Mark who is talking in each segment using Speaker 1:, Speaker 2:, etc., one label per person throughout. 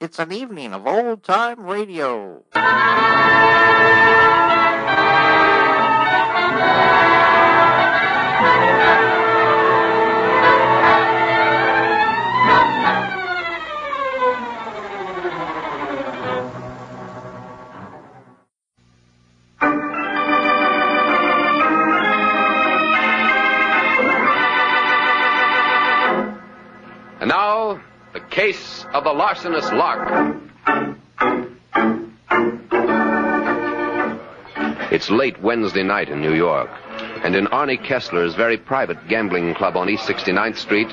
Speaker 1: It's an evening of old time radio.
Speaker 2: And now, the case of the larcenous lark. It's late Wednesday night in New York, and in Arnie Kessler's very private gambling club on East 69th Street,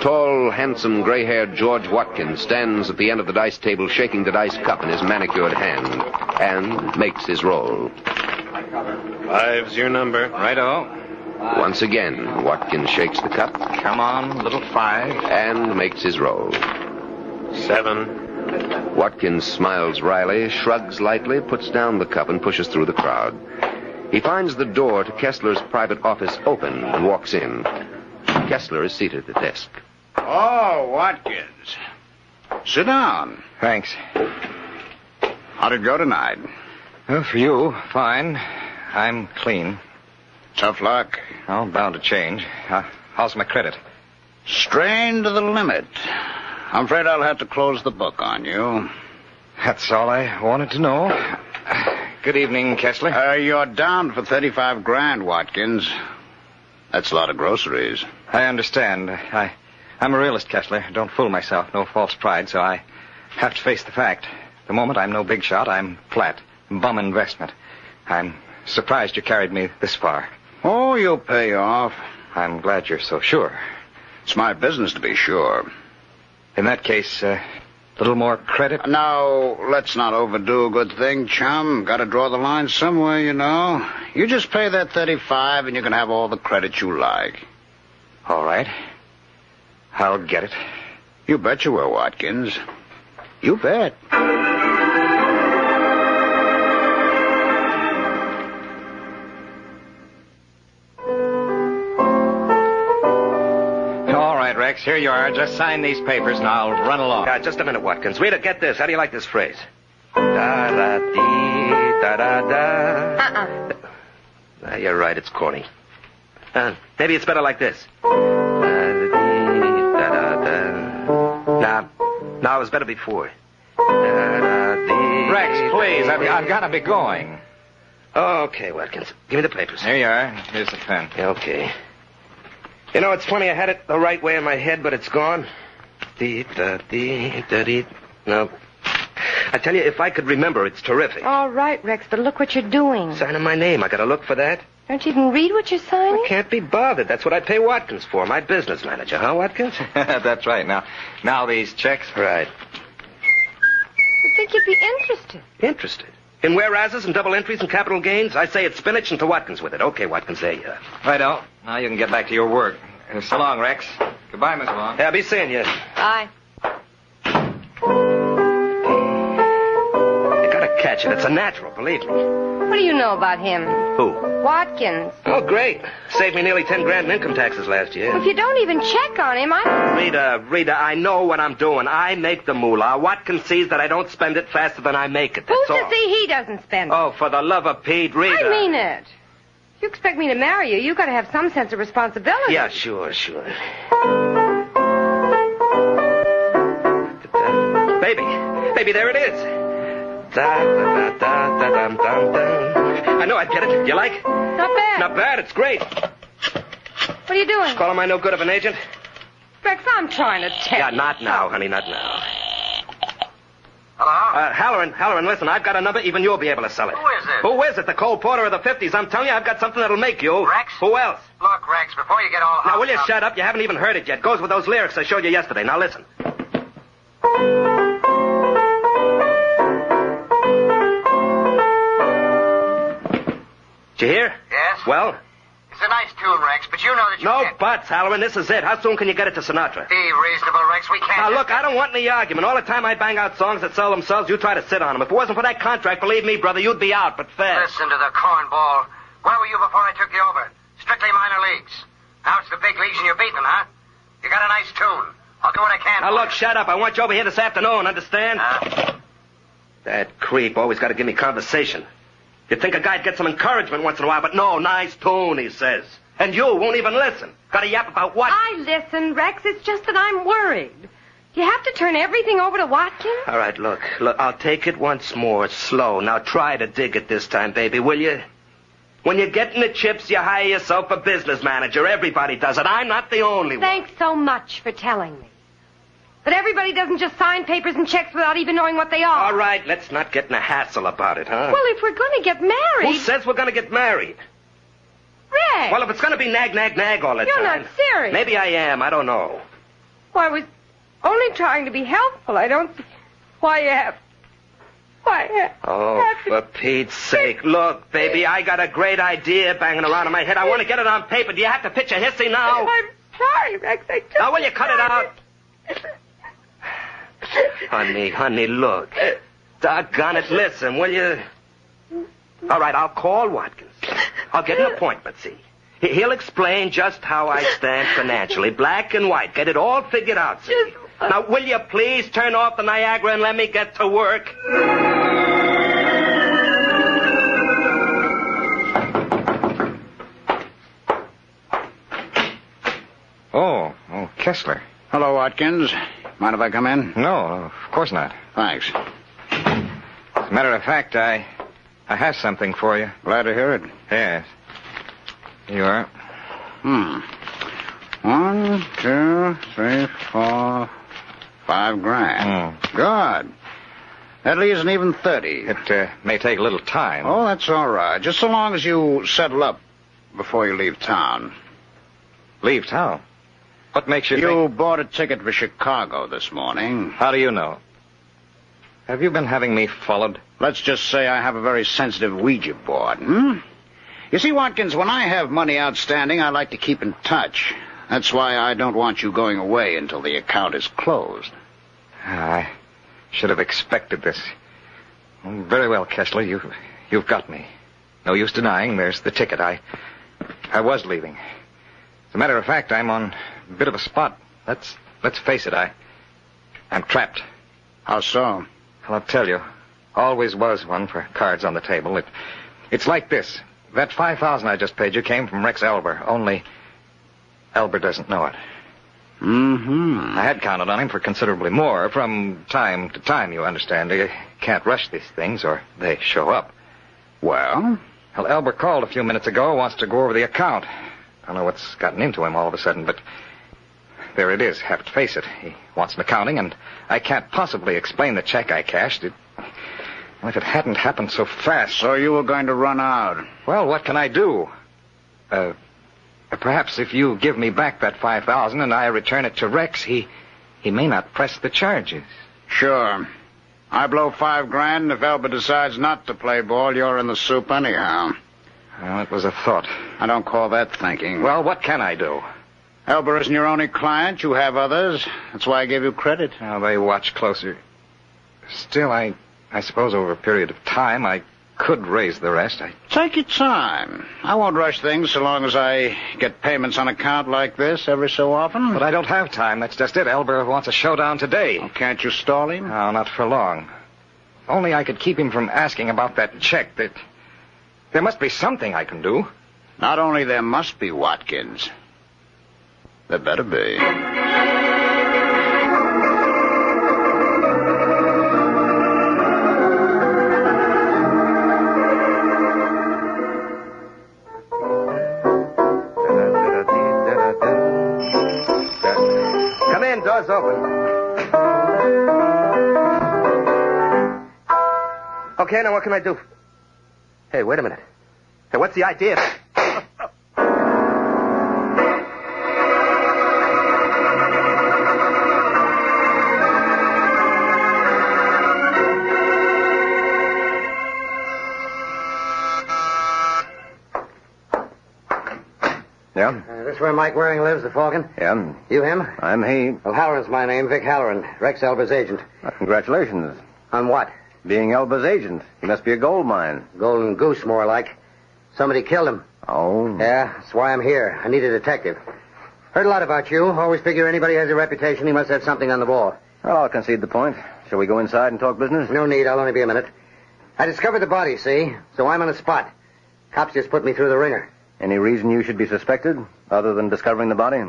Speaker 2: tall, handsome, gray haired George Watkins stands at the end of the dice table shaking the dice cup in his manicured hand and makes his roll.
Speaker 3: Five's your number.
Speaker 4: Righto.
Speaker 2: Once again, Watkins shakes the cup
Speaker 4: Come on, little five.
Speaker 2: and makes his roll.
Speaker 3: Seven.
Speaker 2: Watkins smiles wryly, shrugs lightly, puts down the cup, and pushes through the crowd. He finds the door to Kessler's private office open and walks in. Kessler is seated at the desk.
Speaker 4: Oh, Watkins. Sit down.
Speaker 5: Thanks.
Speaker 4: How'd it go tonight?
Speaker 5: Well, for you, fine. I'm clean.
Speaker 4: Tough luck.
Speaker 5: Oh, bound to change. Uh, how's my credit?
Speaker 4: Strained to the limit. I'm afraid I'll have to close the book on you.
Speaker 5: That's all I wanted to know. Good evening, Kessler.
Speaker 4: Uh, you're down for 35 grand, Watkins. That's a lot of groceries.
Speaker 5: I understand. I, I'm a realist, Kessler. Don't fool myself. No false pride, so I have to face the fact. The moment I'm no big shot, I'm flat. Bum investment. I'm surprised you carried me this far.
Speaker 4: Oh, you'll pay off.
Speaker 5: I'm glad you're so sure.
Speaker 4: It's my business to be sure.
Speaker 5: In that case, uh, a little more credit.
Speaker 4: Now, let's not overdo a good thing, chum. Gotta draw the line somewhere, you know. You just pay that 35 and you can have all the credit you like.
Speaker 5: All right. I'll get it.
Speaker 4: You bet you will, Watkins. You bet.
Speaker 5: All right, Rex, here you are. Just sign these papers and I'll run along.
Speaker 6: Now, Uh, just a minute, Watkins. Rita, get this. How do you like this phrase? Da da dee da da da.
Speaker 7: Uh-uh.
Speaker 6: Ah, you're right. It's corny. Uh, maybe it's better like this. Da-da-dee, da-da-da. Now, now it was better before. Da-da-dee,
Speaker 5: Rex, please, I've,
Speaker 6: da-dee.
Speaker 5: I've got to be going.
Speaker 6: Okay, Watkins. Give me the papers.
Speaker 5: Here you are. Here's the pen.
Speaker 6: Okay. You know, it's funny. I had it the right way in my head, but it's gone. Dee da dee da dee. No. I tell you, if I could remember, it's terrific.
Speaker 7: All right, Rex, but look what you're doing.
Speaker 6: Signing my name. I got to look for that.
Speaker 7: Don't you even read what you're signing?
Speaker 6: I can't be bothered. That's what I pay Watkins for. My business manager, huh, Watkins?
Speaker 5: That's right. Now, now these checks.
Speaker 6: right.
Speaker 7: I think you'd be interested.
Speaker 6: Interested. In whereases and double entries and capital gains, I say it's spinach and to Watkins with it. Okay, Watkins, there you are.
Speaker 5: Righto. Now you can get back to your work. Uh, So long, Rex. Goodbye, Miss Long.
Speaker 6: Yeah, I'll be seeing you.
Speaker 7: Bye.
Speaker 6: You gotta catch it. It's a natural, believe me.
Speaker 7: What do you know about him?
Speaker 6: Who?
Speaker 7: Watkins.
Speaker 6: Oh, great. Saved me nearly ten grand in income taxes last year.
Speaker 7: If you don't even check on him, I.
Speaker 6: Rita, Rita, I know what I'm doing. I make the moolah. Watkins sees that I don't spend it faster than I make it.
Speaker 7: Who's
Speaker 6: That's
Speaker 7: to
Speaker 6: all.
Speaker 7: see he doesn't spend it?
Speaker 6: Oh, for the love of Pete, Rita.
Speaker 7: I mean it. If you expect me to marry you, you gotta have some sense of responsibility.
Speaker 6: Yeah, sure, sure. Baby, baby, there it is. Da, da, da, da, da, dum, dum, dum. I know I'd get it. You like?
Speaker 7: Not bad.
Speaker 6: Not bad. It's great.
Speaker 7: What are you doing?
Speaker 6: Call am I no good of an agent?
Speaker 7: Rex, I'm trying to tell
Speaker 6: Yeah,
Speaker 7: you.
Speaker 6: not now, honey, not now.
Speaker 8: Hello?
Speaker 6: Uh, Halloran, Halloran, listen, I've got a number. Even you'll be able to sell it.
Speaker 8: Who is it?
Speaker 6: Who is it? The Cole Porter of the 50s. I'm telling you, I've got something that'll make you.
Speaker 8: Rex?
Speaker 6: Who else?
Speaker 8: Look, Rex, before you get all
Speaker 6: Now,
Speaker 8: hot
Speaker 6: will you
Speaker 8: up,
Speaker 6: shut up? You haven't even heard it yet. Goes with those lyrics I showed you yesterday. Now, listen. Did you hear?
Speaker 8: Yes?
Speaker 6: Well,
Speaker 8: It's a nice tune, Rex, but you know that you
Speaker 6: no
Speaker 8: can't
Speaker 6: buts, Halloran. This is it. How soon can you get it to Sinatra?
Speaker 8: be reasonable, Rex. We can't.
Speaker 6: Now, look, I don't want any argument. All the time I bang out songs that sell themselves, you try to sit on them. If it wasn't for that contract, believe me, brother, you'd be out, but fast.
Speaker 8: Listen to the cornball. Where were you before I took you over? Strictly minor leagues. Now it's the big leagues and you're beating them, huh? You got a nice tune.
Speaker 9: I'll do what I can.
Speaker 6: Now,
Speaker 9: for
Speaker 6: look,
Speaker 9: you.
Speaker 6: shut up. I want you over here this afternoon, understand?
Speaker 9: Huh?
Speaker 6: That creep always got to give me conversation. You'd think a guy'd get some encouragement once in a while, but no, nice tune, he says. And you won't even listen. Got to yap about what?
Speaker 7: I listen, Rex. It's just that I'm worried. You have to turn everything over to Watkins?
Speaker 6: All right, look, look, I'll take it once more, slow. Now try to dig it this time, baby, will you? When you get in the chips, you hire yourself a business manager. Everybody does it. I'm not the only one.
Speaker 7: Thanks so much for telling me. But everybody doesn't just sign papers and checks without even knowing what they are.
Speaker 6: All right, let's not get in a hassle about it, huh?
Speaker 7: Well, if we're going to get married,
Speaker 6: Who says we're gonna get married?
Speaker 7: Rex.
Speaker 6: Well, if it's gonna be nag, nag, nag all the
Speaker 7: You're
Speaker 6: time.
Speaker 7: not serious.
Speaker 6: Maybe I am. I don't know.
Speaker 7: Why, I was only trying to be helpful. I don't see why you have. Why you have.
Speaker 6: Oh,
Speaker 7: have to-
Speaker 6: for Pete's sake. Look, baby, I got a great idea banging around in my head. I want to get it on paper. Do you have to pitch a hissy now?
Speaker 7: I'm sorry, Rex. I just.
Speaker 6: Now, will you cut it out? honey, honey, look. Doggone it, listen, will you? All right, I'll call Watkins. I'll get an appointment, see. He- He'll explain just how I stand financially, black and white. Get it all figured out, see. Now, will you please turn off the Niagara and let me get to work?
Speaker 5: Oh, oh, Kessler.
Speaker 4: Hello, Watkins. Mind if I come in?
Speaker 5: No, of course not.
Speaker 4: Thanks.
Speaker 5: As a matter of fact, I, I have something for you.
Speaker 4: Glad to hear it.
Speaker 5: Yes. Here you are.
Speaker 4: Hmm. One, two, three, four, five grand. Good. That leaves an even thirty.
Speaker 5: Hmm. It uh, may take a little time.
Speaker 4: Oh, that's all right. Just so long as you settle up before you leave town.
Speaker 5: Leave town. What makes you,
Speaker 4: You
Speaker 5: think?
Speaker 4: bought a ticket for Chicago this morning.
Speaker 5: How do you know? Have you been having me followed?
Speaker 4: Let's just say I have a very sensitive Ouija board, hmm? You see, Watkins, when I have money outstanding, I like to keep in touch. That's why I don't want you going away until the account is closed.
Speaker 5: Ah, I should have expected this. Oh, Very well, Kessler. You, you've got me. No use denying. There's the ticket. I, I was leaving. As a matter of fact, I'm on a bit of a spot. Let's let's face it. I, I'm trapped.
Speaker 4: How so?
Speaker 5: I'll tell you. Always was one for cards on the table. It, it's like this. That five thousand I just paid you came from Rex Elber. Only, Elber doesn't know it.
Speaker 4: Mm-hmm.
Speaker 5: I had counted on him for considerably more from time to time, you understand. You can't rush these things or they show up.
Speaker 4: Well,
Speaker 5: Well, Elber called a few minutes ago, wants to go over the account. I don't know what's gotten into him all of a sudden, but there it is. Have to face it. He wants an accounting, and I can't possibly explain the check I cashed. It, well, if it hadn't happened so fast,
Speaker 4: so you were going to run out.
Speaker 5: well, what can I do? Uh, perhaps if you give me back that five thousand and I return it to Rex, he he may not press the charges.
Speaker 4: Sure. I blow five grand, and if Elba decides not to play ball, you're in the soup anyhow.
Speaker 5: Well, it was a thought.
Speaker 4: I don't call that thinking.
Speaker 5: Well, what can I do?
Speaker 4: Elba isn't your only client. You have others. That's why I gave you credit.
Speaker 5: Now they watch closer. Still, I, I suppose over a period of time I could raise the rest. I,
Speaker 4: Take your time. I won't rush things so long as I get payments on account like this every so often.
Speaker 5: but I don't have time. That's just it. Elber wants a showdown today.
Speaker 4: Well, can't you stall him?
Speaker 5: No, not for long. If Only I could keep him from asking about that check. That there must be something I can do.
Speaker 4: Not only there must be Watkins, there better be.
Speaker 6: Come in, door's open. Okay, now what can I do? Hey, wait a minute. Hey, what's the idea?
Speaker 5: Yeah?
Speaker 8: Uh, this where Mike Waring lives, the Falcon?
Speaker 5: Yeah.
Speaker 8: You him?
Speaker 5: I'm he.
Speaker 8: Well, Halloran's my name, Vic Halloran, Rex Elber's agent.
Speaker 5: Congratulations.
Speaker 8: On what?
Speaker 5: Being Elba's agent. He must be a gold mine.
Speaker 8: Golden goose, more like. Somebody killed him.
Speaker 5: Oh.
Speaker 8: Yeah, that's why I'm here. I need a detective.
Speaker 10: Heard a lot about you. Always figure anybody has a reputation, he must have something on the wall.
Speaker 8: Well, I'll concede the point. Shall we go inside and talk business?
Speaker 10: No need. I'll only be a minute. I discovered the body, see? So I'm on the spot. Cops just put me through the ringer.
Speaker 8: Any reason you should be suspected, other than discovering the body?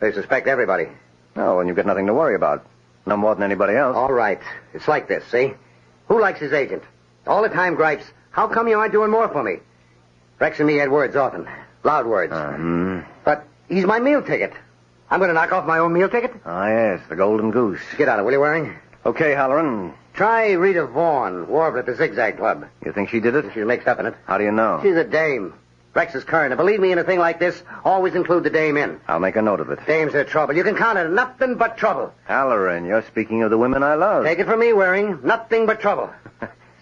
Speaker 10: They suspect everybody.
Speaker 8: Oh, and you've got nothing to worry about. No more than anybody else.
Speaker 10: All right. It's like this, see? Who likes his agent? All the time gripes. How come you aren't doing more for me? Rex and me had words often. Loud words.
Speaker 8: Hmm.
Speaker 10: But he's my meal ticket. I'm going to knock off my own meal ticket.
Speaker 8: Ah, yes, the golden goose.
Speaker 10: Get out of it, will you, Waring?
Speaker 8: Okay, Halloran.
Speaker 10: Try Rita Vaughn, warbler at the Zigzag Club.
Speaker 8: You think she did it?
Speaker 10: She's mixed up in it.
Speaker 8: How do you know?
Speaker 10: She's a dame. Rex is current. And believe me, in a thing like this, always include the dame in.
Speaker 8: I'll make a note of it.
Speaker 10: Dames are trouble. You can count on it. Nothing but trouble.
Speaker 8: Halloran, you're speaking of the women I love.
Speaker 10: Take it from me, Waring. Nothing but trouble.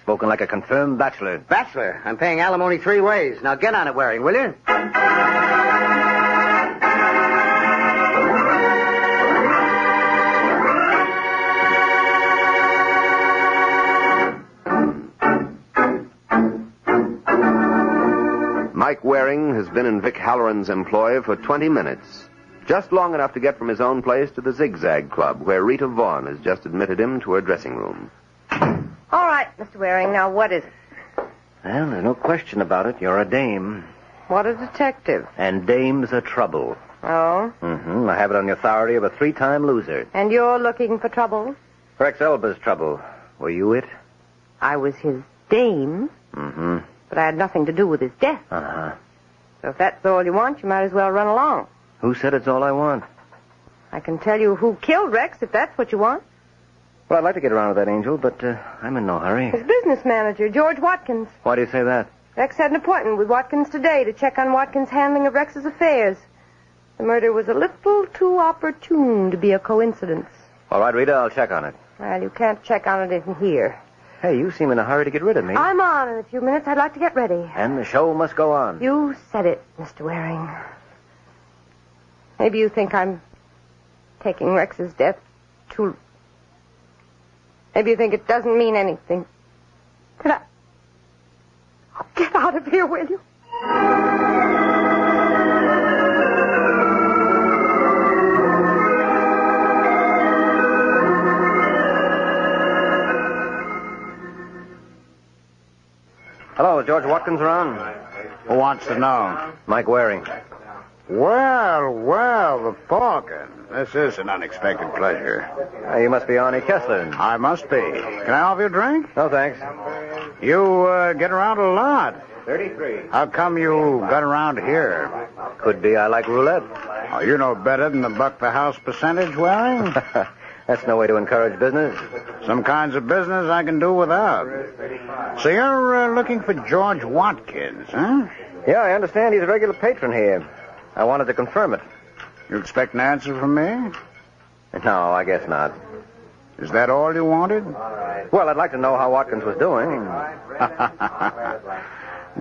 Speaker 8: Spoken like a confirmed bachelor.
Speaker 10: Bachelor, I'm paying alimony three ways. Now get on it, Waring, will you?
Speaker 2: Mike Waring has been in Vic Halloran's employ for 20 minutes, just long enough to get from his own place to the Zigzag Club, where Rita Vaughn has just admitted him to her dressing room.
Speaker 7: All right, Mr. Waring. Now, what is it?
Speaker 8: Well, there's no question about it. You're a dame.
Speaker 7: What a detective.
Speaker 8: And dames are trouble.
Speaker 7: Oh?
Speaker 8: Mm-hmm. I have it on the authority of a three-time loser.
Speaker 7: And you're looking for trouble?
Speaker 8: Rex Elba's trouble. Were you it?
Speaker 7: I was his dame,
Speaker 8: Mm-hmm.
Speaker 7: but I had nothing to do with his death.
Speaker 8: Uh-huh.
Speaker 7: So if that's all you want, you might as well run along.
Speaker 8: Who said it's all I want?
Speaker 7: I can tell you who killed Rex if that's what you want.
Speaker 8: Well, I'd like to get around with that angel, but uh, I'm in no
Speaker 7: His
Speaker 8: hurry.
Speaker 7: business manager, George Watkins.
Speaker 8: Why do you say that?
Speaker 7: Rex had an appointment with Watkins today to check on Watkins' handling of Rex's affairs. The murder was a little too opportune to be a coincidence.
Speaker 8: All right, Rita, I'll check on it.
Speaker 7: Well, you can't check on it in here.
Speaker 8: Hey, you seem in a hurry to get rid of me.
Speaker 7: I'm on in a few minutes. I'd like to get ready.
Speaker 8: And the show must go on.
Speaker 7: You said it, Mr. Waring. Maybe you think I'm taking Rex's death too. Maybe you think it doesn't mean anything. But I. Oh, Get out of here, will you?
Speaker 8: Hello, is George Watkins around?
Speaker 4: Who wants to know?
Speaker 8: Mike Waring.
Speaker 4: Well, well, the Falcon. This is an unexpected pleasure.
Speaker 8: Uh, you must be Arnie Kessler.
Speaker 4: I must be. Can I offer you a drink?
Speaker 8: No, thanks.
Speaker 4: You uh, get around a lot.
Speaker 8: 33.
Speaker 4: How come you got around here?
Speaker 8: Could be I like roulette.
Speaker 4: Oh, you know better than the buck the house percentage, Waring.
Speaker 8: That's no way to encourage business.
Speaker 4: Some kinds of business I can do without. So you're uh, looking for George Watkins, huh?
Speaker 8: Yeah, I understand he's a regular patron here. I wanted to confirm it.
Speaker 4: You expect an answer from me?
Speaker 8: No, I guess not.
Speaker 4: Is that all you wanted?
Speaker 8: Well, I'd like to know how Watkins was doing.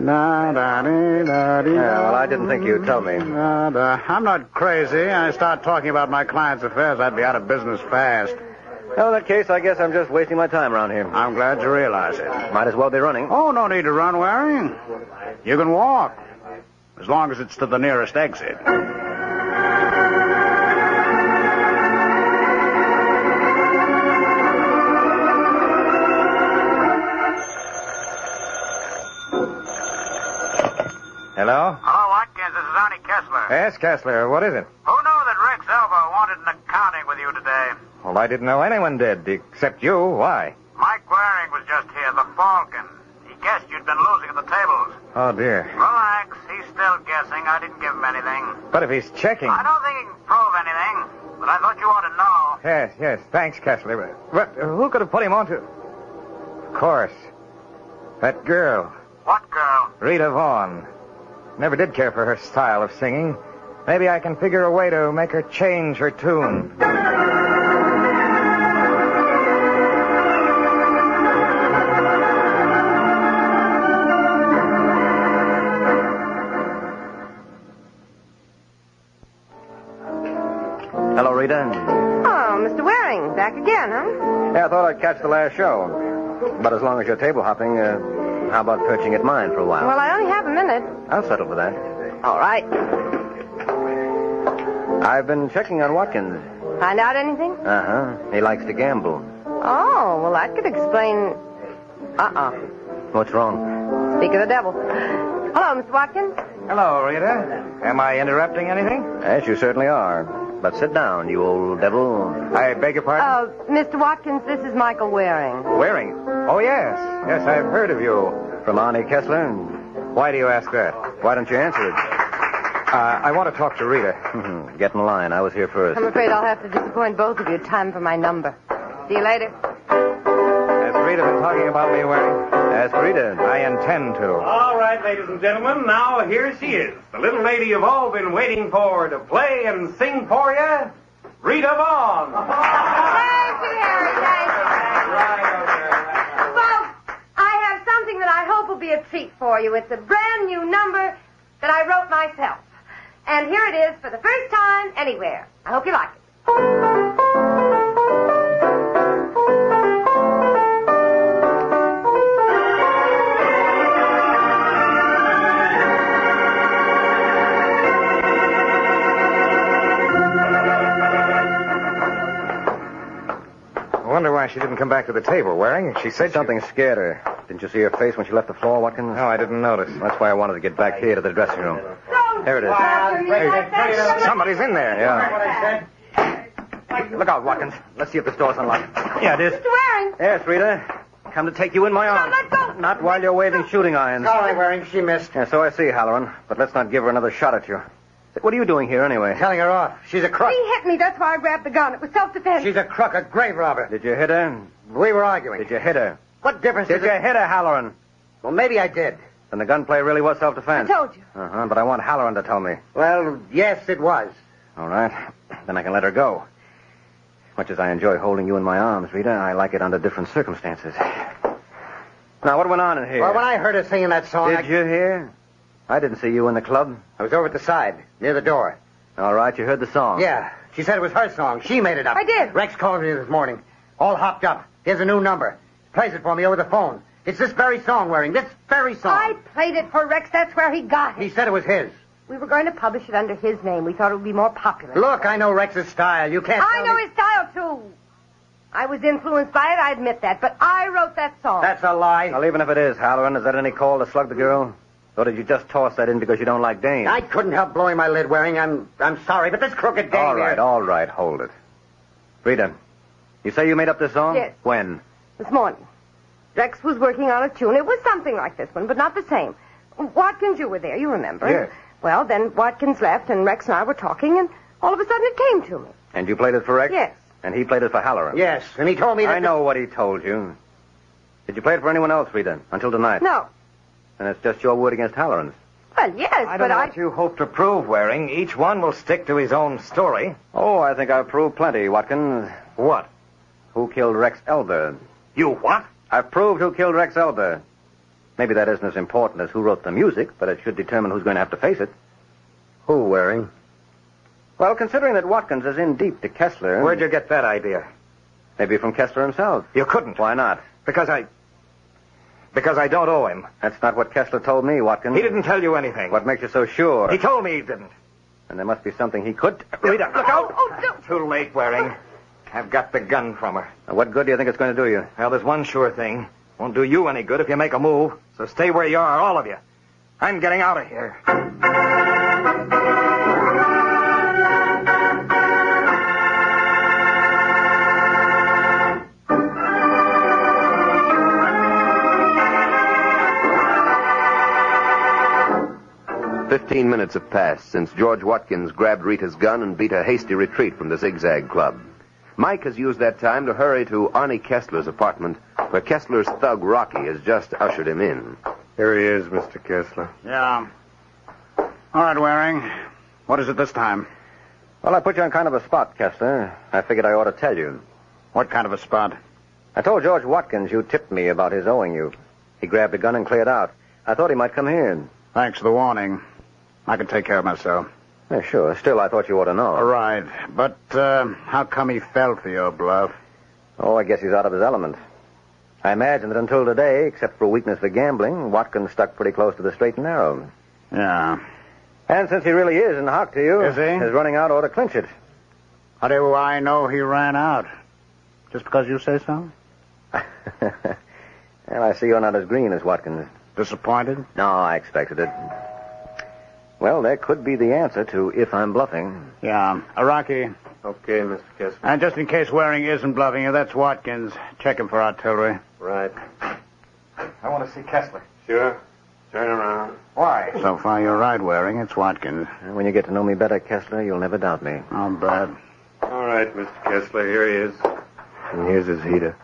Speaker 4: Da, da, dee, da, dee,
Speaker 8: Yeah, well, I didn't think you'd tell me.
Speaker 4: Da, da. I'm not crazy. I start talking about my client's affairs, I'd be out of business fast.
Speaker 8: Well, in that case, I guess I'm just wasting my time around here.
Speaker 4: I'm glad you realize it.
Speaker 8: Might as well be running.
Speaker 4: Oh, no need to run, Waring. You can walk, as long as it's to the nearest exit.
Speaker 5: Hello?
Speaker 11: Hello, Watkins. This is Arnie Kessler.
Speaker 5: Yes, Kessler, what is it?
Speaker 11: Who knew that Rex Elba wanted an accounting with you today?
Speaker 5: Well, I didn't know anyone did, except you. Why?
Speaker 11: Mike Waring was just here, the Falcon. He guessed you'd been losing at the tables.
Speaker 5: Oh, dear.
Speaker 11: Relax. He's still guessing. I didn't give him anything.
Speaker 5: But if he's checking.
Speaker 11: I don't think he can prove anything, but I thought you ought to know.
Speaker 5: Yes, yes, thanks, Kessler. But but who could have put him on to. Of course. That girl,
Speaker 11: What girl?
Speaker 5: Rita Vaughn. Never did care for her style of singing. Maybe I can figure a way to make her change her tune.
Speaker 8: Hello, Rita.
Speaker 7: Oh, Mr. Waring, back again, huh?
Speaker 8: Yeah, I thought I'd catch the last show. But as long as you're table hopping, uh, how about perching at mine for a while?
Speaker 7: Well, I only have a minute.
Speaker 8: I'll settle for that.
Speaker 7: All right.
Speaker 8: I've been checking on Watkins.
Speaker 10: Find out anything?
Speaker 8: Uh huh. He likes to gamble.
Speaker 10: Oh, well, that could explain. Uh-uh.
Speaker 8: What's wrong?
Speaker 10: Speak of the devil. Hello, Miss Watkins.
Speaker 5: Hello, Rita. Am I interrupting anything?
Speaker 8: Yes, you certainly are. But sit down, you old devil. I beg your pardon?
Speaker 10: Uh, Mr. Watkins, this is Michael Waring.
Speaker 8: Waring. Oh, yes. Yes, I've heard of you. From Arnie Kessler. Why do you ask that? Why don't you answer it? Uh, I want to talk to Rita. Get in line. I was here first.
Speaker 10: I'm afraid I'll have to disappoint both of you. Time for my number. See you later.
Speaker 8: Has Rita been talking about me, Waring? Ask Rita. I intend to.
Speaker 12: All right, ladies and gentlemen, now here she is, the little lady you've all been waiting for to play and sing for you, Rita Vaughn.
Speaker 7: Thank you, Harry. Thank you. Folks, I have something that I hope will be a treat for you. It's a brand new number that I wrote myself. And here it is for the first time anywhere. I hope you like it.
Speaker 8: I wonder why she didn't come back to the table, Waring. She said something scared her. Didn't you see her face when she left the floor, Watkins? No, I didn't notice. That's why I wanted to get back here to the dressing room. Here it is. Hey, somebody's in there. Yeah. Look out, Watkins. Let's see if this door's unlocked. Yeah, it is.
Speaker 7: Waring,
Speaker 8: Yes, Rita. Come to take you in my arms.
Speaker 7: let go.
Speaker 8: Not while you're waving shooting irons.
Speaker 13: Sorry, Waring. She missed.
Speaker 8: Yeah, so I see, Halloran. But let's not give her another shot at you. What are you doing here, anyway?
Speaker 13: Telling her off. She's a crook.
Speaker 7: he hit me. That's why I grabbed the gun. It was self-defense.
Speaker 13: She's a crook, a grave robber.
Speaker 8: Did you hit her?
Speaker 13: We were arguing.
Speaker 8: Did you hit her?
Speaker 13: What difference
Speaker 8: Did
Speaker 13: does
Speaker 8: you
Speaker 13: it...
Speaker 8: hit her, Halloran?
Speaker 13: Well, maybe I did.
Speaker 8: Then the gunplay really was
Speaker 7: I
Speaker 8: self-defense.
Speaker 7: told you.
Speaker 8: Uh-huh, but I want Halloran to tell me.
Speaker 13: Well, yes, it was.
Speaker 8: All right. Then I can let her go. Much as I enjoy holding you in my arms, Rita, I like it under different circumstances. Now, what went on in here?
Speaker 13: Well, when I heard her singing that song,
Speaker 8: Did
Speaker 13: I...
Speaker 8: you hear? I didn't see you in the club.
Speaker 13: I was over at the side, near the door.
Speaker 8: All right, you heard the song.
Speaker 13: Yeah, she said it was her song. She made it up.
Speaker 7: I did.
Speaker 13: Rex called me this morning, all hopped up. Here's a new number. Plays it for me over the phone. It's this very song, Waring. This very song.
Speaker 7: I played it for Rex. That's where he got it.
Speaker 13: He said it was his.
Speaker 7: We were going to publish it under his name. We thought it would be more popular.
Speaker 13: Look, I know Rex's style. You can't.
Speaker 7: I
Speaker 13: tell
Speaker 7: know
Speaker 13: me-
Speaker 7: his style, too. I was influenced by it, I admit that, but I wrote that song.
Speaker 13: That's a lie.
Speaker 8: Well, even if it is, Halloran, is that any call to slug the girl? Or did you just toss that in because you don't like Dane?
Speaker 13: I couldn't help blowing my lid, Waring. I'm I'm sorry, but this crooked game.
Speaker 8: All
Speaker 13: here-
Speaker 8: right, all right, hold it. Rita, you say you made up this song?
Speaker 7: Yes.
Speaker 8: When?
Speaker 7: This morning. Rex was working on a tune. It was something like this one, but not the same. Watkins, you were there, you remember.
Speaker 8: Yes.
Speaker 7: Well, then Watkins left, and Rex and I were talking, and all of a sudden it came to me.
Speaker 8: And you played it for Rex?
Speaker 7: Yes.
Speaker 8: And he played it for Halloran?
Speaker 13: Yes, and he told me that.
Speaker 8: I know what he told you. Did you play it for anyone else, Rita, until tonight?
Speaker 7: No.
Speaker 8: And it's just your word against Halloran's.
Speaker 7: Well, yes,
Speaker 5: I
Speaker 7: but
Speaker 5: don't know
Speaker 7: I.
Speaker 5: what you hope to prove, Waring. Each one will stick to his own story.
Speaker 8: Oh, I think I've proved plenty, Watkins.
Speaker 5: What?
Speaker 8: Who killed Rex Elder?
Speaker 5: You what?
Speaker 8: I've proved who killed Rex Elder. Maybe that isn't as important as who wrote the music, but it should determine who's going to have to face it.
Speaker 13: Who, Waring?
Speaker 8: Well, considering that Watkins is in deep to Kessler.
Speaker 5: Where'd you get that idea?
Speaker 8: Maybe from Kessler himself.
Speaker 5: You couldn't.
Speaker 8: Why not?
Speaker 5: Because I. Because I don't owe him.
Speaker 8: That's not what Kessler told me, Watkins.
Speaker 5: He didn't tell you anything.
Speaker 8: What makes you so sure?
Speaker 5: He told me he didn't.
Speaker 8: And there must be something he could.
Speaker 5: Rita, look out!
Speaker 7: Oh, oh, don't.
Speaker 5: Too late, Waring. I've got the gun from her.
Speaker 8: Now, What good do you think it's going to do you?
Speaker 5: Well, there's one sure thing. Won't do you any good if you make a move. So stay where you are, all of you. I'm getting out of here.
Speaker 14: Fifteen minutes have passed since George Watkins grabbed Rita's gun and beat a hasty retreat from the Zigzag Club. Mike has used that time to hurry to Arnie Kessler's apartment, where Kessler's thug Rocky has just ushered him in.
Speaker 2: Here he is, Mr. Kessler.
Speaker 15: Yeah. All right, Waring. What is it this time?
Speaker 8: Well, I put you on kind of a spot, Kessler. I figured I ought to tell you.
Speaker 15: What kind of a spot?
Speaker 8: I told George Watkins you tipped me about his owing you. He grabbed a gun and cleared out. I thought he might come here.
Speaker 15: Thanks for the warning. I can take care of myself.
Speaker 8: Yeah, sure. Still, I thought you ought to know.
Speaker 15: All right, but uh, how come he fell for your bluff?
Speaker 8: Oh, I guess he's out of his element. I imagine that until today, except for a weakness for gambling, Watkins stuck pretty close to the straight and narrow.
Speaker 15: Yeah.
Speaker 8: And since he really is in the hock to you,
Speaker 4: Is he?
Speaker 8: his running out ought to clinch it.
Speaker 4: How do I know he ran out? Just because you say so?
Speaker 8: Well, I see you're not as green as Watkins.
Speaker 4: Disappointed?
Speaker 8: No, I expected it. Well, that could be the answer to if I'm bluffing.
Speaker 4: Yeah. Iraqi.
Speaker 11: Okay, Mr. Kessler.
Speaker 4: Uh, And just in case Waring isn't bluffing you, that's Watkins. Check him for artillery.
Speaker 11: Right.
Speaker 5: I want to see Kessler.
Speaker 11: Sure. Turn around.
Speaker 5: Why?
Speaker 4: So far, you're right, Waring. It's Watkins.
Speaker 8: And when you get to know me better, Kessler, you'll never doubt me.
Speaker 4: Oh, Brad.
Speaker 11: All right, Mr. Kessler, here he is.
Speaker 8: And here's his heater.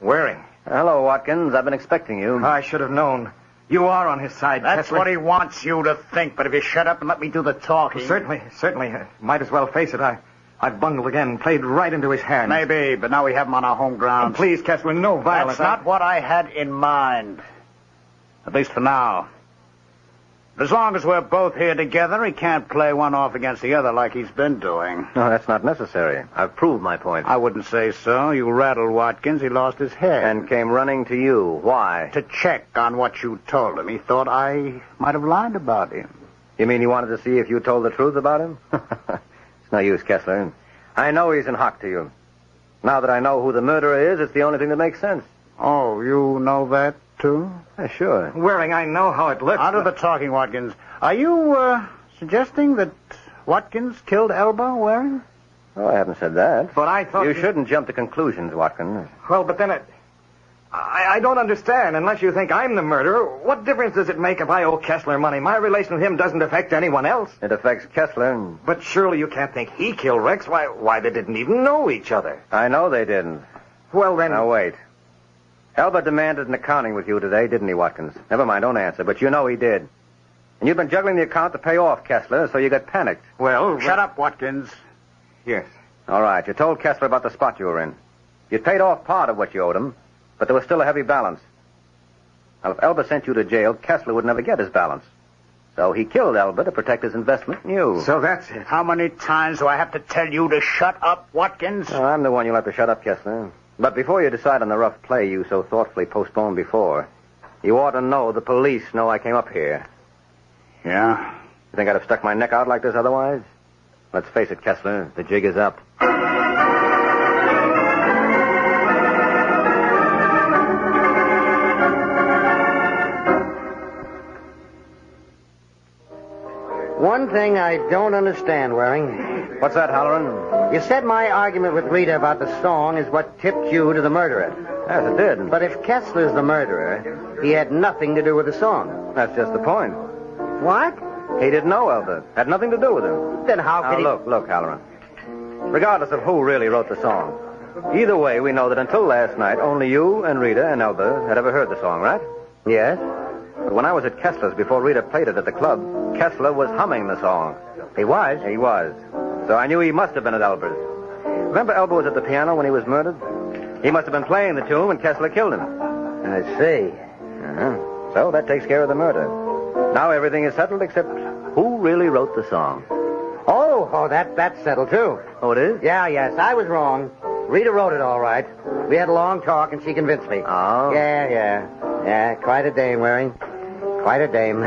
Speaker 5: Waring.
Speaker 8: Hello, Watkins. I've been expecting you.
Speaker 5: I should have known. You are on his side,
Speaker 4: That's
Speaker 5: Kessler.
Speaker 4: what he wants you to think, but if you shut up and let me do the talking.
Speaker 5: Well, certainly, certainly. uh, Might as well face it. I, I bungled again, played right into his hand.
Speaker 4: Maybe, but now we have him on our home
Speaker 5: Oh,
Speaker 4: ground.
Speaker 5: please, Kessler, no violence.
Speaker 4: That's not what I had in mind. At least for now. But as long as we're both here together, he can't play one off against the other like he's been doing.
Speaker 8: No, that's not necessary. I've proved my point.
Speaker 4: I wouldn't say so. You rattled Watkins. He lost his head.
Speaker 8: And came running to you. Why?
Speaker 4: to check on what you told him, he thought I might have lied about him.
Speaker 8: You mean he wanted to see if you told the truth about him? it's no use, Kessler. I know he's in hock to you. Now that I know who the murderer is, it's the only thing that makes sense.
Speaker 4: Oh, you know that too?
Speaker 8: Yeah, sure.
Speaker 5: Waring, I know how it looks.
Speaker 4: Out of the talking, Watkins. Are you uh, suggesting that Watkins killed Elba Waring?
Speaker 8: Oh, I haven't said that.
Speaker 5: But I thought
Speaker 8: You shouldn't jump to conclusions, Watkins.
Speaker 5: Well, but then it. I, I don't understand. Unless you think I'm the murderer, what difference does it make if I owe Kessler money? My relation with him doesn't affect anyone else.
Speaker 8: It affects Kessler. and
Speaker 5: But surely you can't think he killed Rex. Why? Why they didn't even know each other.
Speaker 8: I know they didn't.
Speaker 5: Well then.
Speaker 8: Now, wait. Elba demanded an accounting with you today, didn't he, Watkins? Never mind, don't answer, but you know he did. And you've been juggling the account to pay off Kessler, so you got panicked.
Speaker 5: well.
Speaker 4: Shut up, Watkins.
Speaker 5: Yes.
Speaker 8: All right, you told Kessler about the spot you were in. You paid off part of what you owed him, but there was still a heavy balance. Now, if Elba sent you to jail, Kessler would never get his balance. So he killed Elba to protect his investment in you.
Speaker 5: So that's it.
Speaker 4: How many times do I have to tell you to shut up, Watkins?
Speaker 8: Now, I'm the one you'll have to shut up, Kessler. But before you decide on the rough play you so thoughtfully postponed before, you ought to know the police know I came up here.
Speaker 4: yeah.
Speaker 8: You think I'd have stuck my neck out like this otherwise? Let's face it, Kessler, the jig is up.
Speaker 14: One thing I don't understand, Waring.
Speaker 8: What's that, Halloran?
Speaker 14: You said my argument with Rita about the song is what tipped you to the murderer.
Speaker 8: Yes, it did.
Speaker 14: But if Kessler's the murderer, he had nothing to do with the song.
Speaker 8: that's just the point.
Speaker 14: What?
Speaker 8: He didn't know Elba. Had nothing to do with him.
Speaker 14: Then how could
Speaker 8: Now,
Speaker 14: he...
Speaker 8: look, look, Halloran. Regardless of who really wrote the song, either way, we know that until last night, only you and Rita and Elba had ever heard the song, right?
Speaker 14: Yes?
Speaker 8: But when I was at Kessler's before Rita played it at the club, Kessler was humming the song.
Speaker 14: He was?
Speaker 8: He was. So I knew he must have been at Elba's. Remember Elba was at the piano when he was murdered? He must have been playing the tune when Kessler killed him.
Speaker 14: I see.
Speaker 8: Uh-huh. So that takes care of the murder. Now everything is settled except who really wrote the song.
Speaker 14: Oh, oh, that, that's settled, too.
Speaker 8: Oh, it is?
Speaker 14: Yeah, yes, I was wrong. Rita wrote it all right. We had a long talk, and she convinced me.
Speaker 8: Oh.
Speaker 14: Yeah, yeah. Yeah, quite a dame, Waring. Quite a dame.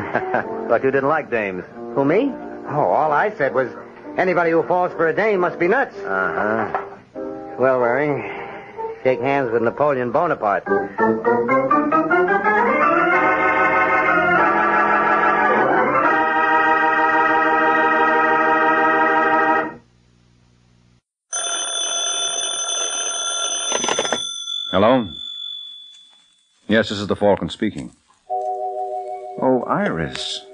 Speaker 8: but you didn't like dames.
Speaker 14: Who, me? Oh, all I said was anybody who falls for a dame must be nuts.
Speaker 8: Uh huh.
Speaker 14: Well, Waring, shake hands with Napoleon Bonaparte.
Speaker 10: Hello? Yes, this is the Falcon speaking. Oh, Iris.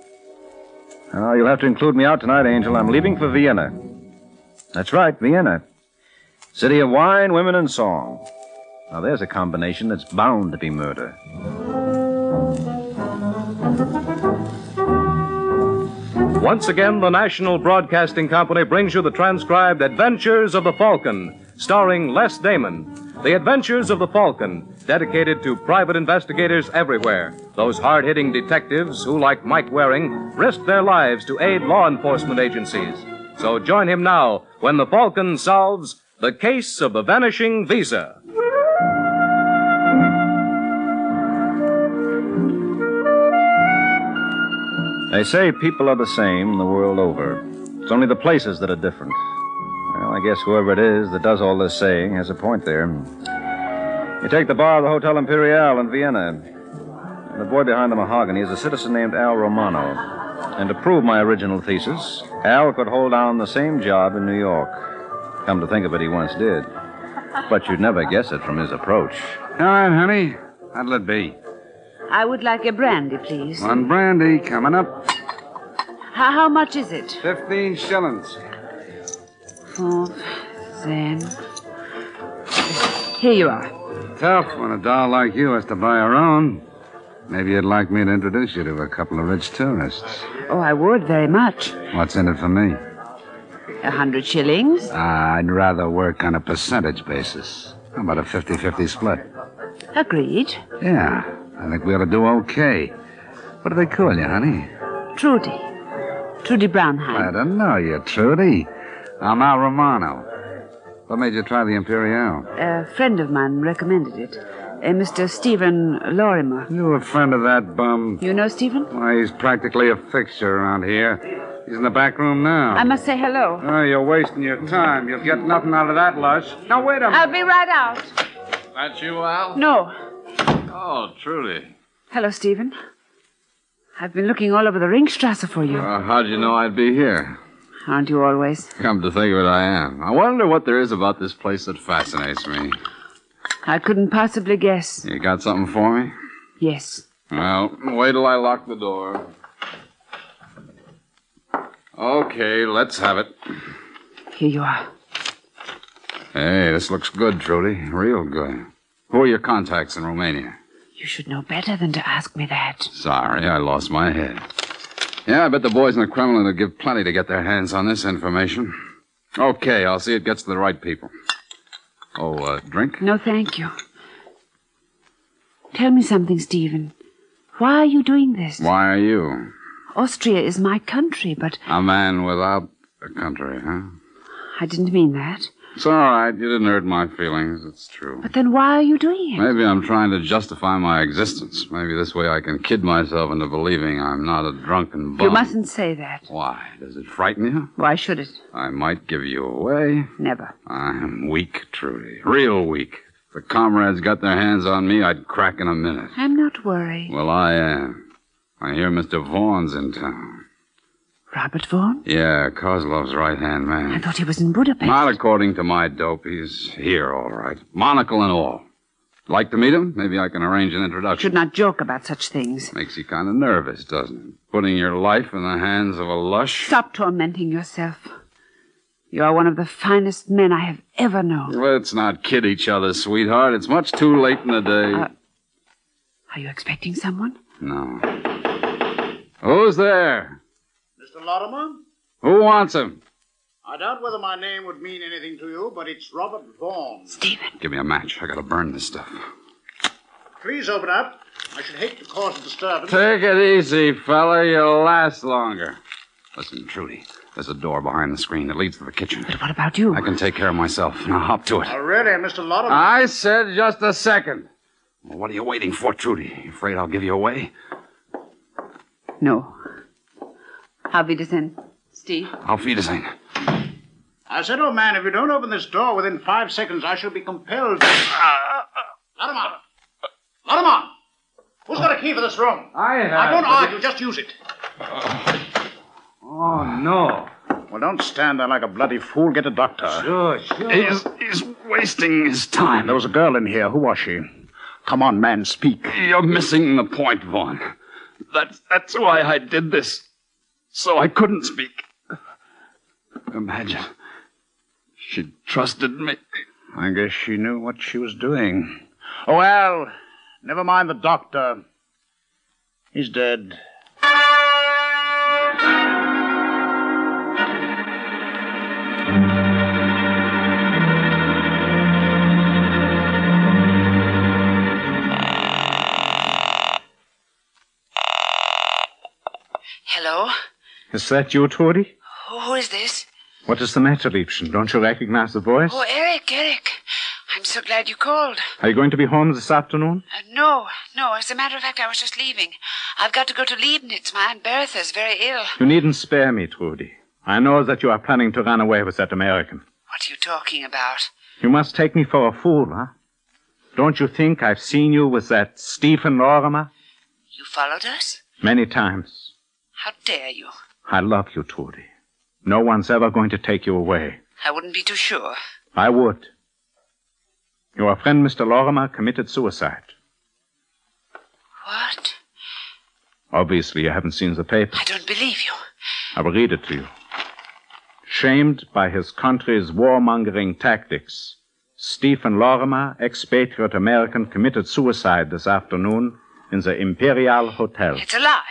Speaker 10: Ah, you'll have to include me out tonight, Angel. I'm leaving for Vienna. That's right, Vienna. City of wine, women, and song. Now, there's a combination that's bound to be murder.
Speaker 16: Once again, the National Broadcasting Company brings you the transcribed Adventures of the Falcon, starring Les Damon. The Adventures of the Falcon, dedicated to private investigators everywhere, those hard hitting detectives who, like Mike Waring, risked their lives to aid law enforcement agencies. So join him now when the Falcon solves the case of the vanishing visa.
Speaker 10: They say people are the same the world over. It's only the places that are different. Well, I guess whoever it is that does all this saying has a point there. You take the bar of the Hotel Imperial in Vienna. The boy behind the mahogany is a citizen named Al Romano. And to prove my original thesis, Al could hold down the same job in New York. Come to think of it, he once did. But you'd never guess it from his approach.
Speaker 17: All right, honey. How'll it be?
Speaker 18: I would like a brandy, please.
Speaker 17: One brandy coming up.
Speaker 18: How, how much is it? Oh,
Speaker 17: Fifteen shillings.
Speaker 18: Four, then. Here you are.
Speaker 17: Tough when a doll like you has to buy her own. Maybe you'd like me to introduce you to a couple of rich tourists.
Speaker 18: Oh, I would very much.
Speaker 17: What's in it for me?
Speaker 18: A hundred shillings?
Speaker 17: I'd rather work on a percentage basis. How about a 50 50 split?
Speaker 18: Agreed.
Speaker 17: Yeah, I think we ought to do okay. What do they call you, honey?
Speaker 18: Trudy. Trudy Brownheim.
Speaker 17: I don't know you, Trudy. I'm Al Romano. What made you try the Imperial?
Speaker 18: A friend of mine recommended it. Uh, Mr. Stephen Lorimer.
Speaker 17: You a friend of that bum?
Speaker 18: You know Stephen?
Speaker 17: Why, he's practically a fixture around here. He's in the back room now.
Speaker 18: I must say hello.
Speaker 17: Oh, you're wasting your time. You'll get nothing out of that, Lush. Now, wait a minute.
Speaker 18: I'll be right out.
Speaker 19: That you, Al?
Speaker 18: No.
Speaker 19: Oh, truly.
Speaker 18: Hello, Stephen. I've been looking all over the Ringstrasse for you.
Speaker 19: Uh, how'd you know I'd be here?
Speaker 18: Aren't you always?
Speaker 19: Come to think of it, I am. I wonder what there is about this place that fascinates me.
Speaker 18: I couldn't possibly guess.
Speaker 19: You got something for me?
Speaker 18: Yes.
Speaker 19: Well, wait till I lock the door. Okay, let's have it.
Speaker 18: Here you are.
Speaker 19: Hey, this looks good, Trudy. Real good. Who are your contacts in Romania?
Speaker 18: You should know better than to ask me that.
Speaker 19: Sorry, I lost my head. Yeah, I bet the boys in the Kremlin will give plenty to get their hands on this information. Okay, I'll see it gets to the right people. Oh, uh, drink?
Speaker 18: No, thank you. Tell me something, Stephen. Why are you doing this?
Speaker 19: Why are you?
Speaker 18: Austria is my country, but
Speaker 19: A man without a country, huh?
Speaker 18: I didn't mean that.
Speaker 19: It's all right. You didn't hurt my feelings. It's true.
Speaker 18: But then why are you doing it?
Speaker 19: Maybe I'm trying to justify my existence. Maybe this way I can kid myself into believing I'm not a drunken bum.
Speaker 18: You mustn't say that.
Speaker 19: Why? Does it frighten you?
Speaker 18: Why should it?
Speaker 19: I might give you away.
Speaker 18: Never.
Speaker 19: I'm weak, Trudy. Real weak. If the comrades got their hands on me, I'd crack in a minute.
Speaker 18: I'm not worried.
Speaker 19: Well, I am. I hear Mr. Vaughn's in town.
Speaker 18: Robert Vaughan?
Speaker 19: Yeah, Kozlov's right hand man.
Speaker 18: I thought he was in Budapest.
Speaker 19: Not according to my dope. He's here, all right. Monocle and all. Like to meet him? Maybe I can arrange an introduction.
Speaker 18: Should not joke about such things.
Speaker 19: Makes you kind of nervous, doesn't it? Putting your life in the hands of a lush.
Speaker 18: Stop tormenting yourself. You are one of the finest men I have ever known.
Speaker 19: Let's not kid each other, sweetheart. It's much too late in the day.
Speaker 18: Uh, Are you expecting someone?
Speaker 19: no. Who's there?
Speaker 4: Mr. Lorimer,
Speaker 19: Who wants him?
Speaker 4: I doubt whether my name would mean anything to you, but it's Robert Vaughan.
Speaker 18: Stephen.
Speaker 19: Give me a match. I gotta burn this stuff.
Speaker 4: Please open up. I should hate to cause a disturbance.
Speaker 19: Take it easy, fella. You'll last longer. Listen, Trudy. There's a door behind the screen that leads to the kitchen. But
Speaker 18: what about you?
Speaker 19: I can take care of myself. Now hop to it.
Speaker 4: Uh, really, Mr. Lorimer.
Speaker 19: I said just a second. Well, what are you waiting for, Trudy? You afraid I'll give you away?
Speaker 18: No. Auf Wiedersehen, Steve.
Speaker 19: I'll feed us in.
Speaker 4: I said, old man, if you don't open this door within five seconds, I shall be compelled to. Latimer! Latimer! Who's got a key for this room?
Speaker 11: I have,
Speaker 4: I won't
Speaker 11: but
Speaker 4: argue, just use it.
Speaker 11: Oh, no.
Speaker 4: Well, don't stand there like a bloody fool. Get a doctor.
Speaker 11: Sure, sure.
Speaker 4: He's,
Speaker 19: he's wasting his time.
Speaker 4: There was a girl in here. Who was she? Come on, man, speak.
Speaker 19: You're missing the point, Vaughn. That's, that's why I did this. So I couldn't speak. Imagine. She trusted me.
Speaker 4: I guess she knew what she was doing. Oh, well, never mind the doctor. He's dead.
Speaker 18: Hello?
Speaker 20: Is that you, Tori?
Speaker 18: Who who is this?
Speaker 20: What is the matter, Liebchen? Don't you recognize the voice?
Speaker 18: Oh, Eric, Eric. I'm I'm so glad you called.
Speaker 20: Are you going to be home this afternoon?
Speaker 18: Uh, no, no. As a matter of fact, I was just leaving. I've got to go to Leibnitz. My Aunt Bertha's very ill.
Speaker 20: You needn't spare me, Trudy. I know that you are planning to run away with that American.
Speaker 18: What are you talking about?
Speaker 20: You must take me for a fool, huh? Don't you think I've seen you with that Stephen Lorimer?
Speaker 18: You followed us?
Speaker 20: Many times.
Speaker 18: How dare you?
Speaker 20: I love you, Trudy. No one's ever going to take you away.
Speaker 18: I wouldn't be too sure.
Speaker 20: I would. Your friend, Mr. Lorimer, committed suicide.
Speaker 18: What?
Speaker 20: Obviously, you haven't seen the paper.
Speaker 18: I don't believe you.
Speaker 20: I will read it to you. Shamed by his country's warmongering tactics, Stephen Lorimer, expatriate American, committed suicide this afternoon in the Imperial Hotel.
Speaker 18: It's a lie.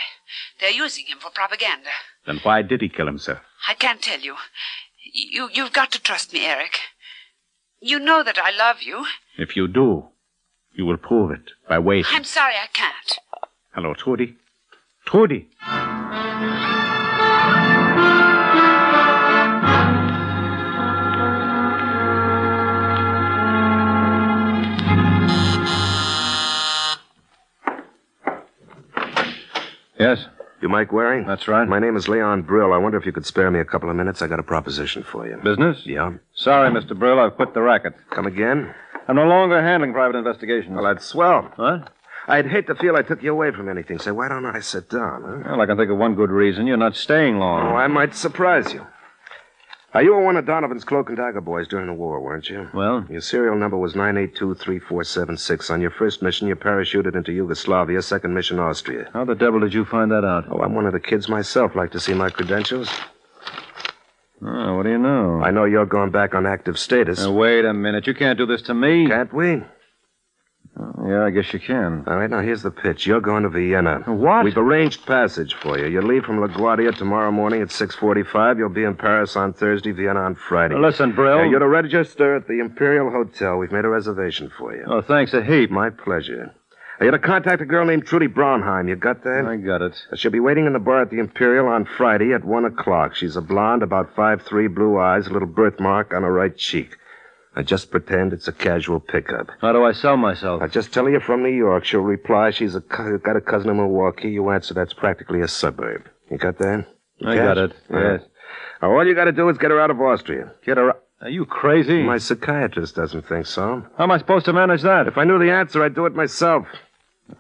Speaker 18: They're using him for propaganda.
Speaker 20: Then why did he kill himself?
Speaker 18: I can't tell you. You you've got to trust me, Eric. You know that I love you.
Speaker 20: If you do, you will prove it by waiting.
Speaker 18: I'm sorry I can't.
Speaker 20: Hello, Trudy. Trudy!
Speaker 10: Yes?
Speaker 21: You Mike Waring? That's right. My name is Leon Brill. I wonder if you could spare me a couple of minutes. I got a proposition for you.
Speaker 10: Business?
Speaker 21: Yeah.
Speaker 10: Sorry, Mr. Brill, I've quit the racket.
Speaker 21: Come again?
Speaker 10: I'm no longer handling private investigations.
Speaker 21: Well, that's swell.
Speaker 10: What?
Speaker 21: I'd hate to feel I took you away from anything. Say, why don't I sit down, huh?
Speaker 10: Well, I can think of one good reason. You're not staying long.
Speaker 21: Oh, I might surprise you. Now, you were one of Donovan's cloak and dagger boys during the war, weren't you?
Speaker 10: Well?
Speaker 21: Your serial number was 9823476. On your first mission, you parachuted into Yugoslavia, second mission, Austria.
Speaker 10: How the devil did you find that out?
Speaker 21: Oh, I'm one of the kids myself. Like to see my credentials?
Speaker 10: Oh, what do you know? Uh,
Speaker 21: I know you're going back on active status.
Speaker 10: Now, wait a minute. You can't do this to me.
Speaker 21: Can't we?
Speaker 10: Yeah, I guess you can.
Speaker 21: All right, now here's the pitch. You're going to Vienna.
Speaker 10: What?
Speaker 21: We've arranged passage for you. You leave from LaGuardia tomorrow morning at 6.45. You'll be in Paris on Thursday, Vienna on Friday.
Speaker 10: Now listen, Brill.
Speaker 21: Now, you're to register at the Imperial Hotel. We've made a reservation for you.
Speaker 10: Oh, thanks a heap.
Speaker 21: My pleasure. Now, you're to contact a girl named Trudy Braunheim. You got that?
Speaker 10: I got it.
Speaker 21: She'll be waiting in the bar at the Imperial on Friday at 1 o'clock. She's a blonde, about five three, blue eyes, a little birthmark on her right cheek. I just pretend it's a casual pickup.
Speaker 10: How do I sell myself?
Speaker 21: I just tell her you're from New York. She'll reply she's a, co- got a cousin in Milwaukee. You answer that's practically a suburb. You got that? You
Speaker 10: I
Speaker 21: catch?
Speaker 10: got it. Yes.
Speaker 21: Now, all you got to do is get her out of Austria.
Speaker 10: Get her. Are you crazy?
Speaker 21: My psychiatrist doesn't think so.
Speaker 10: How am I supposed to manage that?
Speaker 21: If I knew the answer, I'd do it myself.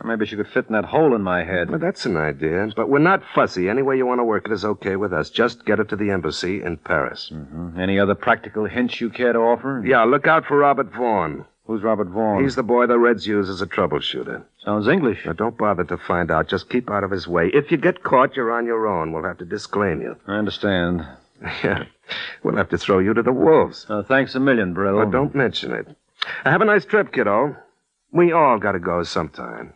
Speaker 10: Maybe she could fit in that hole in my head.
Speaker 21: Well, that's an idea. But we're not fussy. Any way you want to work it is okay with us. Just get her to the embassy in Paris.
Speaker 10: Mm-hmm. Any other practical hints you care to offer?
Speaker 21: Yeah, look out for Robert Vaughn.
Speaker 10: Who's Robert Vaughn?
Speaker 21: He's the boy the Reds use as a troubleshooter.
Speaker 10: Sounds English.
Speaker 21: Now, don't bother to find out. Just keep out of his way. If you get caught, you're on your own. We'll have to disclaim you.
Speaker 10: I understand.
Speaker 21: Yeah. We'll have to throw you to the wolves.
Speaker 10: Uh, thanks a million, Brill.
Speaker 21: Now, don't mention it. Uh, have a nice trip, kiddo. We all got to go sometime.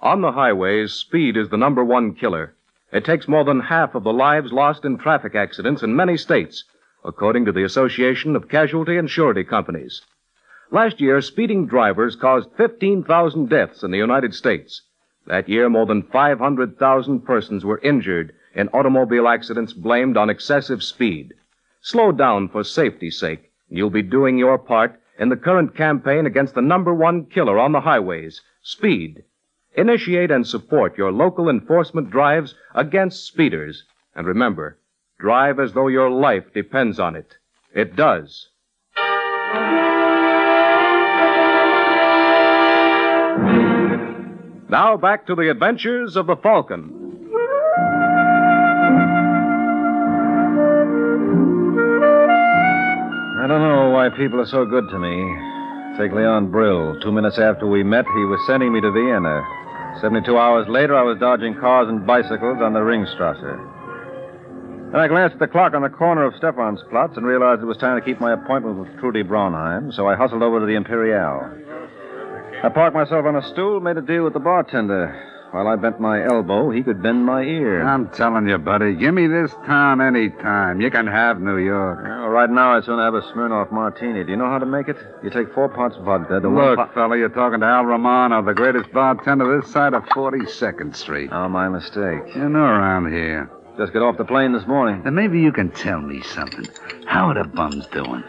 Speaker 16: On the highways, speed is the number one killer. It takes more than half of the lives lost in traffic accidents in many states, according to the Association of Casualty and Surety Companies. Last year, speeding drivers caused 15,000 deaths in the United States. That year, more than 500,000 persons were injured in automobile accidents blamed on excessive speed. Slow down for safety's sake, and you'll be doing your part in the current campaign against the number one killer on the highways, speed. Initiate and support your local enforcement drives against speeders. And remember, drive as though your life depends on it. It does. Now back to the adventures of the Falcon.
Speaker 10: I don't know why people are so good to me. Take Leon Brill. Two minutes after we met, he was sending me to Vienna. 72 hours later, I was dodging cars and bicycles on the Ringstrasse. Then I glanced at the clock on the corner of Stefan's Platz and realized it was time to keep my appointment with Trudy Braunheim, so I hustled over to the Imperial. I parked myself on a stool, made a deal with the bartender. While I bent my elbow, he could bend my ear.
Speaker 17: I'm telling you, buddy, give me this town any time. You can have New York.
Speaker 10: All right now, I just want to have a Smirnoff martini. Do you know how to make it? You take four parts vodka, the one
Speaker 17: Look,
Speaker 10: part...
Speaker 17: fella, you're talking to Al Romano, the greatest bartender this side of 42nd Street.
Speaker 10: Oh, my mistake.
Speaker 17: You know around here.
Speaker 10: Just got off the plane this morning.
Speaker 17: Then maybe you can tell me something. How are the bums doing?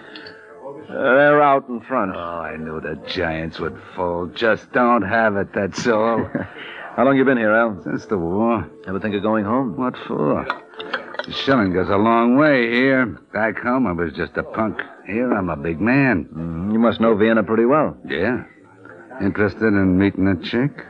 Speaker 10: they're out in front.
Speaker 17: Oh, I knew the Giants would fold. Just don't have it, that's all.
Speaker 10: How long you been here, Al?
Speaker 17: Since the war.
Speaker 10: Ever think of going home?
Speaker 17: What for? The shilling goes a long way here. Back home, I was just a punk. Here, I'm a big man.
Speaker 10: Mm, You must know Vienna pretty well.
Speaker 17: Yeah. Interested in meeting a chick?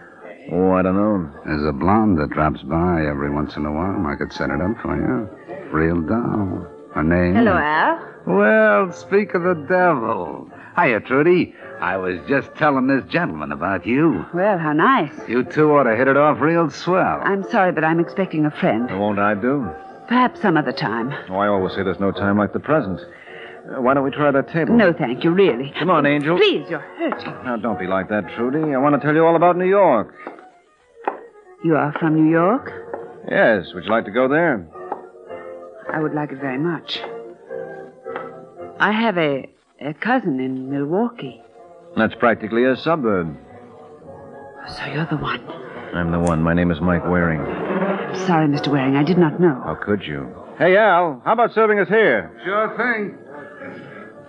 Speaker 10: Oh, I don't know.
Speaker 17: There's a blonde that drops by every once in a while. I could set it up for you. Real doll. Her name.
Speaker 22: Hello, Al.
Speaker 17: Well, speak of the devil. Hiya, Trudy. I was just telling this gentleman about you.
Speaker 18: Well, how nice.
Speaker 17: You two ought to hit it off real swell.
Speaker 18: I'm sorry, but I'm expecting a friend.
Speaker 10: Won't I do?
Speaker 18: Perhaps some other time.
Speaker 10: Oh, I always say there's no time like the present. Uh, why don't we try that table?
Speaker 18: No, thank you, really.
Speaker 10: Come on, Angel.
Speaker 18: Please, you're hurting.
Speaker 10: Now, don't be like that, Trudy. I want to tell you all about New York.
Speaker 18: You are from New York?
Speaker 10: Yes, would you like to go there?
Speaker 18: I would like it very much. I have a, a cousin in Milwaukee.
Speaker 10: That's practically a suburb.
Speaker 18: So you're the one.
Speaker 10: I'm the one. My name is Mike Waring.
Speaker 18: I'm sorry, Mr. Waring. I did not know.
Speaker 10: How could you? Hey, Al, how about serving us here?
Speaker 17: Sure thing.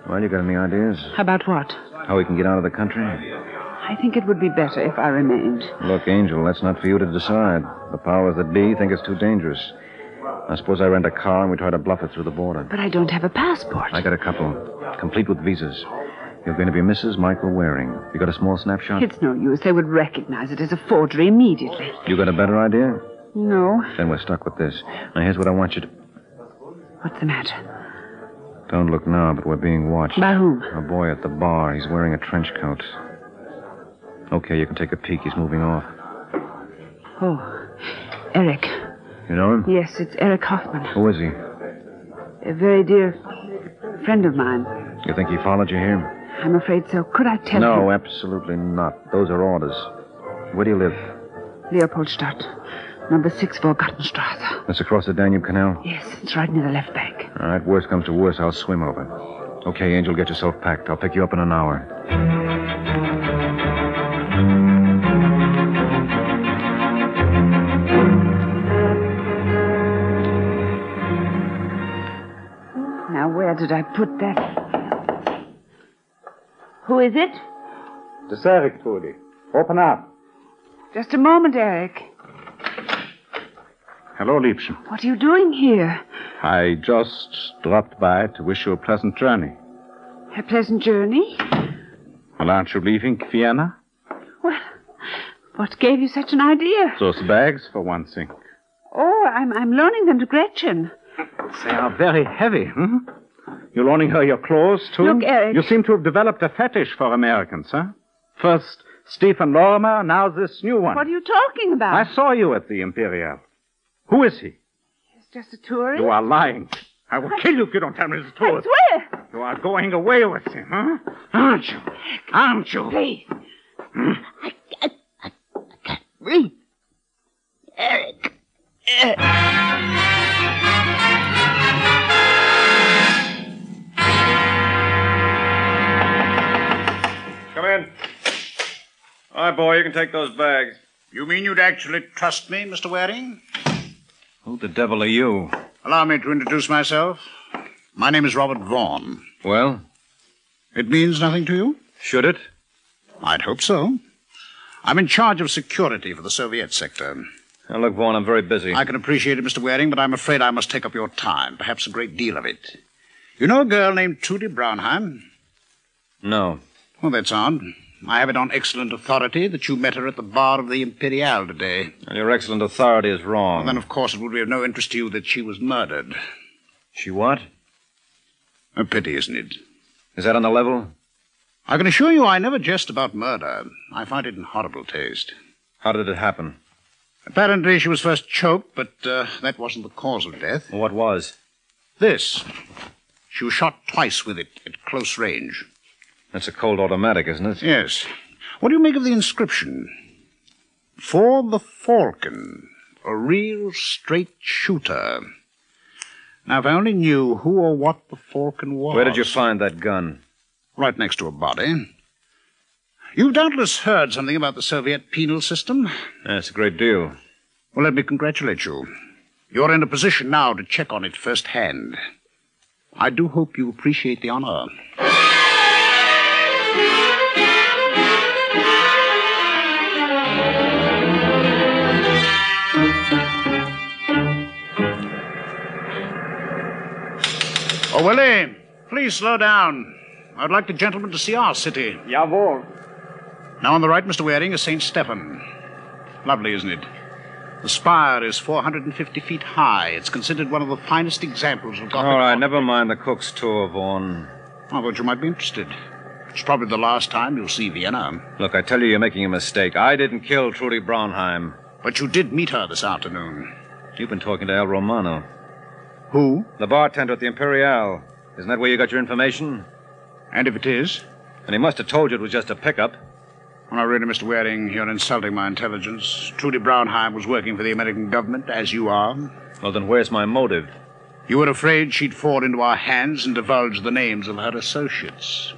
Speaker 10: Well, you got any ideas?
Speaker 18: How about what?
Speaker 10: How we can get out of the country?
Speaker 18: I think it would be better if I remained.
Speaker 10: Look, Angel, that's not for you to decide. The powers that be think it's too dangerous. I suppose I rent a car and we try to bluff it through the border.
Speaker 18: But I don't have a passport.
Speaker 10: I got a couple, complete with visas. You're going to be Mrs. Michael Waring. You got a small snapshot?
Speaker 18: It's no use. They would recognize it as a forgery immediately.
Speaker 10: You got a better idea?
Speaker 18: No.
Speaker 10: Then we're stuck with this. Now, here's what I want you to.
Speaker 18: What's the matter?
Speaker 10: Don't look now, but we're being watched.
Speaker 18: By whom?
Speaker 10: A boy at the bar. He's wearing a trench coat. Okay, you can take a peek. He's moving off.
Speaker 18: Oh, Eric.
Speaker 10: You know him?
Speaker 18: Yes, it's Eric Hoffman,
Speaker 10: Who is he?
Speaker 18: a very dear friend of mine.
Speaker 10: You think he followed you here?
Speaker 18: I'm afraid so. Could I tell
Speaker 10: no,
Speaker 18: you?
Speaker 10: absolutely not. Those are orders. Where do you live?
Speaker 18: Leopoldstadt, number six, Vorgartenstrasse.
Speaker 10: That's across the Danube Canal?
Speaker 18: Yes, it's right near the left bank.
Speaker 10: All right, worst comes to worst, I'll swim over. Okay, Angel, get yourself packed. I'll pick you up in an hour.
Speaker 18: Now, where did I put that? Who is it?
Speaker 23: It's Eric, Trudy. Open up.
Speaker 18: Just a moment, Eric.
Speaker 20: Hello, Liebchen.
Speaker 18: What are you doing here?
Speaker 20: I just dropped by to wish you a pleasant journey.
Speaker 18: A pleasant journey?
Speaker 20: Well, aren't you leaving Vienna?
Speaker 18: Well, what gave you such an idea?
Speaker 20: Those bags, for one thing.
Speaker 18: Oh, I'm, I'm loaning them to Gretchen.
Speaker 20: They are very heavy, hmm? You're loaning her your clothes, too?
Speaker 18: Look, Eric.
Speaker 20: You seem to have developed a fetish for Americans, huh? First Stephen Lorimer, now this new one.
Speaker 18: What are you talking about?
Speaker 20: I saw you at the Imperial. Who is he?
Speaker 18: It's just a tourist.
Speaker 20: You are lying. I will kill you if you don't tell me the
Speaker 18: I
Speaker 20: truth.
Speaker 18: swear.
Speaker 20: You are going away with him, huh? Aren't you? Aren't you?
Speaker 18: Please.
Speaker 11: Uh, Read. Eric. Eric.
Speaker 24: Come in. All right, boy, you can take those bags.
Speaker 4: You mean you'd actually trust me, Mr. Waring?
Speaker 10: Who the devil are you?
Speaker 4: Allow me to introduce myself. My name is Robert Vaughan.
Speaker 10: Well,
Speaker 4: It means nothing to you?
Speaker 10: Should it?
Speaker 4: I'd hope so. I'm in charge of security for the Soviet sector.
Speaker 10: now look, Vaughn, I'm very busy.
Speaker 4: I can appreciate it, Mr. Waring, but I'm afraid I must take up your time, perhaps a great deal of it. You know a girl named Trudy Brownheim?
Speaker 10: No.
Speaker 4: Well, that's odd. I have it on excellent authority that you met her at the bar of the Imperial today.
Speaker 10: And your excellent authority is wrong.
Speaker 4: Then, of course, it would be of no interest to you that she was murdered.
Speaker 10: She what?
Speaker 4: A pity, isn't it?
Speaker 10: Is that on the level?
Speaker 4: I can assure you I never jest about murder. I find it in horrible taste.
Speaker 10: How did it happen?
Speaker 4: Apparently, she was first choked, but uh, that wasn't the cause of death.
Speaker 10: What was?
Speaker 4: This. She was shot twice with it at close range.
Speaker 10: That's a cold automatic, isn't it?
Speaker 4: Yes. What do you make of the inscription? For the Falcon, a real straight shooter. Now, if I only knew who or what the Falcon was.
Speaker 10: Where did you find that gun?
Speaker 4: Right next to a body. You've doubtless heard something about the Soviet penal system.
Speaker 10: That's a great deal.
Speaker 4: Well, let me congratulate you. You're in a position now to check on it firsthand. I do hope you appreciate the honor. Oh, Willie, please slow down. I'd like the gentleman to see our city.
Speaker 19: Jawohl.
Speaker 4: Now on the right, Mr. Waring, is St. Stephen. Lovely, isn't it? The spire is 450 feet high. It's considered one of the finest examples of Gothic.
Speaker 10: All right, never mind the cook's tour, Vaughn.
Speaker 4: I thought you might be interested. It's probably the last time you'll see Vienna.
Speaker 10: Look, I tell you, you're making a mistake. I didn't kill Trudy Braunheim.
Speaker 4: But you did meet her this afternoon.
Speaker 10: You've been talking to El Romano.
Speaker 4: Who?
Speaker 10: The bartender at the Imperial. Isn't that where you got your information?
Speaker 4: And if it is?
Speaker 10: And he must have told you it was just a pickup.
Speaker 4: Well, now, really, Mr. Waring, you're insulting my intelligence. Trudy Brownheim was working for the American government, as you are.
Speaker 10: Well, then where's my motive?
Speaker 4: You were afraid she'd fall into our hands and divulge the names of her associates.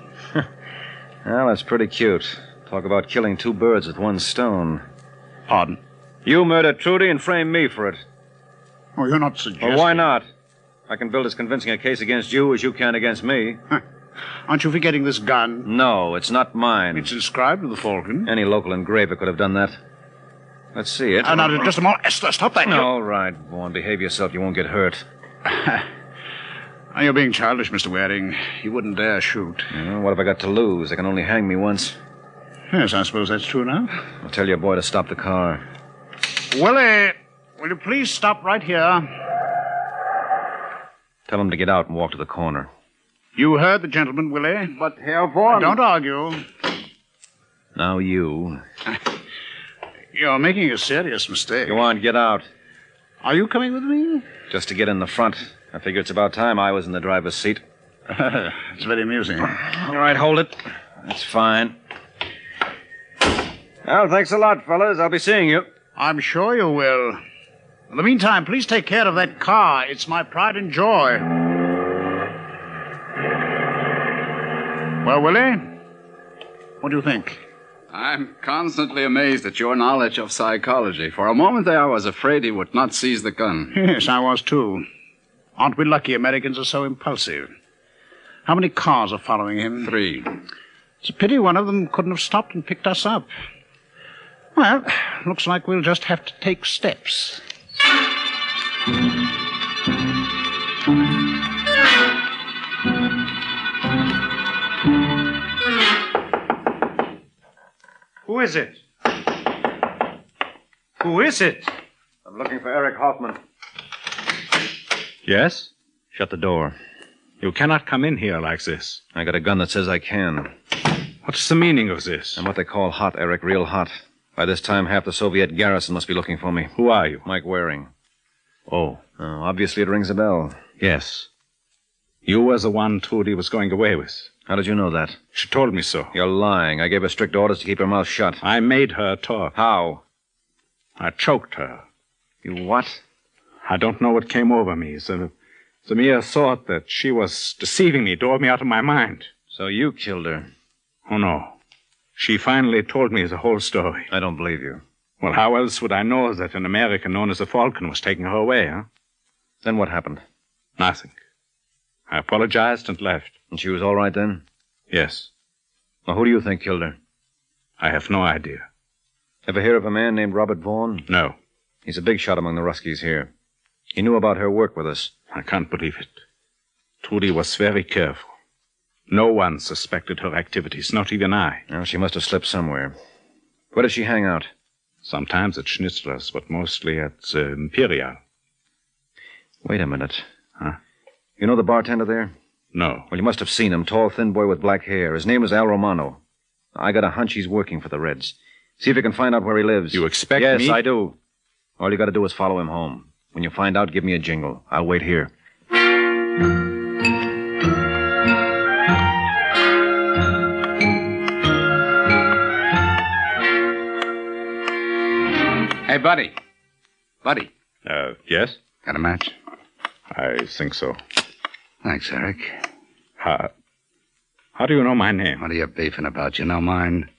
Speaker 10: Well, that's pretty cute. Talk about killing two birds with one stone.
Speaker 4: Pardon?
Speaker 10: You murdered Trudy and framed me for it.
Speaker 4: Oh, you're not suggesting.
Speaker 10: Well, why not? I can build as convincing a case against you as you can against me.
Speaker 4: Aren't you forgetting this gun?
Speaker 10: No, it's not mine.
Speaker 4: It's inscribed with the falcon.
Speaker 10: Any local engraver could have done that. Let's see it.
Speaker 4: Uh, now, just a moment. Esther, stop that.
Speaker 10: No, All right, Vaughn, behave yourself. You won't get hurt.
Speaker 4: Now, You're being childish, Mr. Waring. You wouldn't dare shoot.
Speaker 10: Well, what have I got to lose? They can only hang me once.
Speaker 4: Yes, I suppose that's true enough.
Speaker 10: I'll tell your boy to stop the car.
Speaker 4: Willie, will you please stop right here?
Speaker 10: Tell him to get out and walk to the corner.
Speaker 4: You heard the gentleman, Willie.
Speaker 19: But Herr Vaughn.
Speaker 4: Don't argue.
Speaker 10: Now you.
Speaker 4: You're making a serious mistake.
Speaker 10: Go on, get out.
Speaker 4: Are you coming with me?
Speaker 10: Just to get in the front. I figure it's about time I was in the driver's seat.
Speaker 4: it's very amusing.
Speaker 10: All right, hold it. That's fine. Well, thanks a lot, fellas. I'll be seeing you.
Speaker 4: I'm sure you will. In the meantime, please take care of that car. It's my pride and joy. Well, Willie, what do you think?
Speaker 19: I'm constantly amazed at your knowledge of psychology. For a moment there, I was afraid he would not seize the gun.
Speaker 4: Yes, I was too. Aren't we lucky Americans are so impulsive? How many cars are following him?
Speaker 19: Three.
Speaker 4: It's a pity one of them couldn't have stopped and picked us up. Well, looks like we'll just have to take steps.
Speaker 20: Who is it? Who is it?
Speaker 25: I'm looking for Eric Hoffman.
Speaker 10: Yes? Shut the door.
Speaker 20: You cannot come in here like this.
Speaker 10: I got a gun that says I can.
Speaker 20: What's the meaning of this?
Speaker 10: I'm what they call hot, Eric, real hot. By this time, half the Soviet garrison must be looking for me.
Speaker 20: Who are you?
Speaker 10: Mike Waring.
Speaker 20: Oh,
Speaker 10: Oh, obviously, it rings a bell.
Speaker 20: yes. You were the one Trudy was going away with.
Speaker 10: How did you know that?
Speaker 20: She told me so.
Speaker 10: You're lying. I gave her strict orders to keep her mouth shut.
Speaker 20: I made her talk.
Speaker 10: How?
Speaker 20: I choked her.
Speaker 10: You what?
Speaker 20: I don't know what came over me. The, the mere thought that she was deceiving me drove me out of my mind.
Speaker 10: So you killed her.
Speaker 20: Oh, no. She finally told me the whole story.
Speaker 10: I don't believe you.
Speaker 20: Well, how else would I know that an American known as the Falcon was taking her away, huh?
Speaker 10: Then what happened?
Speaker 20: Nothing. I apologized and left.
Speaker 10: And she was all right then?
Speaker 20: Yes,
Speaker 10: Well, who do you think killed her?
Speaker 20: I have no idea.
Speaker 10: Ever hear of a man named Robert Vaughn?
Speaker 20: No,
Speaker 10: He's a big shot among the Ruskies here. He knew about her work with us.
Speaker 20: I can't believe it. Trudy was very careful. No one suspected her activities, not even I.
Speaker 10: Now, she must have slipped somewhere. Where does she hang out?
Speaker 20: Sometimes at Schnitzler's, but mostly at the Imperial.
Speaker 10: Wait a minute.
Speaker 20: Huh?
Speaker 10: You know the bartender there?
Speaker 20: No.
Speaker 10: Well, you must have seen him. Tall, thin boy with black hair. His name is Al Romano. I got a hunch he's working for the Reds. See if you can find out where he lives.
Speaker 20: You expect
Speaker 10: yes,
Speaker 20: me?
Speaker 10: Yes, I do. All you got to do is follow him home. When you find out, give me a jingle. I'll wait here.
Speaker 19: Hey, buddy. Buddy,
Speaker 20: Uh, yes?
Speaker 19: got a match?
Speaker 20: Uh, I think so.
Speaker 17: Thanks, Eric.
Speaker 20: How, how do you know my name?
Speaker 17: What are you beefing about? You know mine?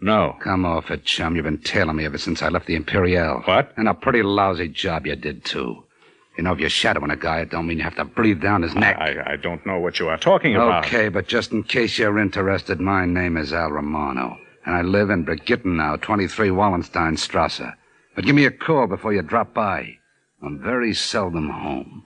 Speaker 20: No.
Speaker 17: Come off it, chum. You've been tailing me ever since I left the Imperial.
Speaker 20: What?
Speaker 17: And a pretty lousy job you did, too. You know, if you're shadowing a guy, it don't mean you have to breathe down his neck.
Speaker 20: I, I don't know what you are talking about.
Speaker 17: Okay, but just in case you're interested, my name is Al Romano, and I live in Brigitten now, 23 Wallensteinstrasse. But give me a call before you drop by. I'm very seldom home.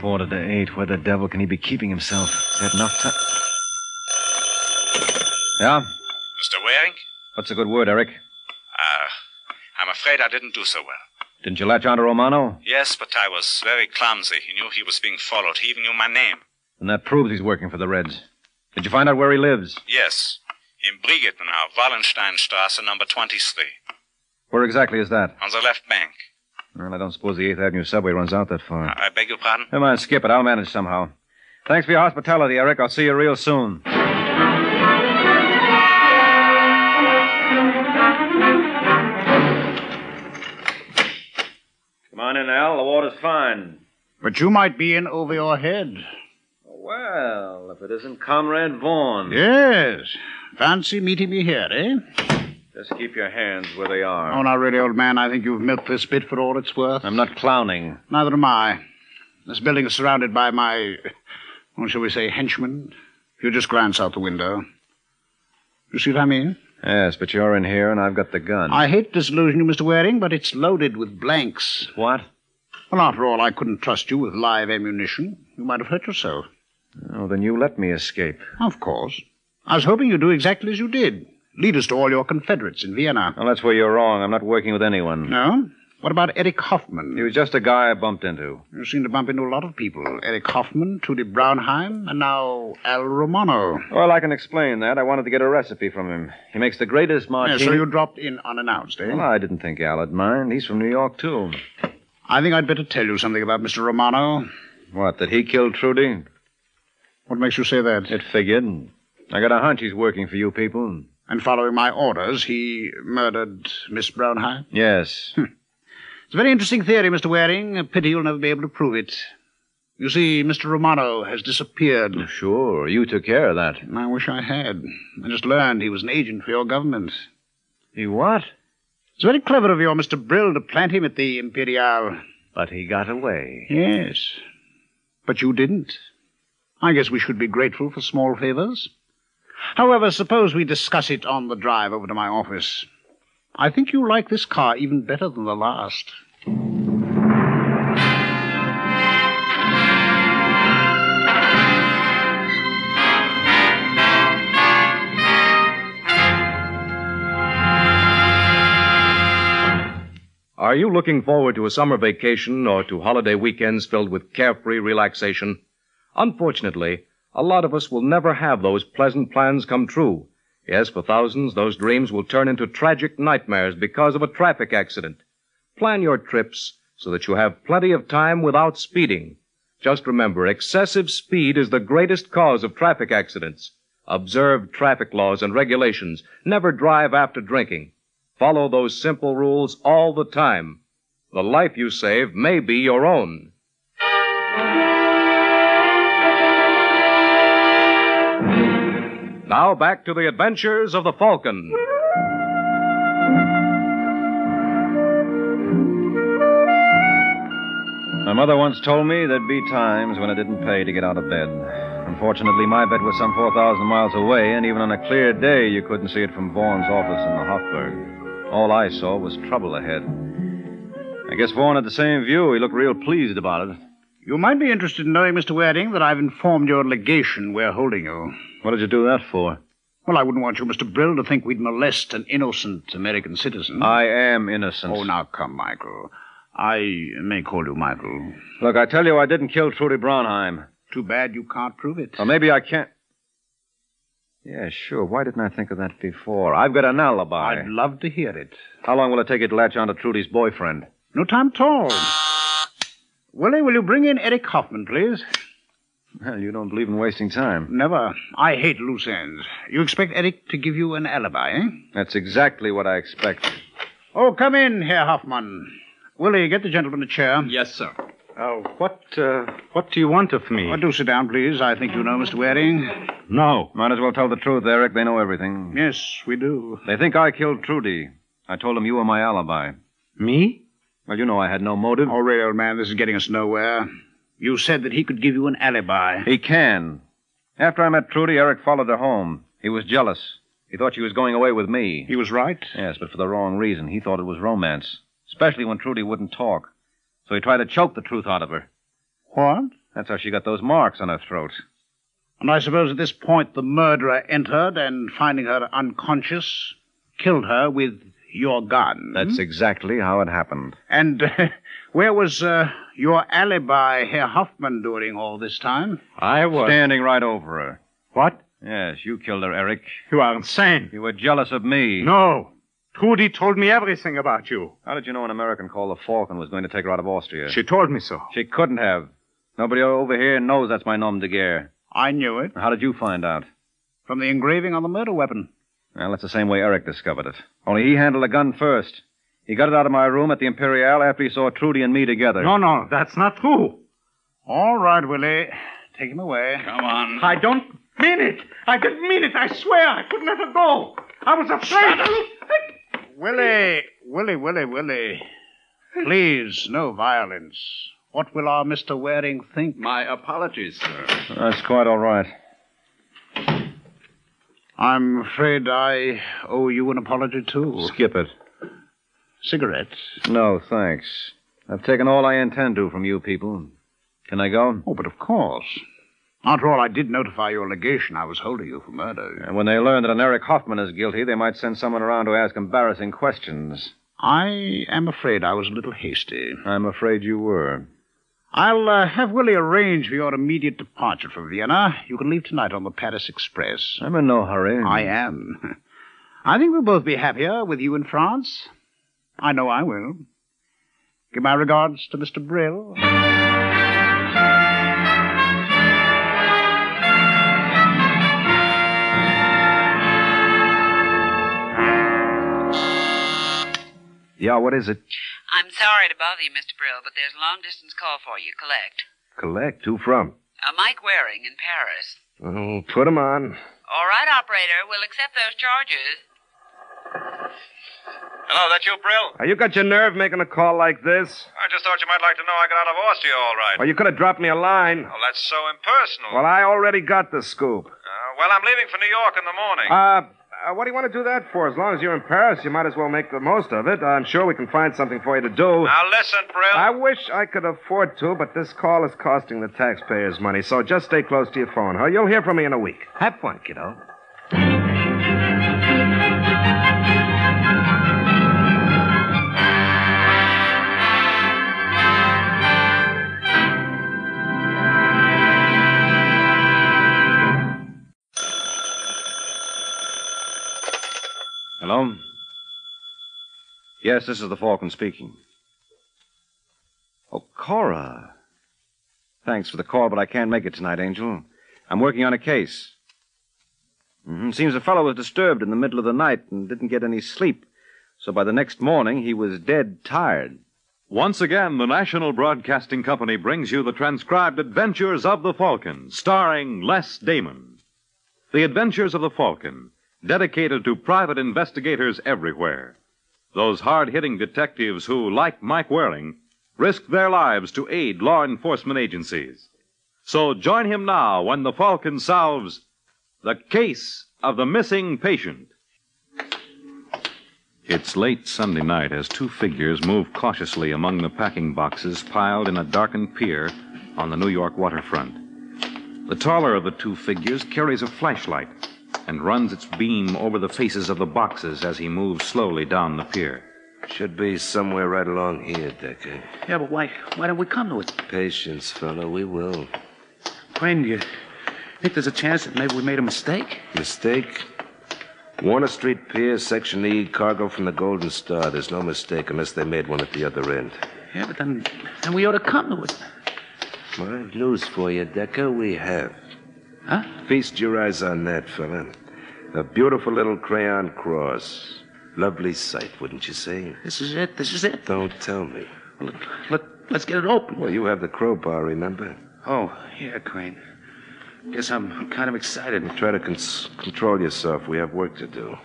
Speaker 10: Quarter to eight. Where the devil can he be keeping himself? Is that enough time? Yeah?
Speaker 20: Mr. Waring?
Speaker 10: What's a good word, Eric?
Speaker 20: Uh, I'm afraid I didn't do so well.
Speaker 10: Didn't you latch onto Romano?
Speaker 20: Yes, but I was very clumsy. He knew he was being followed. He even knew my name.
Speaker 10: Then that proves he's working for the Reds. Did you find out where he lives?
Speaker 20: Yes, in Brigitten now, Wallensteinstrasse number 23,
Speaker 10: Where exactly is that?
Speaker 20: on the left bank.
Speaker 10: Well, I don't suppose the 8th Avenue subway runs out that far.
Speaker 20: I beg your pardon?
Speaker 10: Never mind, skip it. I'll manage somehow. Thanks for your hospitality, Eric. I'll see you real soon.
Speaker 26: Come on in, Al. The water's fine.
Speaker 4: But you might be in over your head.
Speaker 26: Well, if it isn't Comrade Vaughn.
Speaker 4: Yes. Fancy meeting me here, eh?
Speaker 26: Just keep your hands where they are.
Speaker 4: Oh, now, really, old man, I think you've milked this bit for all it's worth.
Speaker 26: I'm not clowning.
Speaker 4: Neither am I. This building is surrounded by my, what shall we say, henchmen. If you just glance out the window. You see what I mean?
Speaker 10: Yes, but you're in here, and I've got the gun.
Speaker 4: I hate to disillusion you, Mr. Waring, but it's loaded with blanks.
Speaker 10: What?
Speaker 4: Well, after all, I couldn't trust you with live ammunition. You might have hurt yourself.
Speaker 10: Oh, then you let me escape.
Speaker 4: Of course. I was hoping you'd do exactly as you did. Lead us to all your Confederates in Vienna.
Speaker 10: Well, that's where you're wrong. I'm not working with anyone.
Speaker 4: No? What about Eric Hoffman?
Speaker 10: He was just a guy I bumped into.
Speaker 4: You seem to bump into a lot of people. Eric Hoffman, Trudy Braunheim, and now Al Romano.
Speaker 10: Well, I can explain that. I wanted to get a recipe from him. He makes the greatest martini.
Speaker 4: Yeah, so you dropped in unannounced, eh?
Speaker 10: Well, I didn't think Al'd mind. He's from New York, too.
Speaker 4: I think I'd better tell you something about Mr. Romano.
Speaker 10: What, that he killed Trudy?
Speaker 4: What makes you say that?
Speaker 10: It figured. I got a hunch he's working for you people.
Speaker 4: And following my orders, he murdered Miss Braunheim.
Speaker 10: Yes.
Speaker 4: It's a very interesting theory, Mr. Waring. A pity you'll never be able to prove it. You see, Mr. Romano has disappeared.
Speaker 10: Sure, you took care of that.
Speaker 4: I wish I had. I just learned he was an agent for your government.
Speaker 10: He what?
Speaker 4: It's very clever of your Mr. Brill to plant him at the Imperial.
Speaker 10: But he got away.
Speaker 4: Yes. But you didn't. I guess we should be grateful for small favors. However, suppose we discuss it on the drive over to my office. I think you like this car even better than the last.
Speaker 16: Are you looking forward to a summer vacation or to holiday weekends filled with carefree relaxation? Unfortunately, a lot of us will never have those pleasant plans come true. Yes, for thousands, those dreams will turn into tragic nightmares because of a traffic accident. Plan your trips so that you have plenty of time without speeding. Just remember, excessive speed is the greatest cause of traffic accidents. Observe traffic laws and regulations. Never drive after drinking. Follow those simple rules all the time. The life you save may be your own. Now back to the adventures of the Falcon.
Speaker 10: My mother once told me there'd be times when I didn't pay to get out of bed. Unfortunately, my bed was some 4,000 miles away, and even on a clear day, you couldn't see it from Vaughn's office in the Hofburg. All I saw was trouble ahead. I guess Vaughn had the same view. He looked real pleased about it.
Speaker 4: You might be interested in knowing, Mr. Waring, that I've informed your legation we're holding you.
Speaker 10: What did you do that for?
Speaker 4: Well, I wouldn't want you, Mr. Brill, to think we'd molest an innocent American citizen.
Speaker 10: I am innocent.
Speaker 4: Oh, now come, Michael. I may call you Michael.
Speaker 10: Look, I tell you, I didn't kill Trudy Braunheim.
Speaker 4: Too bad you can't prove it.
Speaker 10: Or maybe I can't. Yeah, sure. Why didn't I think of that before? I've got an alibi.
Speaker 4: I'd love to hear it.
Speaker 10: How long will it take you to latch onto Trudy's boyfriend?
Speaker 4: No time at all. Willie, will you bring in Eric Hoffman, please?
Speaker 10: Well, you don't believe in wasting time.
Speaker 4: Never. I hate loose ends. You expect Eric to give you an alibi, eh?
Speaker 10: That's exactly what I expected.
Speaker 4: Oh, come in, Herr Hoffman. Willie, get the gentleman a chair.
Speaker 20: Yes, sir.
Speaker 4: Oh, what, uh, what do you want of me? Oh, do sit down, please. I think you know Mr. Waring.
Speaker 10: No. Might as well tell the truth, Eric. They know everything.
Speaker 4: Yes, we do.
Speaker 10: They think I killed Trudy. I told them you were my alibi.
Speaker 4: Me?
Speaker 10: Well, you know I had no motive.
Speaker 4: Oh, really, old man, this is getting us nowhere. You said that he could give you an alibi.
Speaker 10: He can. After I met Trudy, Eric followed her home. He was jealous. He thought she was going away with me.
Speaker 4: He was right.
Speaker 10: Yes, but for the wrong reason. He thought it was romance, especially when Trudy wouldn't talk. So he tried to choke the truth out of her.
Speaker 4: What?
Speaker 10: That's how she got those marks on her throat.
Speaker 4: And I suppose at this point the murderer entered and, finding her unconscious, killed her with your gun. Hmm?
Speaker 10: That's exactly how it happened.
Speaker 4: And uh, where was uh, your alibi, Herr Hoffman, during all this time?
Speaker 20: I was.
Speaker 10: Standing right over her.
Speaker 20: What?
Speaker 10: Yes, you killed her, Eric.
Speaker 20: You are insane.
Speaker 10: You were jealous of me.
Speaker 20: No. Trudy told me everything about you.
Speaker 10: How did you know an American called the Falcon was going to take her out of Austria?
Speaker 20: She told me so.
Speaker 10: She couldn't have. Nobody over here knows that's my nom de guerre.
Speaker 4: I knew it.
Speaker 10: How did you find out?
Speaker 4: From the engraving on the murder weapon.
Speaker 10: Well, that's the same way Eric discovered it. Only he handled the gun first. He got it out of my room at the Imperial after he saw Trudy and me together.
Speaker 20: No, no, that's not true.
Speaker 4: All right, Willie. Take him away.
Speaker 27: Come on.
Speaker 20: I don't mean it. I didn't mean it. I swear. I couldn't let her go. I was afraid.
Speaker 4: Willie, Willie, Willie, Willie. Please, no violence. What will our Mr. Waring think?
Speaker 28: My apologies, sir.
Speaker 10: That's quite all right.
Speaker 4: I'm afraid I owe you an apology, too.
Speaker 10: Skip it.
Speaker 4: Cigarette?
Speaker 10: No, thanks. I've taken all I intend to from you people. Can I go?
Speaker 4: Oh, but of course. After all, I did notify your legation I was holding you for murder.
Speaker 10: And when they learn that an Eric Hoffman is guilty, they might send someone around to ask embarrassing questions.
Speaker 4: I am afraid I was a little hasty.
Speaker 10: I'm afraid you were.
Speaker 4: I'll uh, have Willie arrange for your immediate departure from Vienna. You can leave tonight on the Paris Express.
Speaker 10: I'm in no hurry.
Speaker 4: I am. I think we'll both be happier with you in France. I know I will. Give my regards to Mr. Brill.
Speaker 21: Yeah, what is it?
Speaker 18: I'm sorry to bother you, Mr. Brill, but there's a long distance call for you. Collect.
Speaker 21: Collect? Who from?
Speaker 18: Uh, Mike Waring in Paris.
Speaker 21: Oh, put him on.
Speaker 18: All right, operator. We'll accept those charges.
Speaker 11: Hello, that you, Brill?
Speaker 21: Now, you got your nerve making a call like this?
Speaker 11: I just thought you might like to know I got out of Austria all right.
Speaker 21: Well, you could have dropped me a line.
Speaker 11: Oh, that's so impersonal.
Speaker 21: Well, I already got the scoop.
Speaker 11: Uh, well, I'm leaving for New York in the morning.
Speaker 21: Uh, uh, what do you want to do that for? As long as you're in Paris, you might as well make the most of it. I'm sure we can find something for you to do.
Speaker 11: Now, listen, Brill.
Speaker 21: I wish I could afford to, but this call is costing the taxpayers money, so just stay close to your phone, huh? You'll hear from me in a week. Have fun, kiddo.
Speaker 10: Hello? Yes, this is the Falcon speaking. Oh, Cora. Thanks for the call, but I can't make it tonight, Angel. I'm working on a case. Mm-hmm. Seems the fellow was disturbed in the middle of the night and didn't get any sleep. So by the next morning, he was dead tired.
Speaker 12: Once again, the National Broadcasting Company brings you the transcribed adventures of the Falcon, starring Les Damon. The Adventures of the Falcon dedicated to private investigators everywhere. Those hard hitting detectives who, like Mike Waring, risk their lives to aid law enforcement agencies. So join him now when the Falcon solves the case of the missing patient. It's late Sunday night as two figures move cautiously among the packing boxes piled in a darkened pier on the New York waterfront. The taller of the two figures carries a flashlight and runs its beam over the faces of the boxes as he moves slowly down the pier.
Speaker 29: Should be somewhere right along here, Decker.
Speaker 30: Yeah, but why why don't we come to it?
Speaker 29: Patience, fella, we will.
Speaker 30: Crane, you think there's a chance that maybe we made a mistake?
Speaker 29: Mistake? Warner Street Pier, Section E, cargo from the Golden Star. There's no mistake unless they made one at the other end.
Speaker 30: Yeah, but then, then we ought to come to it.
Speaker 21: Well, I've news for you, Decker. We have. Huh? Feast your eyes on that, fella. A beautiful little crayon cross. Lovely sight, wouldn't you say?
Speaker 11: This is it. This is it.
Speaker 21: Don't tell me.
Speaker 11: Let, let's get it open.
Speaker 21: Well, you have the crowbar, remember?
Speaker 11: Oh, yeah, Crane. Guess I'm kind of excited.
Speaker 21: Try to cons- control yourself. We have work to do.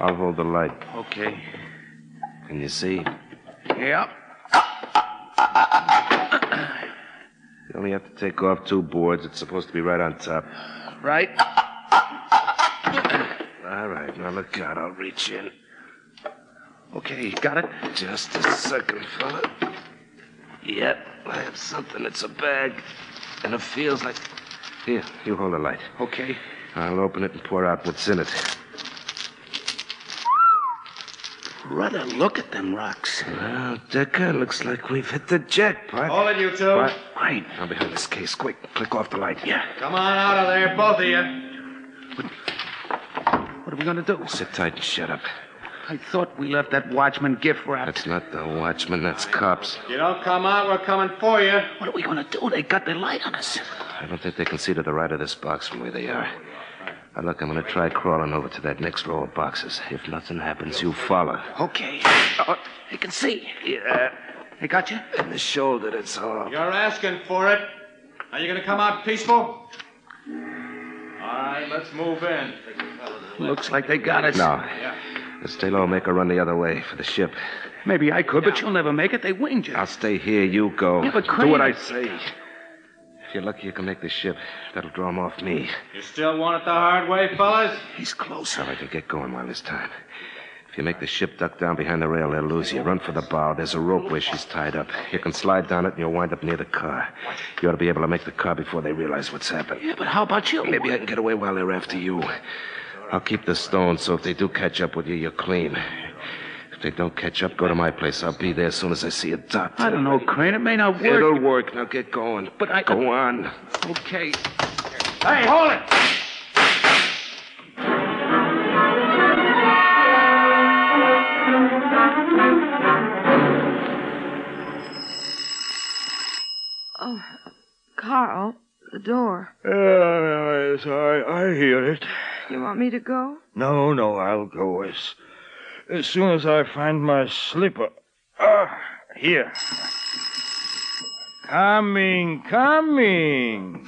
Speaker 21: I'll hold the light.
Speaker 11: Okay.
Speaker 21: Can you see?
Speaker 11: Yeah.
Speaker 21: You only have to take off two boards. It's supposed to be right on top.
Speaker 11: Right.
Speaker 21: All right, now look out. I'll reach in.
Speaker 11: Okay, got it?
Speaker 21: Just a second, fella. Yep, I have something. It's a bag. And it feels like. Here, you hold the light.
Speaker 11: Okay.
Speaker 21: I'll open it and pour out what's in it.
Speaker 11: Brother, look at them rocks.
Speaker 21: Well, Decker, looks like we've hit the jackpot. All
Speaker 11: it, you two. What?
Speaker 21: Crane. Now behind this case. Quick, click off the light. Yeah.
Speaker 11: Come on out of there, both of you. What, what are we going to do?
Speaker 21: Sit tight and shut up.
Speaker 11: I thought we left that watchman gift wrap.
Speaker 21: That's not the watchman, that's cops.
Speaker 11: You don't come out, we're coming for you. What are we going to do? They got their light on us.
Speaker 21: I don't think they can see to the right of this box from where they are. Now, look, I'm going to try crawling over to that next row of boxes. If nothing happens, you follow.
Speaker 11: Okay. they can see.
Speaker 21: Yeah.
Speaker 11: They got you?
Speaker 21: In the shoulder, that's all.
Speaker 11: You're asking for it. Are you going to come out peaceful? All right, let's move in. Looks like they got us.
Speaker 21: No. Let's stay low, make her run the other way for the ship.
Speaker 11: Maybe I could, but you'll never make it. They winged you.
Speaker 21: I'll stay here, you go.
Speaker 11: Yeah, but
Speaker 21: Do what
Speaker 11: Crane-
Speaker 21: I say. If you're lucky, you can make the ship. That'll draw 'em off me.
Speaker 11: You still want it the hard way, fellas? He's close.
Speaker 21: All right, you get going while there's time. If you make the ship duck down behind the rail, they'll lose you. Run for the bow. There's a rope where she's tied up. You can slide down it and you'll wind up near the car. You ought to be able to make the car before they realize what's happened.
Speaker 11: Yeah, but how about you?
Speaker 21: Maybe I can get away while they're after you. I'll keep the stone, so if they do catch up with you, you're clean. If they don't catch up, go to my place. I'll be there as soon as I see a doctor.
Speaker 11: I don't know, Crane. It may not work.
Speaker 21: It'll work. Now get going.
Speaker 11: But I-
Speaker 21: Go on.
Speaker 11: Okay. Hey, hold it!
Speaker 31: Oh, Carl, the door.
Speaker 15: Yeah, Uh, yes, I, I hear it.
Speaker 31: You want me to go?
Speaker 15: No, no, I'll go as, as soon as I find my slipper. Ah, here. Coming, coming.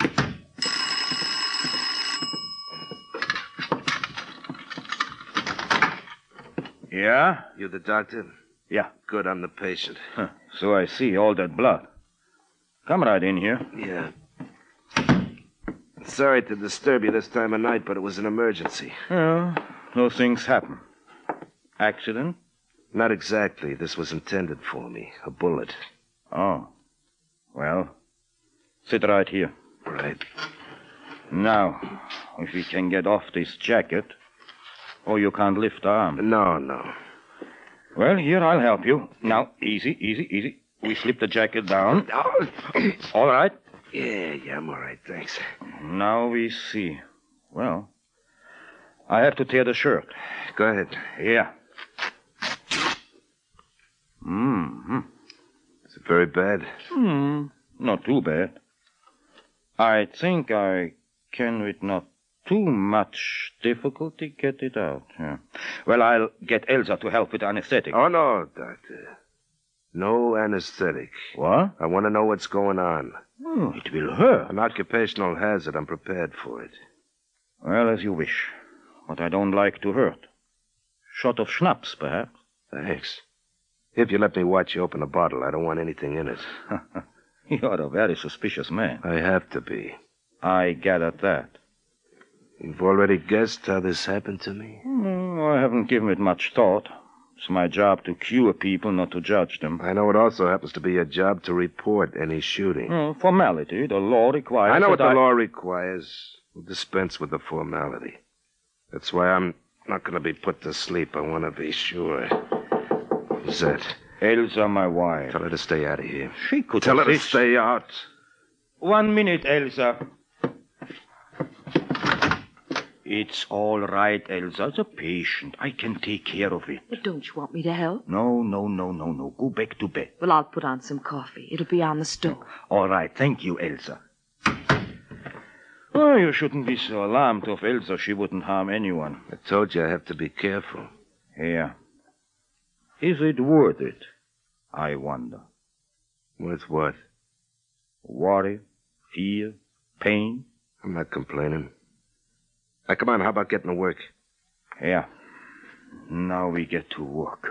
Speaker 15: Yeah?
Speaker 21: You the doctor?
Speaker 15: Yeah.
Speaker 21: Good, I'm the patient.
Speaker 15: Huh, So I see all that blood. Come right in here.
Speaker 21: Yeah. Sorry to disturb you this time of night, but it was an emergency.
Speaker 15: Well, those things happen. Accident?
Speaker 21: Not exactly. This was intended for me. A bullet.
Speaker 15: Oh. Well, sit right here.
Speaker 21: Right.
Speaker 15: Now, if we can get off this jacket. Oh, you can't lift the arm.
Speaker 21: No, no.
Speaker 15: Well, here, I'll help you. Now, easy, easy, easy. We slip the jacket down. All right.
Speaker 21: Oh. Yeah, yeah, I'm all right, thanks.
Speaker 15: Now we see. Well, I have to tear the shirt.
Speaker 21: Go ahead.
Speaker 15: Yeah. hmm
Speaker 21: Is it very bad?
Speaker 15: Hmm. Not too bad. I think I can, with not too much difficulty, get it out. Yeah. Well, I'll get Elsa to help with anesthetic.
Speaker 21: Oh, no, doctor. No anesthetic.
Speaker 15: What?
Speaker 21: I want to know what's going on.
Speaker 15: Oh, it will hurt.
Speaker 21: An occupational hazard. I'm prepared for it.
Speaker 15: Well, as you wish. But I don't like to hurt. Shot of schnapps, perhaps.
Speaker 21: Thanks. If you let me watch you open a bottle, I don't want anything in it.
Speaker 15: You're a very suspicious man.
Speaker 21: I have to be.
Speaker 15: I gathered that.
Speaker 21: You've already guessed how this happened to me?
Speaker 15: No, Hmm, I haven't given it much thought. It's my job to cure people, not to judge them.
Speaker 21: I know it also happens to be your job to report any shooting.
Speaker 15: Oh, formality. The law requires.
Speaker 21: I know what
Speaker 15: that
Speaker 21: the law requires. We'll dispense with the formality. That's why I'm not going to be put to sleep. I want to be sure. Who's that?
Speaker 15: Elsa, my wife.
Speaker 21: Tell her to stay out of here.
Speaker 15: She could
Speaker 21: Tell her to
Speaker 15: assist.
Speaker 21: stay out.
Speaker 15: One minute, Elsa. It's all right, Elsa. The patient. I can take care of it.
Speaker 13: But don't you want me to help?
Speaker 15: No, no, no, no, no. Go back to bed. Oh,
Speaker 13: Well, I'll put on some coffee. It'll be on the stove.
Speaker 15: All right. Thank you, Elsa. Oh, you shouldn't be so alarmed of Elsa. She wouldn't harm anyone.
Speaker 21: I told you I have to be careful.
Speaker 15: Here. Is it worth it? I wonder.
Speaker 21: Worth what?
Speaker 15: Worry, fear, pain.
Speaker 21: I'm not complaining. Now, come on, how about getting to work?
Speaker 15: Yeah. Now we get to work.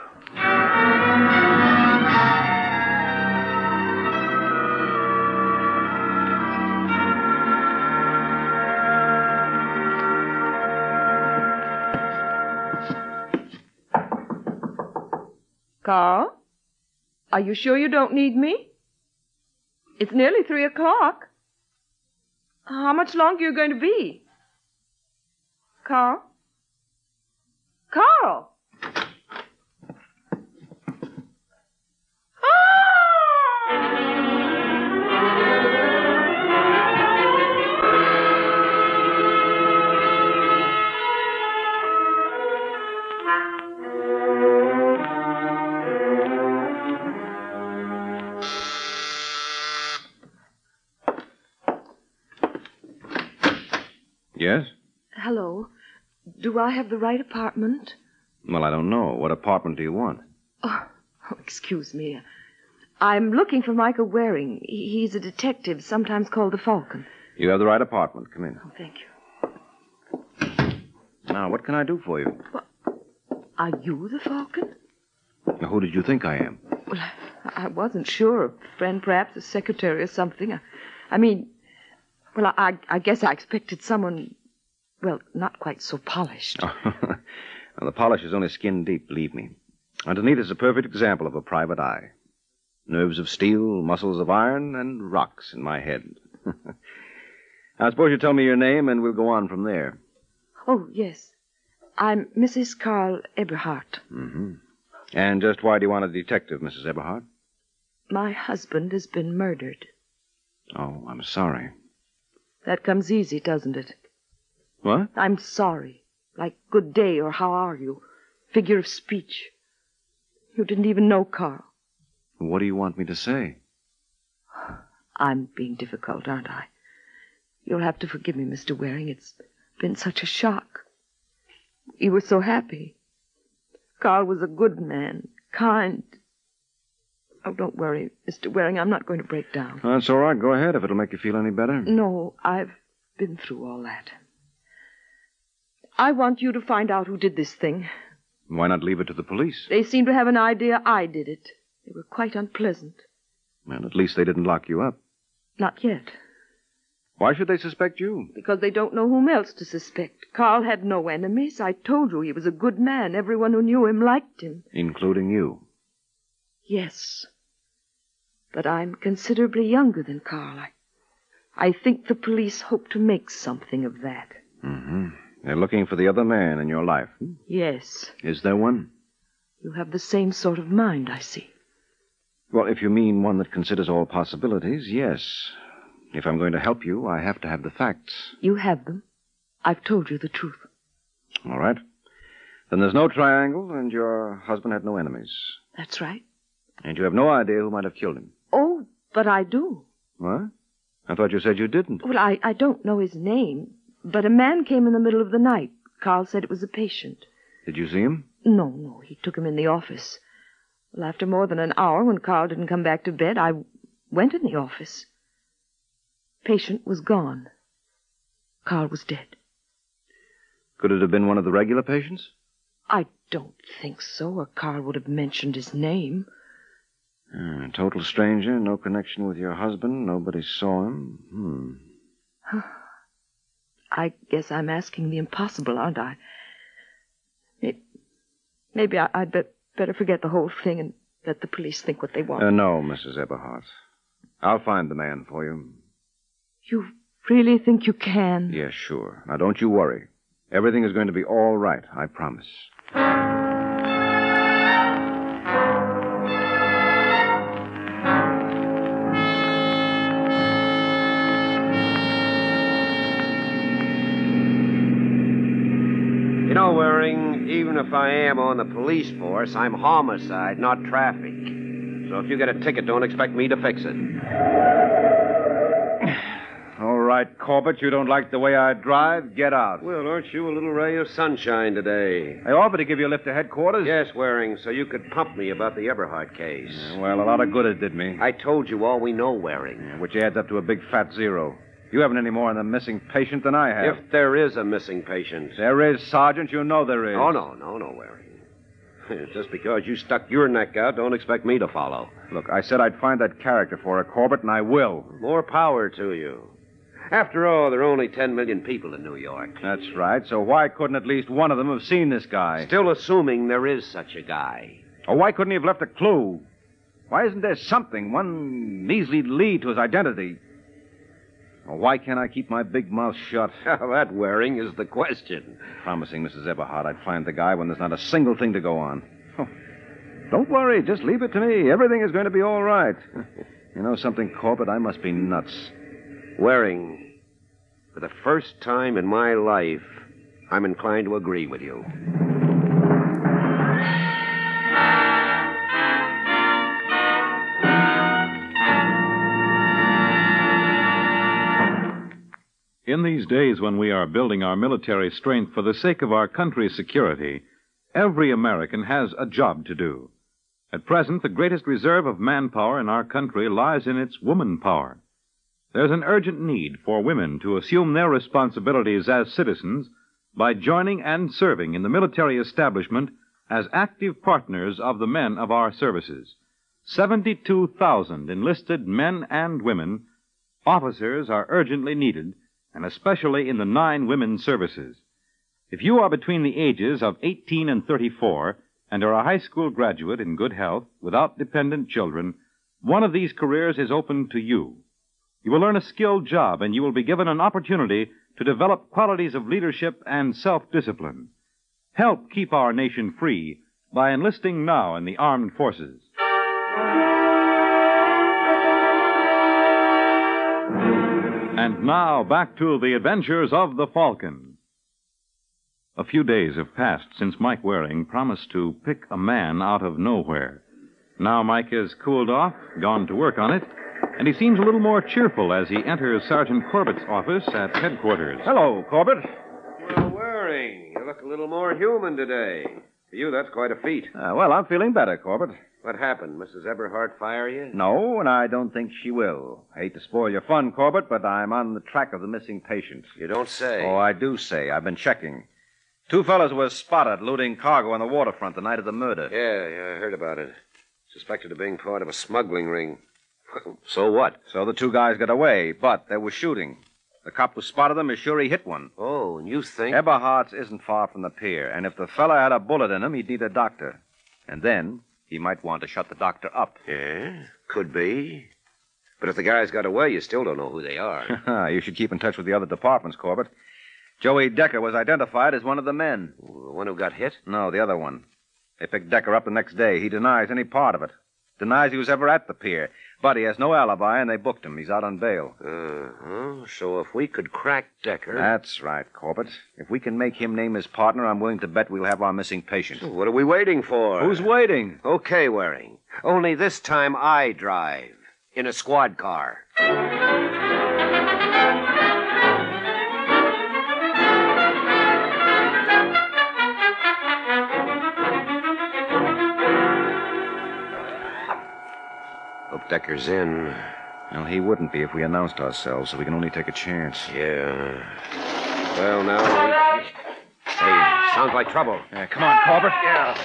Speaker 13: Carl? Are you sure you don't need me? It's nearly three o'clock. How much longer are you going to be? Carl? Carl!
Speaker 10: Yes?
Speaker 13: Hello. Do I have the right apartment?
Speaker 10: Well, I don't know. What apartment do you want?
Speaker 13: Oh, oh, excuse me. I'm looking for Michael Waring. He- He's a detective, sometimes called the Falcon.
Speaker 10: You have the right apartment. Come in.
Speaker 13: Oh, thank you.
Speaker 10: Now, what can I do for you?
Speaker 13: Are you the Falcon?
Speaker 10: Now, who did you think I am?
Speaker 13: Well, I, I wasn't sure. A friend, perhaps, a secretary or something. I, I mean, well, I, I guess I expected someone, well, not quite so polished.
Speaker 10: Now, the polish is only skin deep, believe me. Underneath is a perfect example of a private eye. Nerves of steel, muscles of iron, and rocks in my head. I suppose you tell me your name, and we'll go on from there.
Speaker 13: Oh, yes. I'm Mrs. Carl Eberhardt.
Speaker 10: Mm-hmm. And just why do you want a detective, Mrs. Eberhardt?
Speaker 13: My husband has been murdered.
Speaker 10: Oh, I'm sorry.
Speaker 13: That comes easy, doesn't it?
Speaker 10: What?
Speaker 13: I'm sorry. Like good day or how are you? Figure of speech. You didn't even know Carl.
Speaker 10: What do you want me to say?
Speaker 13: I'm being difficult, aren't I? You'll have to forgive me, Mr. Waring. It's been such a shock. You were so happy. Carl was a good man, kind. Oh, don't worry, Mr. Waring. I'm not going to break down.
Speaker 10: That's all right. Go ahead if it'll make you feel any better.
Speaker 13: No, I've been through all that. I want you to find out who did this thing.
Speaker 10: Why not leave it to the police?
Speaker 13: They seem to have an idea I did it. They were quite unpleasant.
Speaker 10: Well, at least they didn't lock you up.
Speaker 13: Not yet,
Speaker 10: Why should they suspect you?
Speaker 13: because they don't know whom else to suspect. Carl had no enemies. I told you he was a good man. Everyone who knew him liked him.
Speaker 10: Including you.
Speaker 13: Yes. But I'm considerably younger than Carl. I, I think the police hope to make something of that.
Speaker 10: Mm-hmm. They're looking for the other man in your life. hmm?
Speaker 13: Yes.
Speaker 10: Is there one?
Speaker 13: You have the same sort of mind, I see.
Speaker 10: Well, if you mean one that considers all possibilities, yes. If I'm going to help you, I have to have the facts.
Speaker 13: You have them. I've told you the truth.
Speaker 10: All right. Then there's no triangle, and your husband had no enemies.
Speaker 13: That's right.
Speaker 10: And you have no idea who might have killed him.
Speaker 13: Oh, but I do.
Speaker 10: What? I thought you said you didn't.
Speaker 13: Well, I, I don't know his name, but a man came in the middle of the night. Carl said it was a patient.
Speaker 10: Did you see him?
Speaker 13: No, no, he took him in the office. Well, after more than an hour, when Carl didn't come back to bed, I went in the office. Patient was gone. Carl was dead.
Speaker 10: Could it have been one of the regular patients?
Speaker 13: I don't think so, or Carl would have mentioned his name.
Speaker 10: Ah, a total stranger, no connection with your husband, nobody saw him. Hmm.
Speaker 13: I guess I'm asking the impossible, aren't I? May- Maybe I, I'd bet, better forget the whole thing and let the police think what they want.
Speaker 10: Uh, no, Mrs. Eberhardt. I'll find the man for you.
Speaker 13: You really think you can?
Speaker 10: Yes, sure. Now, don't you worry. Everything is going to be all right, I promise.
Speaker 11: You know, Waring, even if I am on the police force, I'm homicide, not traffic. So if you get a ticket, don't expect me to fix it.
Speaker 10: All right, Corbett, you don't like the way I drive? Get out.
Speaker 11: Well, aren't you a little ray of sunshine today?
Speaker 10: I offered to give you a lift to headquarters.
Speaker 11: Yes, Waring, so you could pump me about the Eberhardt case.
Speaker 10: Well, a lot of good it did me.
Speaker 11: I told you all we know, Waring.
Speaker 10: Which adds up to a big fat zero. You haven't any more on the missing patient than I have.
Speaker 11: If there is a missing patient.
Speaker 10: There is, Sergeant. You know there is.
Speaker 11: Oh, no, no, no, Waring. Just because you stuck your neck out, don't expect me to follow.
Speaker 10: Look, I said I'd find that character for her, Corbett, and I will.
Speaker 11: More power to you. After all, there are only 10 million people in New York.
Speaker 10: That's right. So why couldn't at least one of them have seen this guy?
Speaker 11: Still assuming there is such a guy.
Speaker 10: Or why couldn't he have left a clue? Why isn't there something, one measly lead to his identity? Or why can't I keep my big mouth shut?
Speaker 11: that wearing is the question.
Speaker 10: Promising Mrs. Eberhardt I'd find the guy when there's not a single thing to go on. Oh. Don't worry. Just leave it to me. Everything is going to be all right. you know something, Corbett? I must be nuts.
Speaker 11: Waring, for the first time in my life, I'm inclined to agree with you.
Speaker 12: In these days when we are building our military strength for the sake of our country's security, every American has a job to do. At present, the greatest reserve of manpower in our country lies in its woman power. There's an urgent need for women to assume their responsibilities as citizens by joining and serving in the military establishment as active partners of the men of our services. 72,000 enlisted men and women, officers are urgently needed, and especially in the nine women services. If you are between the ages of 18 and 34 and are a high school graduate in good health without dependent children, one of these careers is open to you. You will learn a skilled job and you will be given an opportunity to develop qualities of leadership and self discipline. Help keep our nation free by enlisting now in the armed forces. And now back to the adventures of the Falcon. A few days have passed since Mike Waring promised to pick a man out of nowhere. Now Mike has cooled off, gone to work on it, and he seems a little more cheerful as he enters Sergeant Corbett's office at headquarters.
Speaker 10: Hello, Corbett.
Speaker 11: Well, Waring, you look a little more human today. For you, that's quite a feat.
Speaker 10: Uh, well, I'm feeling better, Corbett.
Speaker 11: What happened? Mrs. Eberhardt fire you?
Speaker 10: No, and I don't think she will. I hate to spoil your fun, Corbett, but I'm on the track of the missing patient.
Speaker 11: You don't say.
Speaker 10: Oh, I do say. I've been checking. Two fellas were spotted looting cargo on the waterfront the night of the murder.
Speaker 11: Yeah, yeah, I heard about it. Suspected of being part of a smuggling ring. So what?
Speaker 10: So the two guys got away, but there was shooting. The cop who spotted them is sure he hit one.
Speaker 11: Oh, and you think?
Speaker 10: Eberhardt's isn't far from the pier, and if the fella had a bullet in him, he'd need a doctor. And then he might want to shut the doctor up.
Speaker 11: Yeah, could be. But if the guys got away, you still don't know who they are.
Speaker 10: you should keep in touch with the other departments, Corbett. Joey Decker was identified as one of the men.
Speaker 11: The one who got hit?
Speaker 10: No, the other one. They picked Decker up the next day. He denies any part of it. Denies he was ever at the pier. But he has no alibi, and they booked him. He's out on bail.
Speaker 11: Uh-huh. So if we could crack Decker.
Speaker 10: That's right, Corbett. If we can make him name his partner, I'm willing to bet we'll have our missing patient.
Speaker 11: So what are we waiting for?
Speaker 10: Who's waiting?
Speaker 11: Okay, Waring. Only this time I drive in a squad car.
Speaker 10: Decker's in. Well, he wouldn't be if we announced ourselves, so we can only take a chance.
Speaker 11: Yeah. Well, now. Hey, sounds like trouble.
Speaker 10: Yeah, come on, Corbett.
Speaker 11: Yeah.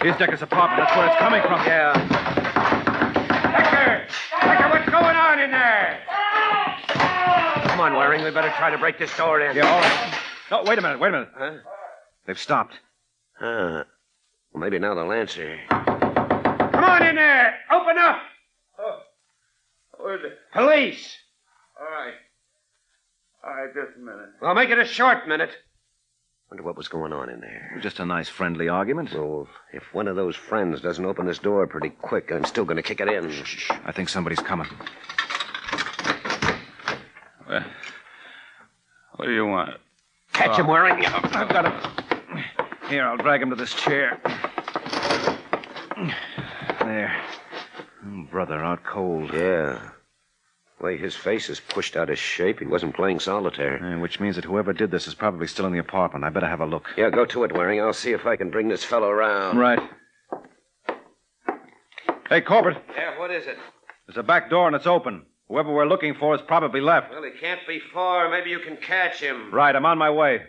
Speaker 10: Here's Decker's apartment. That's where it's coming from.
Speaker 11: Yeah.
Speaker 15: Decker! Decker, what's going on in there?
Speaker 11: Come on, Waring. We better try to break this door in.
Speaker 10: Yeah, all right. No, wait a minute. Wait a minute.
Speaker 11: Huh?
Speaker 10: They've stopped.
Speaker 11: Huh. Ah. Well, maybe now they'll answer.
Speaker 15: Come on in there. Open up. Oh, where's it? Police.
Speaker 11: All right.
Speaker 15: All right, just a minute.
Speaker 11: Well, make it a short minute. Wonder what was going on in there.
Speaker 10: Just a nice friendly argument.
Speaker 11: Well, if one of those friends doesn't open this door pretty quick, I'm still going to kick it in.
Speaker 10: Shh, shh. I think somebody's coming.
Speaker 19: Well, what do you want?
Speaker 11: catch him where I am.
Speaker 10: Uh, I've got him. Here, I'll drag him to this chair.
Speaker 32: There. Oh,
Speaker 11: Brother, out cold. Yeah. Way his face is pushed out of shape. He wasn't playing solitaire.
Speaker 32: Eh, which means that whoever did this is probably still in the apartment. I better have a look.
Speaker 11: Yeah, go to it, Waring. I'll see if I can bring this fellow around.
Speaker 32: Right.
Speaker 10: Hey, Corbett,
Speaker 11: Yeah, what is it?
Speaker 10: there's a back door and it's open. Whoever we're looking for is probably left.
Speaker 11: Well, he can't be far. Maybe you can catch him.
Speaker 10: Right, I'm on my way.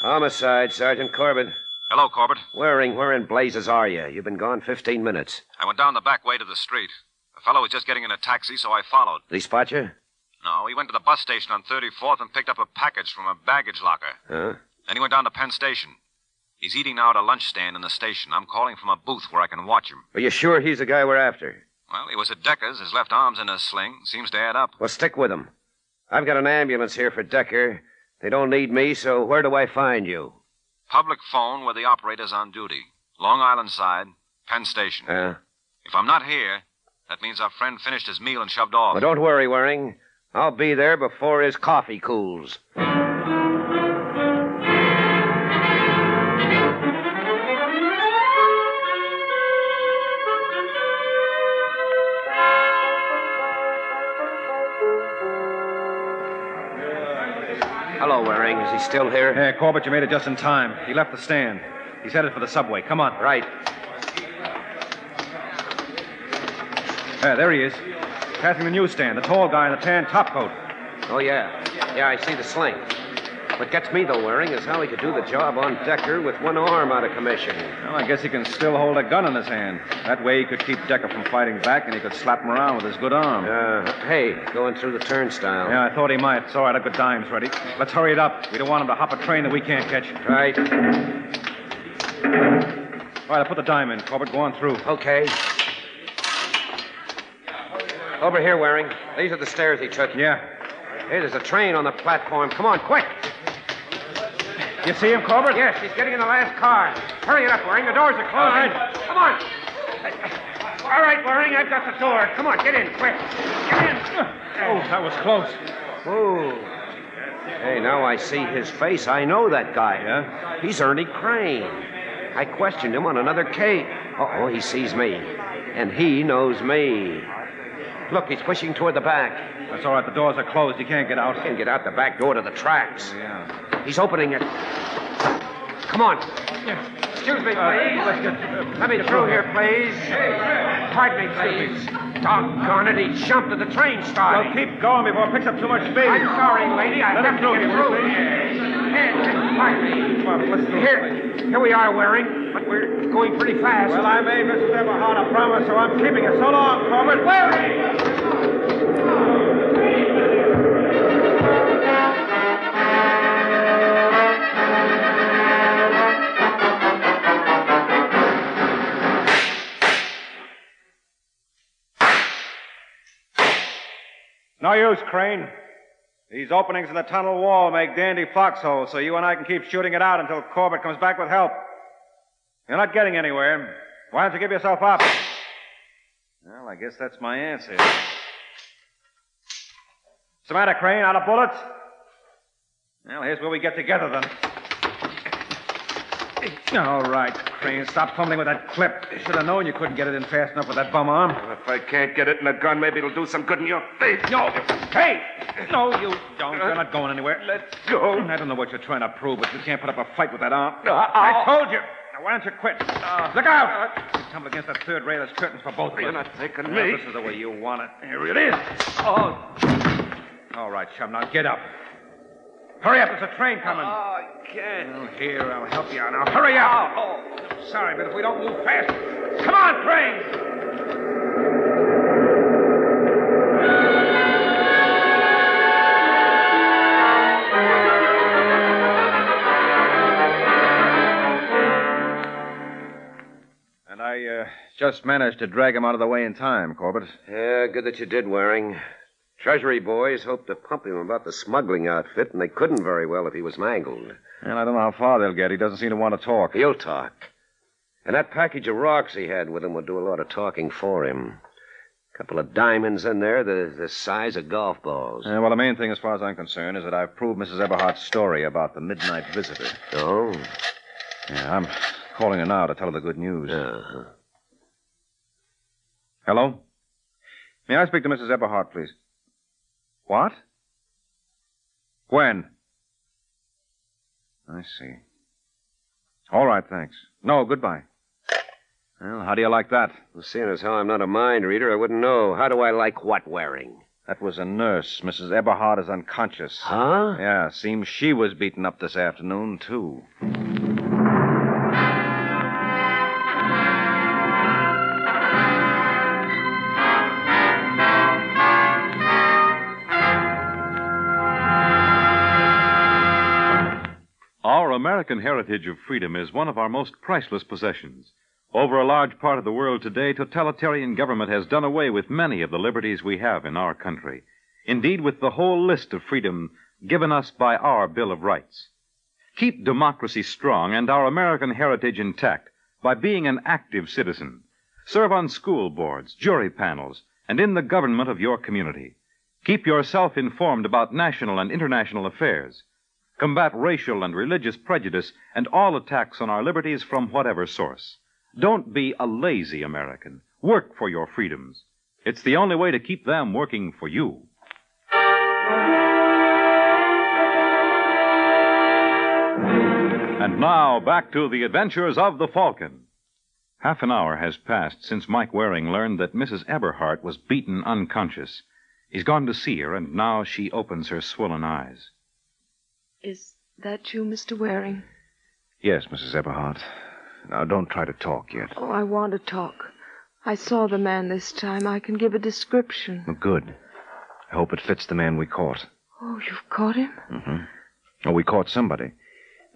Speaker 11: Homicide, Sergeant Corbin.
Speaker 33: Hello, Corbett.
Speaker 11: Waring, where in blazes are you? You've been gone 15 minutes.
Speaker 33: I went down the back way to the street. A fellow was just getting in a taxi, so I followed.
Speaker 11: Did he spot you?
Speaker 33: No, he went to the bus station on 34th and picked up a package from a baggage locker.
Speaker 11: Huh?
Speaker 33: Then he went down to Penn Station. He's eating now at a lunch stand in the station. I'm calling from a booth where I can watch him.
Speaker 11: Are you sure he's the guy we're after?
Speaker 33: Well, he was at Decker's. His left arm's in a sling. Seems to add up.
Speaker 11: Well, stick with him. I've got an ambulance here for Decker. They don't need me, so where do I find you?
Speaker 33: Public phone where the operator's on duty. Long Island side, Penn Station.
Speaker 10: Uh.
Speaker 11: Huh?
Speaker 33: If I'm not here, that means our friend finished his meal and shoved off.
Speaker 11: Well, don't worry, Waring. I'll be there before his coffee cools. Hello, Waring. Is he still here?
Speaker 10: Yeah, Corbett, you made it just in time. He left the stand. He's headed for the subway. Come on.
Speaker 11: Right.
Speaker 10: Yeah, there he is. Passing the newsstand, the tall guy in the tan top coat.
Speaker 11: Oh, yeah. Yeah, I see the sling. What gets me, though, Waring, is how he could do the job on Decker with one arm out of commission.
Speaker 10: Well, I guess he can still hold a gun in his hand. That way he could keep Decker from fighting back and he could slap him around with his good arm.
Speaker 11: Uh, hey, going through the turnstile.
Speaker 10: Yeah, I thought he might. It's all right, I've got dimes ready. Let's hurry it up. We don't want him to hop a train that we can't catch.
Speaker 11: Right.
Speaker 10: All right, I put the dime in, Corbett. Go on through.
Speaker 11: Okay. Over here, Waring. These are the stairs he took.
Speaker 10: Yeah.
Speaker 11: Hey, there's a train on the platform. Come on, quick.
Speaker 10: You see him, Corbett?
Speaker 11: Yes, he's getting in the last car. Hurry it up, Waring. The doors are closing.
Speaker 34: All right.
Speaker 11: Come on. All right, Waring, I've got the door. Come on, get in, quick. Get in.
Speaker 10: Oh, that was close.
Speaker 11: Oh. Hey, now I see his face. I know that guy. Yeah? He's Ernie Crane. I questioned him on another case. Uh oh, he sees me. And he knows me. Look, he's pushing toward the back.
Speaker 10: That's all right. The doors are closed. He can't get out. He
Speaker 11: can get out the back door to the tracks.
Speaker 10: Yeah.
Speaker 11: He's opening it. Come on. Excuse me, please. Let me through here, please. Pardon me, please. Doggone it, he jumped at the train stop.
Speaker 10: Well, keep going before it picks up too much speed.
Speaker 11: I'm sorry, lady. I
Speaker 10: Let
Speaker 11: have
Speaker 10: him through
Speaker 11: to get
Speaker 10: here,
Speaker 11: through
Speaker 10: please.
Speaker 11: here. Pardon me.
Speaker 10: Come on, let's do it.
Speaker 11: Here, here we are, Waring, but we're going pretty fast.
Speaker 10: Well, I made Mrs. Everhart a promise, so I'm keeping it. So long, Corbett. Where? No use, Crane. These openings in the tunnel wall make dandy foxholes, so you and I can keep shooting it out until Corbett comes back with help. You're not getting anywhere. Why don't you give yourself up? Well, I guess that's my answer. What's the matter, Crane? Out of bullets? Well, here's where we get together then. All right, Crane. Stop fumbling with that clip. Should have known you couldn't get it in fast enough with that bum arm.
Speaker 21: If I can't get it in a gun, maybe it'll do some good in your face.
Speaker 10: No. Hey! No, you don't. You're not going anywhere. Let go. I don't know what you're trying to prove, but you can't put up a fight with that arm.
Speaker 34: No,
Speaker 10: I
Speaker 34: I'll- Uh,
Speaker 10: told you. Now, why don't you quit? Look out! you tumble against that third rail. There's curtains for both of us.
Speaker 34: You're not taking
Speaker 10: Now,
Speaker 34: me.
Speaker 10: This is the way you want it. Here it is.
Speaker 34: Oh,
Speaker 10: All right, chum. Now get up. Hurry up. There's a train coming.
Speaker 34: Oh, I can't. Oh.
Speaker 10: Well, here, I'll help you out. Now, hurry up. Sorry, but if we don't move fast. Come on, train! And I uh, just managed to drag him out of the way in time, Corbett.
Speaker 11: Yeah, good that you did, Waring. Treasury boys hoped to pump him about the smuggling outfit, and they couldn't very well if he was mangled.
Speaker 10: And I don't know how far they'll get. He doesn't seem to want to talk.
Speaker 8: He'll talk. And that package of rocks he had with him would do a lot of talking for him. A couple of diamonds in there, the, the size of golf balls.
Speaker 10: Yeah, well, the main thing, as far as I'm concerned, is that I've proved Mrs. Eberhardt's story about the midnight visitor.
Speaker 8: Oh.
Speaker 10: Yeah, I'm calling her now to tell her the good news.
Speaker 8: Uh-huh.
Speaker 10: Hello? May I speak to Mrs. Eberhardt, please? What? Gwen. I see. All right, thanks. No, goodbye. Well, how do you like that?
Speaker 8: Well, seeing as how I'm not a mind reader, I wouldn't know. How do I like what wearing?
Speaker 10: That was a nurse. Mrs. Eberhard is unconscious.
Speaker 8: Huh?
Speaker 10: Yeah, seems she was beaten up this afternoon, too.
Speaker 12: Our American heritage of freedom is one of our most priceless possessions. Over a large part of the world today, totalitarian government has done away with many of the liberties we have in our country. Indeed, with the whole list of freedom given us by our Bill of Rights. Keep democracy strong and our American heritage intact by being an active citizen. Serve on school boards, jury panels, and in the government of your community. Keep yourself informed about national and international affairs combat racial and religious prejudice and all attacks on our liberties from whatever source. Don't be a lazy American. Work for your freedoms. It's the only way to keep them working for you. And now, back to the adventures of the Falcon. Half an hour has passed since Mike Waring learned that Mrs. Eberhardt was beaten unconscious. He's gone to see her, and now she opens her swollen eyes.
Speaker 13: Is that you, Mr. Waring?
Speaker 2: Yes, Mrs. Eberhardt. Now, don't try to talk yet.
Speaker 13: Oh, I want to talk. I saw the man this time. I can give a description.
Speaker 2: Well, good. I hope it fits the man we caught.
Speaker 13: Oh, you've caught him?
Speaker 2: Mm-hmm. Oh, we caught somebody.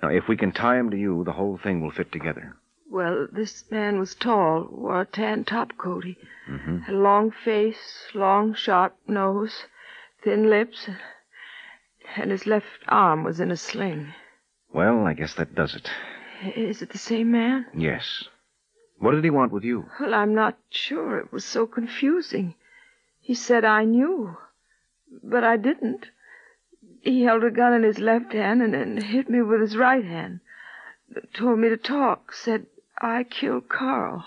Speaker 2: Now, if we can tie him to you, the whole thing will fit together.
Speaker 13: Well, this man was tall, wore a tan top coat. He had a long face, long, sharp nose, thin lips, and his left arm was in a sling.
Speaker 2: Well, I guess that does it.
Speaker 13: Is it the same man?
Speaker 2: Yes. What did he want with you?
Speaker 13: Well, I'm not sure. It was so confusing. He said I knew, but I didn't. He held a gun in his left hand and, and hit me with his right hand. Told me to talk. Said I killed Carl.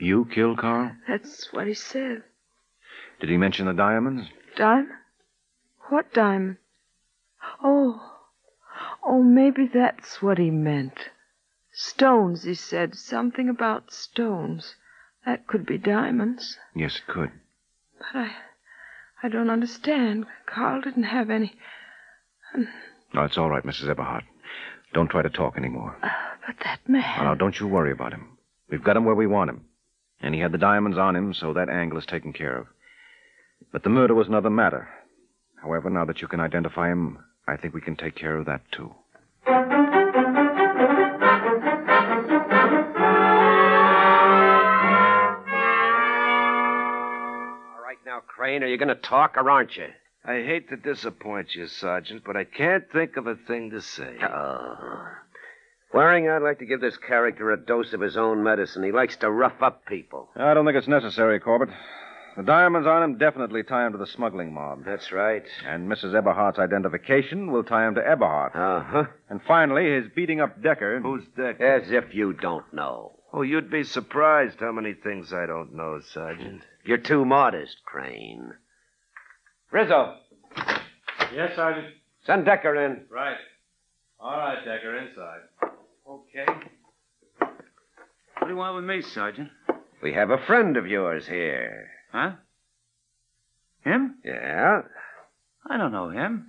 Speaker 2: You killed Carl?
Speaker 13: That's what he said.
Speaker 2: Did he mention the diamonds?
Speaker 13: Diamond? What diamond? Oh, oh, maybe that's what he meant. Stones, he said. Something about stones. That could be diamonds.
Speaker 2: Yes, it could.
Speaker 13: But I, I don't understand. Carl didn't have any. Um,
Speaker 2: No, it's all right, Mrs. Eberhardt. Don't try to talk anymore.
Speaker 13: but that man.
Speaker 2: Now, now, don't you worry about him. We've got him where we want him. And he had the diamonds on him, so that angle is taken care of. But the murder was another matter. However, now that you can identify him, I think we can take care of that, too.
Speaker 8: All right now, Crane, are you going to talk or aren't you?
Speaker 21: I hate to disappoint you, Sergeant, but I can't think of a thing to say.
Speaker 8: Oh. Waring, I'd like to give this character a dose of his own medicine. He likes to rough up people.
Speaker 10: I don't think it's necessary, Corbett. The diamonds on him definitely tie him to the smuggling mob.
Speaker 8: That's right.
Speaker 10: And Mrs. Eberhardt's identification will tie him to Eberhardt.
Speaker 8: Uh huh.
Speaker 10: And finally, his beating up Decker.
Speaker 21: Who's Dick?
Speaker 8: As if you don't know.
Speaker 21: Oh, you'd be surprised how many things I don't know, Sergeant.
Speaker 8: You're too modest, Crane.
Speaker 11: Rizzo. Yes, Sergeant.
Speaker 8: Send Decker in.
Speaker 11: Right. All right, Decker, inside. Okay. What do you want with me, Sergeant?
Speaker 8: We have a friend of yours here.
Speaker 11: Huh? Him?
Speaker 8: Yeah?
Speaker 11: I don't know him.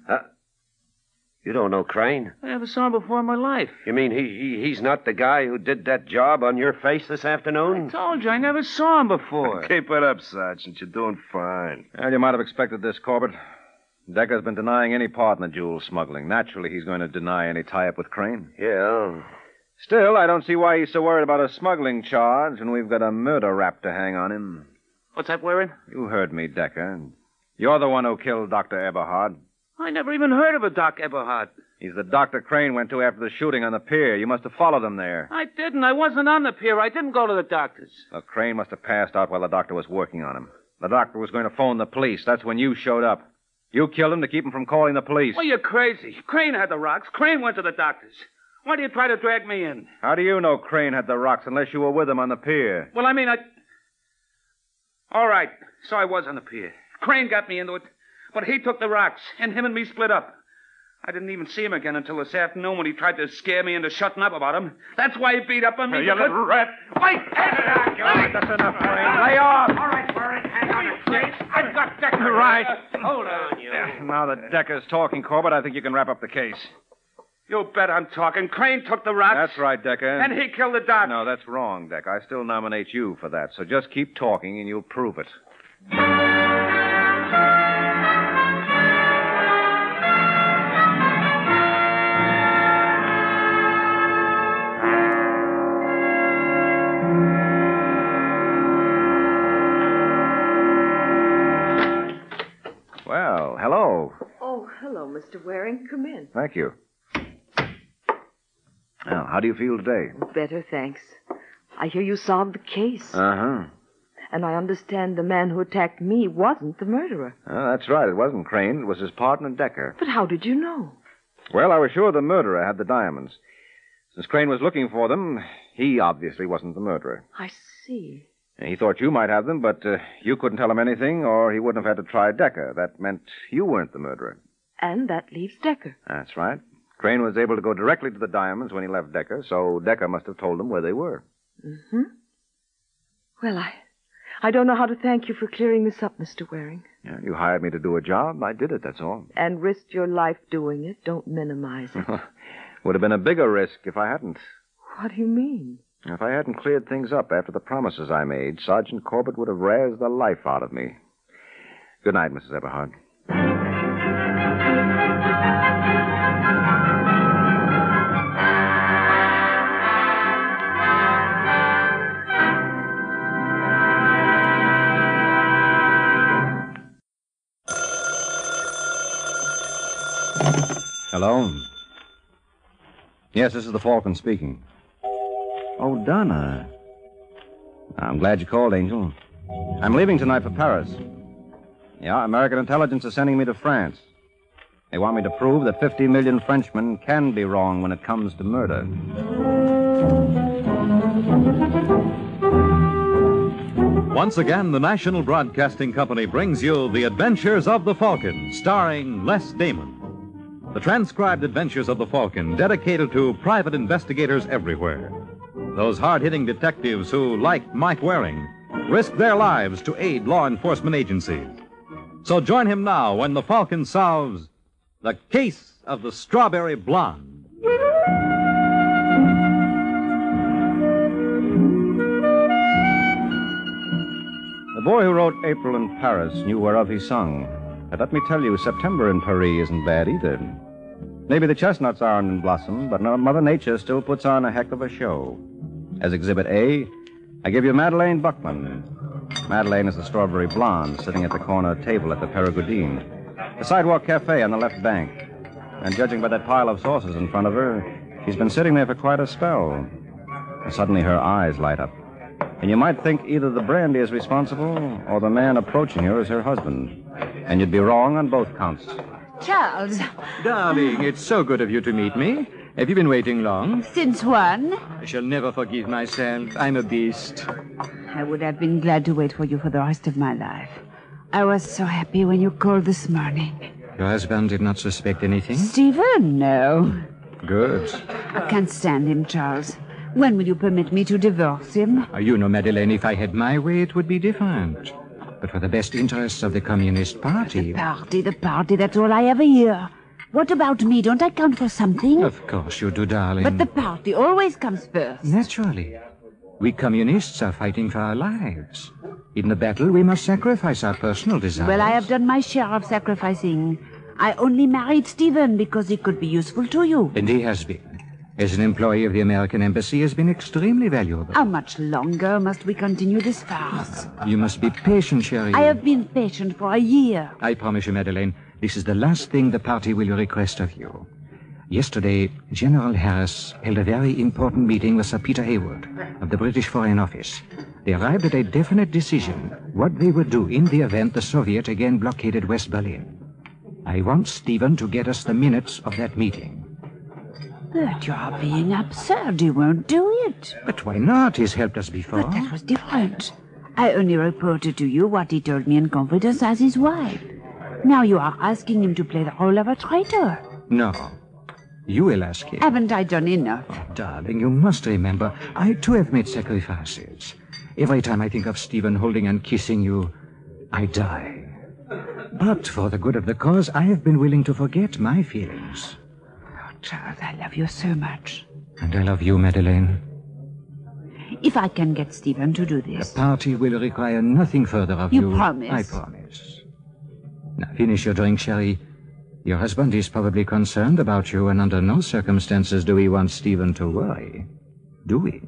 Speaker 8: You don't know Crane?
Speaker 11: I never saw him before in my life.
Speaker 8: You mean he, he he's not the guy who did that job on your face this afternoon?
Speaker 11: Told you I never saw him before.
Speaker 21: Keep it up, Sergeant. You're doing fine.
Speaker 10: Well, you might have expected this, Corbett. Decker's been denying any part in the jewel smuggling. Naturally, he's going to deny any tie up with Crane.
Speaker 8: Yeah.
Speaker 10: Still, I don't see why he's so worried about a smuggling charge when we've got a murder rap to hang on him.
Speaker 11: What's that wearing?
Speaker 10: You heard me, Decker. You're the one who killed Dr. Eberhard.
Speaker 11: I never even heard of a Doc Eberhard.
Speaker 10: He's the doctor Crane went to after the shooting on the pier. You must have followed him there.
Speaker 11: I didn't. I wasn't on the pier. I didn't go to the doctor's.
Speaker 10: Well, Crane must have passed out while the doctor was working on him. The doctor was going to phone the police. That's when you showed up. You killed him to keep him from calling the police.
Speaker 11: Well, you're crazy. Crane had the rocks. Crane went to the doctor's. Why do you try to drag me in?
Speaker 10: How do you know Crane had the rocks unless you were with him on the pier?
Speaker 11: Well, I mean, I. All right. So I was on the pier. Crane got me into it, but he took the rocks, and him and me split up. I didn't even see him again until this afternoon when he tried to scare me into shutting up about him. That's why he beat up on me.
Speaker 30: Hey, you
Speaker 11: because-
Speaker 30: little rat.
Speaker 11: Wait! Hey,
Speaker 10: That's enough,
Speaker 11: Crane.
Speaker 10: Lay off!
Speaker 11: All right, Warren. Hang on a second. I've got that.
Speaker 10: Right.
Speaker 11: Hold on, you.
Speaker 10: Now that Decker's talking, Corbett, I think you can wrap up the case.
Speaker 11: You bet I'm talking. Crane took the rocks.
Speaker 10: That's right, Decker.
Speaker 11: And he killed the doctor.
Speaker 10: No, that's wrong, Decker. I still nominate you for that. So just keep talking and you'll prove it. Well, hello.
Speaker 13: Oh, hello, Mr. Waring. Come in.
Speaker 10: Thank you. Now, how do you feel today?
Speaker 13: Better, thanks. I hear you solved the case,
Speaker 10: Uh huh.
Speaker 13: and I understand the man who attacked me wasn't the murderer.
Speaker 10: Oh, that's right. It wasn't Crane. It was his partner, Decker.
Speaker 13: But how did you know?
Speaker 10: Well, I was sure the murderer had the diamonds. Since Crane was looking for them, he obviously wasn't the murderer.
Speaker 13: I see.
Speaker 10: He thought you might have them, but uh, you couldn't tell him anything, or he wouldn't have had to try Decker. That meant you weren't the murderer.
Speaker 13: And that leaves Decker.
Speaker 10: That's right. Crane was able to go directly to the diamonds when he left Decker, so Decker must have told him where they were.
Speaker 13: Mm-hmm. Well, I, I don't know how to thank you for clearing this up, Mr. Waring.
Speaker 10: Yeah, you hired me to do a job. and I did it, that's all.
Speaker 13: And risked your life doing it. Don't minimize it.
Speaker 10: Would have been a bigger risk if I hadn't.
Speaker 13: what do you mean?
Speaker 10: If I hadn't cleared things up after the promises I made, Sergeant Corbett would have razzed the life out of me. Good night, Mrs. Eberhard.
Speaker 35: Hello? Yes, this is the Falcon speaking. Oh, Donna. I'm glad you called, Angel. I'm leaving tonight for Paris. Yeah, American intelligence is sending me to France. They want me to prove that 50 million Frenchmen can be wrong when it comes to murder.
Speaker 12: Once again, the National Broadcasting Company brings you The Adventures of the Falcon, starring Les Damon. The transcribed adventures of the Falcon, dedicated to private investigators everywhere. Those hard hitting detectives who, like Mike Waring, risk their lives to aid law enforcement agencies. So join him now when the Falcon solves the case of the strawberry blonde.
Speaker 35: The boy who wrote April in Paris knew whereof he sung. And let me tell you, September in Paris isn't bad either. Maybe the chestnuts aren't in blossom, but no- Mother Nature still puts on a heck of a show. As Exhibit A, I give you Madeleine Buckman. Madeleine is a strawberry blonde sitting at the corner table at the Perigordine, the sidewalk cafe on the left bank. And judging by that pile of sauces in front of her, she's been sitting there for quite a spell. And suddenly her eyes light up. And you might think either the brandy is responsible or the man approaching her is her husband. And you'd be wrong on both counts.
Speaker 18: Charles,
Speaker 36: Darling, it's so good of you to meet me. Have you been waiting long?
Speaker 18: since when?
Speaker 36: I shall never forgive myself. I'm a beast.
Speaker 18: I would have been glad to wait for you for the rest of my life. I was so happy when you called this morning.
Speaker 36: Your husband did not suspect anything?
Speaker 18: Stephen, no.
Speaker 36: Good.
Speaker 18: I can't stand him, Charles. When will you permit me to divorce him?
Speaker 36: Uh, You know, Madeleine, if I had my way, it would be different. But for the best interests of the Communist Party.
Speaker 18: Party, the party, that's all I ever hear. What about me? Don't I count for something?
Speaker 36: Of course you do, darling.
Speaker 18: But the party always comes first.
Speaker 36: Naturally. We communists are fighting for our lives. In the battle, we must sacrifice our personal desires.
Speaker 18: Well, I have done my share of sacrificing. I only married Stephen because he could be useful to you.
Speaker 36: And he has been. As an employee of the American Embassy, has been extremely valuable.
Speaker 18: How much longer must we continue this farce?
Speaker 36: You must be patient, Sherry.
Speaker 18: I have been patient for a year.
Speaker 36: I promise you, Madeleine, this is the last thing the party will request of you. Yesterday, General Harris held a very important meeting with Sir Peter Hayward of the British Foreign Office. They arrived at a definite decision what they would do in the event the Soviet again blockaded West Berlin. I want Stephen to get us the minutes of that meeting.
Speaker 18: But you're being absurd. You won't do it.
Speaker 36: But why not? He's helped us before.
Speaker 18: But that was different. I only reported to you what he told me in confidence as his wife. Now you are asking him to play the role of a traitor.
Speaker 36: No. You will ask him.
Speaker 18: Haven't I done enough?
Speaker 36: Darling, you must remember, I too have made sacrifices. Every time I think of Stephen holding and kissing you, I die. But for the good of the cause, I have been willing to forget my feelings.
Speaker 18: Oh, Charles, I love you so much.
Speaker 36: And I love you, Madeleine.
Speaker 18: If I can get Stephen to do
Speaker 36: The
Speaker 18: this,
Speaker 36: party will require nothing further of
Speaker 18: You
Speaker 36: you.
Speaker 18: promise?
Speaker 36: I promise. Now finish your drink, Sherry. Your husband is probably concerned about you, and under no circumstances do we want Stephen to worry. Do we?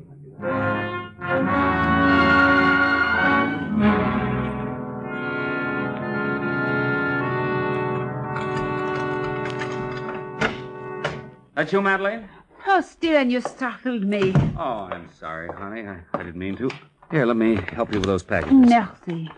Speaker 30: That you, Madeleine?
Speaker 18: oh, Stephen, you startled me.
Speaker 30: Oh, I'm sorry, honey. I, I didn't mean to. Here, let me help you with those packages.
Speaker 18: Merci.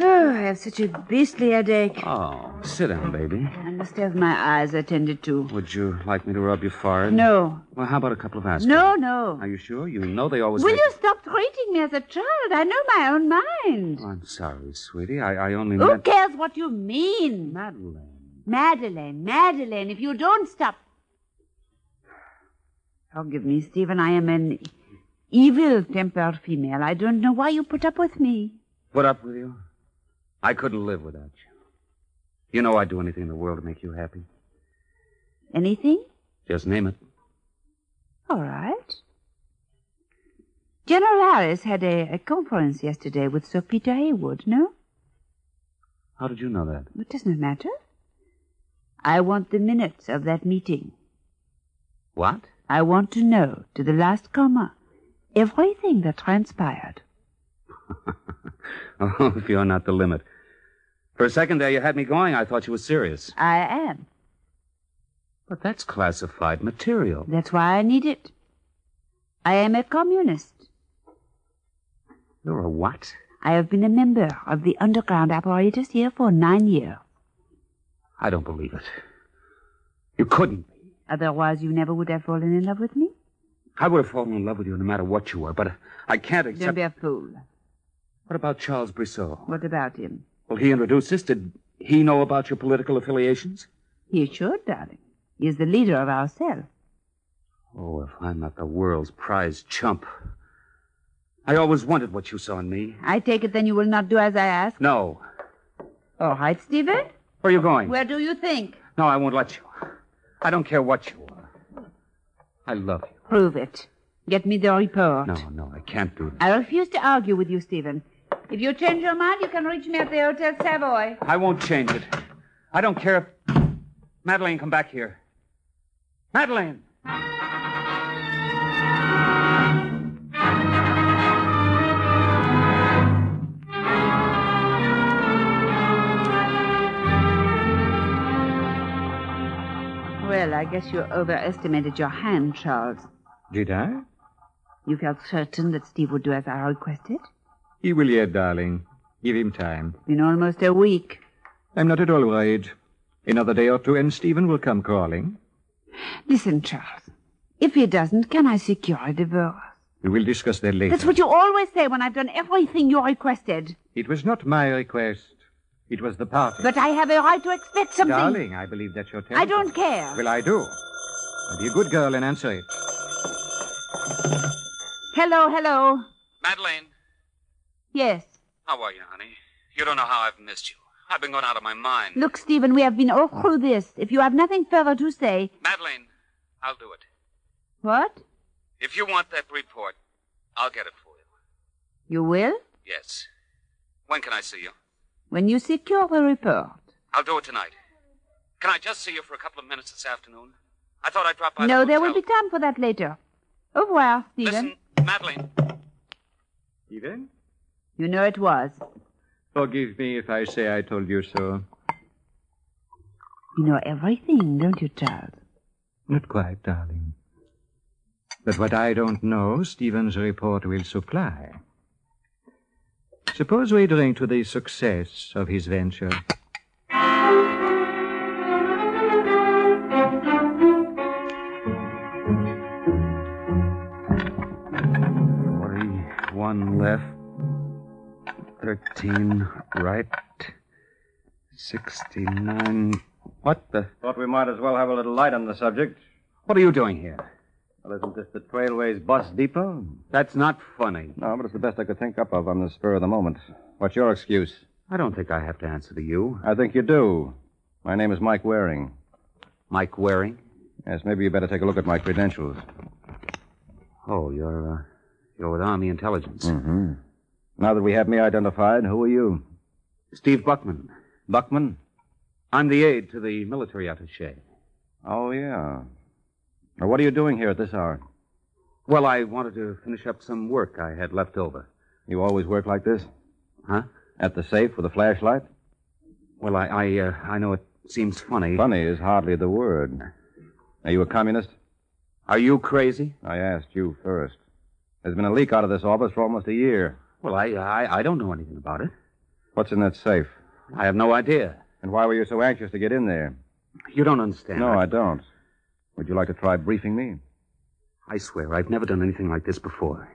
Speaker 18: Oh, I have such a beastly headache.
Speaker 30: Oh, sit down, baby.
Speaker 18: I must have my eyes attended to.
Speaker 30: Would you like me to rub your forehead?
Speaker 18: No.
Speaker 30: Well, how about a couple of aspirin?
Speaker 18: No, no.
Speaker 30: Are you sure? You know they always.
Speaker 18: Will
Speaker 30: make-
Speaker 18: you stop treating me as a child? I know my own mind.
Speaker 30: Oh, I'm sorry, sweetie. I, I only
Speaker 18: Who
Speaker 30: meant.
Speaker 18: cares what you mean?
Speaker 30: Madeline.
Speaker 18: Madeline, Madeline, if you don't stop. Forgive Oh, me, Stephen. I am an evil tempered female. I don't know why you put up with me.
Speaker 30: Put up with you? I couldn't live without you. You know I'd do anything in the world to make you happy.
Speaker 18: Anything?
Speaker 30: Just name it.
Speaker 18: All right. General Harris had a, a conference yesterday with Sir Peter Haywood, no?
Speaker 30: How did you know that?
Speaker 18: It doesn't matter. I want the minutes of that meeting.
Speaker 30: What?
Speaker 18: I want to know, to the last comma, everything that transpired.
Speaker 30: Oh, if you're not the limit. For a second there, you had me going. I thought you were serious.
Speaker 18: I am.
Speaker 30: But that's classified material.
Speaker 18: That's why I need it. I am a communist.
Speaker 30: You're a what?
Speaker 18: I have been a member of the underground apparatus here for nine years.
Speaker 30: I don't believe it. You couldn't.
Speaker 18: Otherwise, you never would have fallen in love with me.
Speaker 30: I would have fallen in love with you no matter what you were, but uh, I can't
Speaker 18: Don't
Speaker 30: accept.
Speaker 18: be a fool.
Speaker 30: What about Charles Brissot?
Speaker 18: What about him?
Speaker 30: Well, he introduced us. Did he know about your political affiliations?
Speaker 18: He should, darling. He is the leader of our cell.
Speaker 30: Oh, if I'm not the world's prize chump. I always wanted what you saw in me.
Speaker 18: I take it then you will not do as I ask.
Speaker 30: No.
Speaker 18: All right, Stephen.
Speaker 30: Where are you going?
Speaker 18: Where do you think?
Speaker 30: No, I won't let you. I don't care what you are. I love you.
Speaker 18: Prove it. Get me the report.
Speaker 30: No, no, I can't do that.
Speaker 18: I refuse to argue with you, Stephen. If you change your mind, you can reach me at the Hotel Savoy.
Speaker 30: I won't change it. I don't care if. Madeline, come back here. Madeline!
Speaker 18: Well, I guess you overestimated your hand, Charles.
Speaker 20: Did I?
Speaker 18: You felt certain that Steve would do as I requested?
Speaker 20: He will yet, darling. Give him time.
Speaker 18: Been almost a week.
Speaker 20: I'm not at all worried. Another day or two, and Stephen will come crawling.
Speaker 18: Listen, Charles. If he doesn't, can I secure a divorce?
Speaker 20: We will discuss that later.
Speaker 18: That's what you always say when I've done everything you requested.
Speaker 20: It was not my request. It was the party.
Speaker 18: But I have a right to expect something.
Speaker 20: Darling, I believe that's your temper.
Speaker 18: I don't care.
Speaker 20: Well, I do. Now be a good girl and answer it.
Speaker 18: Hello, hello.
Speaker 1: Madeline,
Speaker 18: Yes.
Speaker 1: how are you, honey? You don't know how I've missed you. I've been going out of my mind.
Speaker 18: Look, Stephen, we have been all through this. If you have nothing further to say.
Speaker 1: Madeline, I'll do it.
Speaker 18: What?
Speaker 1: If you want that report, I'll get it for
Speaker 18: You will?
Speaker 1: you. Yes. When can I see you?
Speaker 18: When you secure the report.
Speaker 1: I'll do it tonight. Can I just see you for a couple of minutes this afternoon? I thought I'd drop by.
Speaker 18: no,
Speaker 1: the
Speaker 18: there will be time for that later. Au revoir, Stephen.
Speaker 1: be. Madeline.
Speaker 20: Stephen?
Speaker 18: You know it was.
Speaker 20: Forgive me if I say I told you so.
Speaker 18: You know everything, don't you, Charles?
Speaker 36: Not quite, darling. But what I don't know, Stephen's report will supply. Suppose we drink to the success of his venture.
Speaker 30: One left, 13 right, 69. What the?
Speaker 10: Thought we might as well have a little light on the subject.
Speaker 30: What are you doing here?
Speaker 10: Well, isn't this the Trailways Bus Depot?
Speaker 30: That's not funny.
Speaker 10: No, but it's the best I could think up of on the spur of the moment. What's your excuse?
Speaker 30: I don't think I have to answer to you.
Speaker 10: I think you do. My name is Mike Waring.
Speaker 30: Mike Waring?
Speaker 10: Yes, maybe you better take a look at my credentials.
Speaker 30: Oh, you're, uh, you're with Army Intelligence.
Speaker 10: Mm-hmm. Now that we have me identified, who are you?
Speaker 30: Steve Buckman.
Speaker 10: Buckman?
Speaker 30: I'm the aide to the military attache.
Speaker 10: Oh, yeah. Now, what are you doing here at this hour?
Speaker 30: Well, I wanted to finish up some work I had left over.
Speaker 10: You always work like this?
Speaker 30: Huh?
Speaker 10: At the safe with a flashlight?
Speaker 30: Well, I I, uh, I know it seems funny.
Speaker 10: Funny is hardly the word. Are you a communist?
Speaker 30: Are you crazy?
Speaker 10: I asked you first. There's been a leak out of this office for almost a year.
Speaker 30: Well, I I, I don't know anything about it.
Speaker 10: What's in that safe?
Speaker 30: I have no idea.
Speaker 10: And why were you so anxious to get in there?
Speaker 30: You don't understand.
Speaker 10: No, I don't. Would you like to try briefing me?
Speaker 30: I swear, I've never done anything like this before.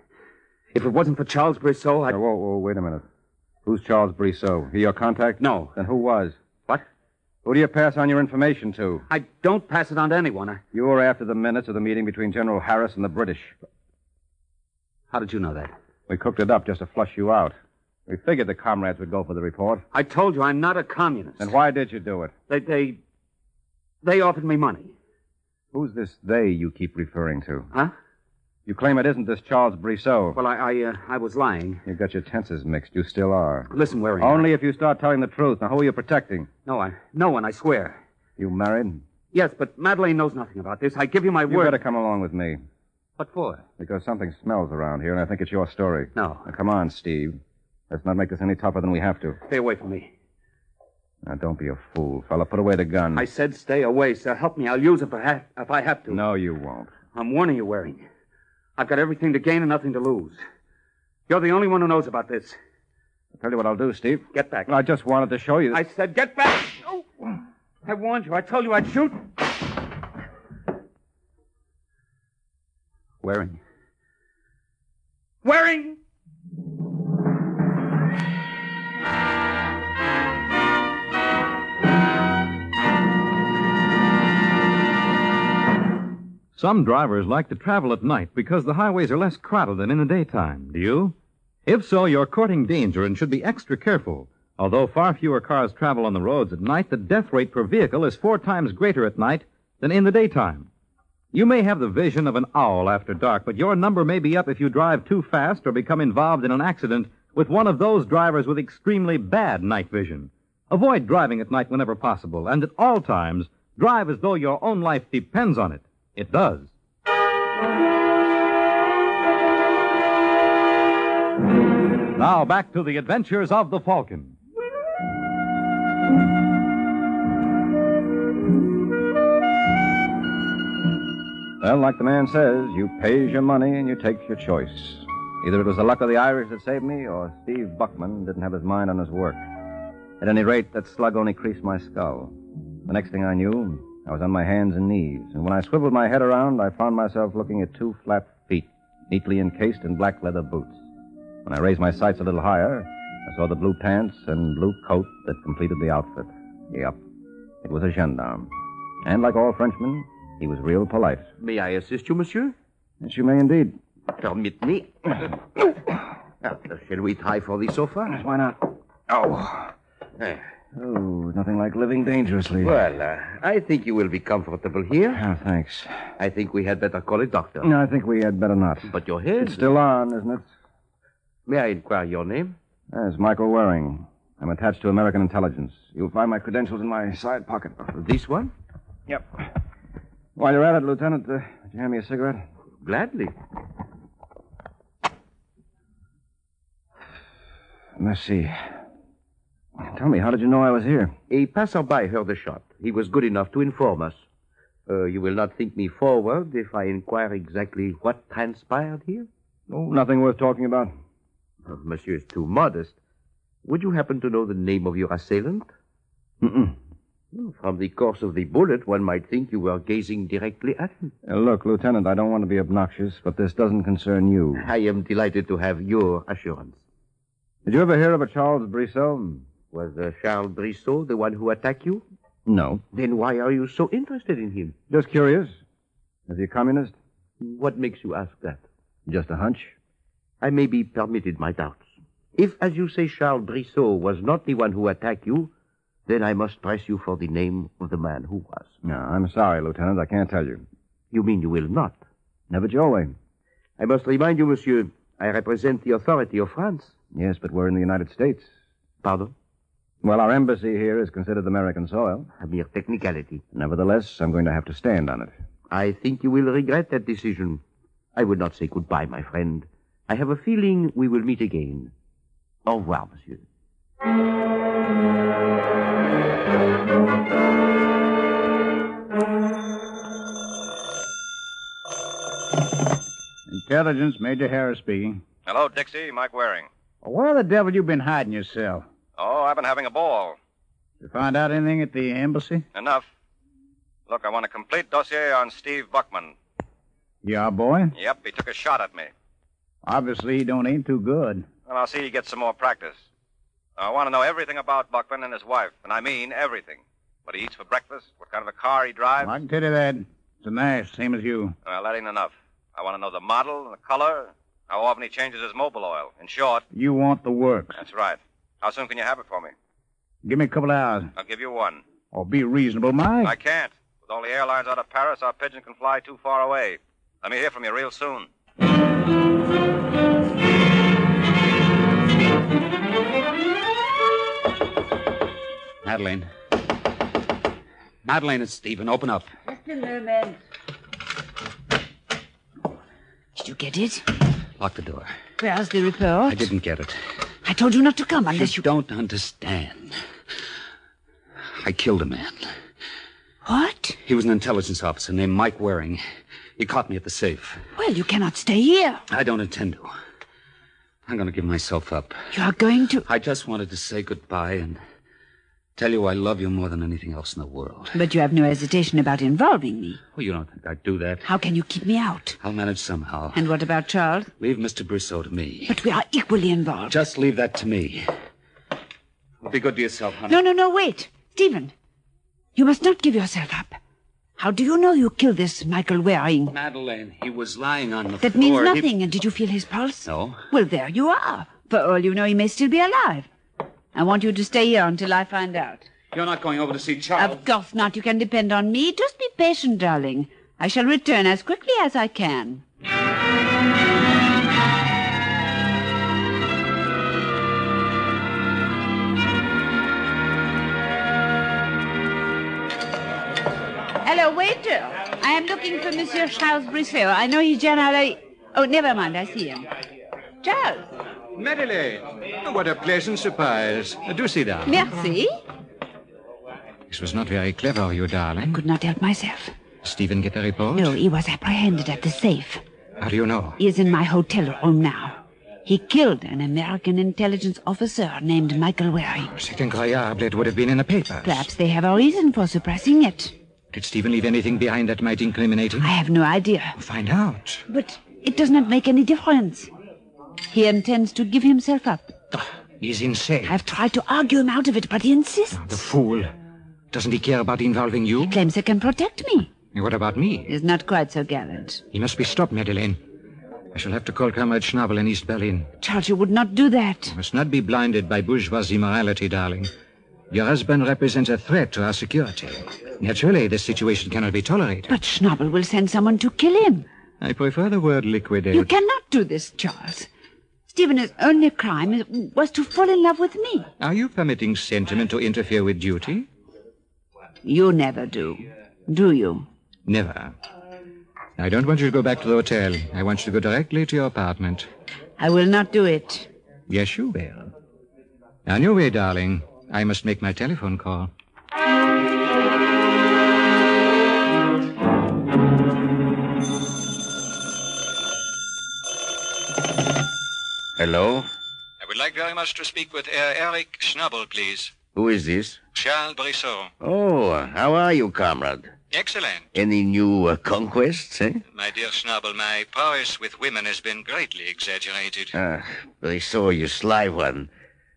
Speaker 30: If it wasn't for Charles Brissot, I.
Speaker 10: Now, whoa, whoa, wait a minute. Who's Charles Brissot? He your contact?
Speaker 30: No.
Speaker 10: Then who was?
Speaker 30: What?
Speaker 10: Who do you pass on your information to?
Speaker 30: I don't pass it on to anyone. I...
Speaker 10: You were after the minutes of the meeting between General Harris and the British.
Speaker 30: How did you know that?
Speaker 10: We cooked it up just to flush you out. We figured the comrades would go for the report.
Speaker 30: I told you I'm not a communist.
Speaker 10: Then why did you do it?
Speaker 30: They they they offered me money.
Speaker 10: Who's this they you keep referring to?
Speaker 30: Huh?
Speaker 10: You claim it isn't this Charles Brissot.
Speaker 30: Well, I I, uh, I was lying.
Speaker 10: You got your tenses mixed. You still are.
Speaker 30: Listen, Waring.
Speaker 10: Only I... if you start telling the truth. Now, who are you protecting?
Speaker 30: No, I no one. I swear.
Speaker 10: You married?
Speaker 30: Yes, but Madeleine knows nothing about this. I give you my
Speaker 10: you
Speaker 30: word.
Speaker 10: You better come along with me.
Speaker 30: What for?
Speaker 10: Because something smells around here, and I think it's your story.
Speaker 30: No.
Speaker 10: Now, come on, Steve. Let's not make this any tougher than we have to.
Speaker 30: Stay away from me.
Speaker 10: Now, don't be a fool, fella. Put away the gun.
Speaker 30: I said stay away, sir. Help me. I'll use it if I have, if I have to.
Speaker 10: No, you won't.
Speaker 30: I'm warning you, Waring. I've got everything to gain and nothing to lose. You're the only one who knows about this.
Speaker 10: I'll tell you what I'll do, Steve.
Speaker 30: Get back.
Speaker 10: Well, I just wanted to show you.
Speaker 30: I said get back. Oh, I warned you. I told you I'd shoot. Waring. Waring!
Speaker 12: Some drivers like to travel at night because the highways are less crowded than in the daytime. Do you? If so, you're courting danger and should be extra careful. Although far fewer cars travel on the roads at night, the death rate per vehicle is four times greater at night than in the daytime. You may have the vision of an owl after dark, but your number may be up if you drive too fast or become involved in an accident with one of those drivers with extremely bad night vision. Avoid driving at night whenever possible, and at all times, drive as though your own life depends on it. It does. Now back to the adventures of the Falcon.
Speaker 10: Well, like the man says, you pays your money and you take your choice. Either it was the luck of the Irish that saved me, or Steve Buckman didn't have his mind on his work. At any rate, that slug only creased my skull. The next thing I knew, I was on my hands and knees, and when I swiveled my head around, I found myself looking at two flat feet, neatly encased in black leather boots. When I raised my sights a little higher, I saw the blue pants and blue coat that completed the outfit. Yep, it was a gendarme. And like all Frenchmen, he was real polite.
Speaker 30: May I assist you, monsieur?
Speaker 10: Yes, you may indeed.
Speaker 30: Permit me. uh, Shall we try for the sofa?
Speaker 10: Why not?
Speaker 30: Oh. Eh.
Speaker 10: Oh, nothing like living dangerously.
Speaker 30: Well, uh, I think you will be comfortable here.
Speaker 10: Oh, thanks.
Speaker 30: I think we had better call a doctor.
Speaker 10: No, I think we had better not.
Speaker 30: But your head.
Speaker 10: It's still on, isn't it?
Speaker 30: May I inquire your name?
Speaker 10: Yes, Michael Waring. I'm attached to American intelligence. You'll find my credentials in my side pocket.
Speaker 30: This one?
Speaker 10: Yep. While you're at it, Lieutenant, uh, would you hand me a cigarette?
Speaker 30: Gladly.
Speaker 10: Merci. Tell me, how did you know I was here?
Speaker 30: A passerby heard a shot. He was good enough to inform us.
Speaker 14: Uh, you will not think me forward if I inquire exactly what transpired here?
Speaker 15: Oh, nothing worth talking about.
Speaker 14: Uh, monsieur is too modest. Would you happen to know the name of your assailant?
Speaker 15: Mm-mm.
Speaker 14: From the course of the bullet, one might think you were gazing directly at him.
Speaker 15: Uh, look, Lieutenant, I don't want to be obnoxious, but this doesn't concern you.
Speaker 14: I am delighted to have your assurance.
Speaker 15: Did you ever hear of a Charles Brissot?
Speaker 14: Was uh, Charles Brissot the one who attacked you?
Speaker 15: No.
Speaker 14: Then why are you so interested in him?
Speaker 15: Just curious. Is he a communist?
Speaker 14: What makes you ask that?
Speaker 15: Just a hunch.
Speaker 14: I may be permitted my doubts. If, as you say, Charles Brissot was not the one who attacked you, then I must press you for the name of the man who was.
Speaker 15: No, I'm sorry, Lieutenant. I can't tell you.
Speaker 14: You mean you will not?
Speaker 15: Never your way.
Speaker 14: I must remind you, monsieur, I represent the authority of France.
Speaker 15: Yes, but we're in the United States.
Speaker 14: Pardon?
Speaker 15: Well, our embassy here is considered American soil.
Speaker 14: A mere technicality.
Speaker 15: Nevertheless, I'm going to have to stand on it.
Speaker 14: I think you will regret that decision. I would not say goodbye, my friend. I have a feeling we will meet again. Au revoir, monsieur.
Speaker 4: Intelligence, Major Harris speaking.
Speaker 10: Hello, Dixie. Mike Waring.
Speaker 4: Where the devil you been hiding yourself?
Speaker 10: Oh, I've been having a ball.
Speaker 4: You found out anything at the embassy?
Speaker 10: Enough. Look, I want a complete dossier on Steve Buckman.
Speaker 4: Yeah, boy?
Speaker 10: Yep, he took a shot at me.
Speaker 4: Obviously, he don't aim too good.
Speaker 10: Well, I'll see you get some more practice. I want to know everything about Buckman and his wife, and I mean everything. What he eats for breakfast, what kind of a car he drives.
Speaker 4: Well, I can tell you that. It's a nice, same as you.
Speaker 10: Well, that ain't enough. I want to know the model, the color, how often he changes his mobile oil. In short...
Speaker 4: You want the works.
Speaker 10: That's right. How soon can you have it for me?
Speaker 4: Give me a couple hours.
Speaker 10: I'll give you one.
Speaker 4: Oh, be reasonable, Mike.
Speaker 10: I can't. With all the airlines out of Paris, our pigeon can fly too far away. Let me hear from you real soon.
Speaker 30: Madeline. Madeline, it's Stephen. Open up.
Speaker 37: Just a moment.
Speaker 18: Did you get it?
Speaker 30: Lock the door.
Speaker 18: Where's the report?
Speaker 30: I didn't get it.
Speaker 18: I told you not to come unless
Speaker 30: you. don't understand. I killed a man.
Speaker 18: What?
Speaker 30: He was an intelligence officer named Mike Waring. He caught me at the safe.
Speaker 18: Well, you cannot stay here.
Speaker 30: I don't intend to. I'm going to give myself up.
Speaker 18: You are going to.
Speaker 30: I just wanted to say goodbye and tell you I love you more than anything else in the world.
Speaker 18: But you have no hesitation about involving me.
Speaker 30: Oh, you don't think I'd do that?
Speaker 18: How can you keep me out?
Speaker 30: I'll manage somehow.
Speaker 18: And what about Charles?
Speaker 30: Leave Mr. Brousseau to me.
Speaker 18: But we are equally involved.
Speaker 30: Just leave that to me. Be good to yourself, honey.
Speaker 18: No, no, no, wait. Stephen, you must not give yourself up. How do you know you killed this Michael Waring?
Speaker 30: Madeline, he was lying on the
Speaker 18: that
Speaker 30: floor.
Speaker 18: That means nothing. He... And did you feel his pulse?
Speaker 30: No.
Speaker 18: Well, there you are. For all you know, he may still be alive. I want you to stay here until I find out.
Speaker 30: You're not going over to see Charles.
Speaker 18: Of course not. You can depend on me. Just be patient, darling. I shall return as quickly as I can. Hello, waiter. I am looking for Monsieur Charles Brissot. I know he's generally. Oh, never mind. I see him. Charles.
Speaker 36: Madeline, what a pleasant surprise. Do sit down.
Speaker 18: Merci.
Speaker 36: This was not very clever of you, darling.
Speaker 18: I could not help myself.
Speaker 36: Stephen get the report?
Speaker 18: No, he was apprehended at the safe.
Speaker 36: How do you know?
Speaker 18: He is in my hotel room now. He killed an American intelligence officer named Michael Waring.
Speaker 36: Oh, c'est incroyable. It would have been in the papers.
Speaker 18: Perhaps they have a reason for suppressing it.
Speaker 36: Did Stephen leave anything behind that might incriminate him?
Speaker 18: I have no idea.
Speaker 36: Find out.
Speaker 18: But it does not make any difference. He intends to give himself up.
Speaker 36: Oh, he's insane.
Speaker 18: I've tried to argue him out of it, but he insists.
Speaker 36: The fool. Doesn't he care about involving you?
Speaker 18: He claims he can protect me.
Speaker 36: What about me?
Speaker 18: He's not quite so gallant.
Speaker 36: He must be stopped, Madeleine. I shall have to call Comrade Schnabel in East Berlin.
Speaker 18: Charles, you would not do that.
Speaker 36: You must not be blinded by bourgeoisie morality, darling. Your husband represents a threat to our security. Naturally, this situation cannot be tolerated.
Speaker 18: But Schnabel will send someone to kill him.
Speaker 36: I prefer the word liquidate.
Speaker 18: You cannot do this, Charles. Stephen's only crime was to fall in love with me.
Speaker 36: Are you permitting sentiment to interfere with duty?
Speaker 18: You never do, do you?
Speaker 36: Never. I don't want you to go back to the hotel. I want you to go directly to your apartment.
Speaker 18: I will not do it.
Speaker 36: Yes, you will. On your way, darling. I must make my telephone call.
Speaker 14: Hello?
Speaker 36: I would like very much to speak with Herr Eric Schnabel, please.
Speaker 14: Who is this?
Speaker 36: Charles Brissot.
Speaker 14: Oh, how are you, comrade?
Speaker 36: Excellent.
Speaker 14: Any new uh, conquests, eh?
Speaker 36: My dear Schnabel, my prowess with women has been greatly exaggerated.
Speaker 14: Ah, Brissot, you sly one.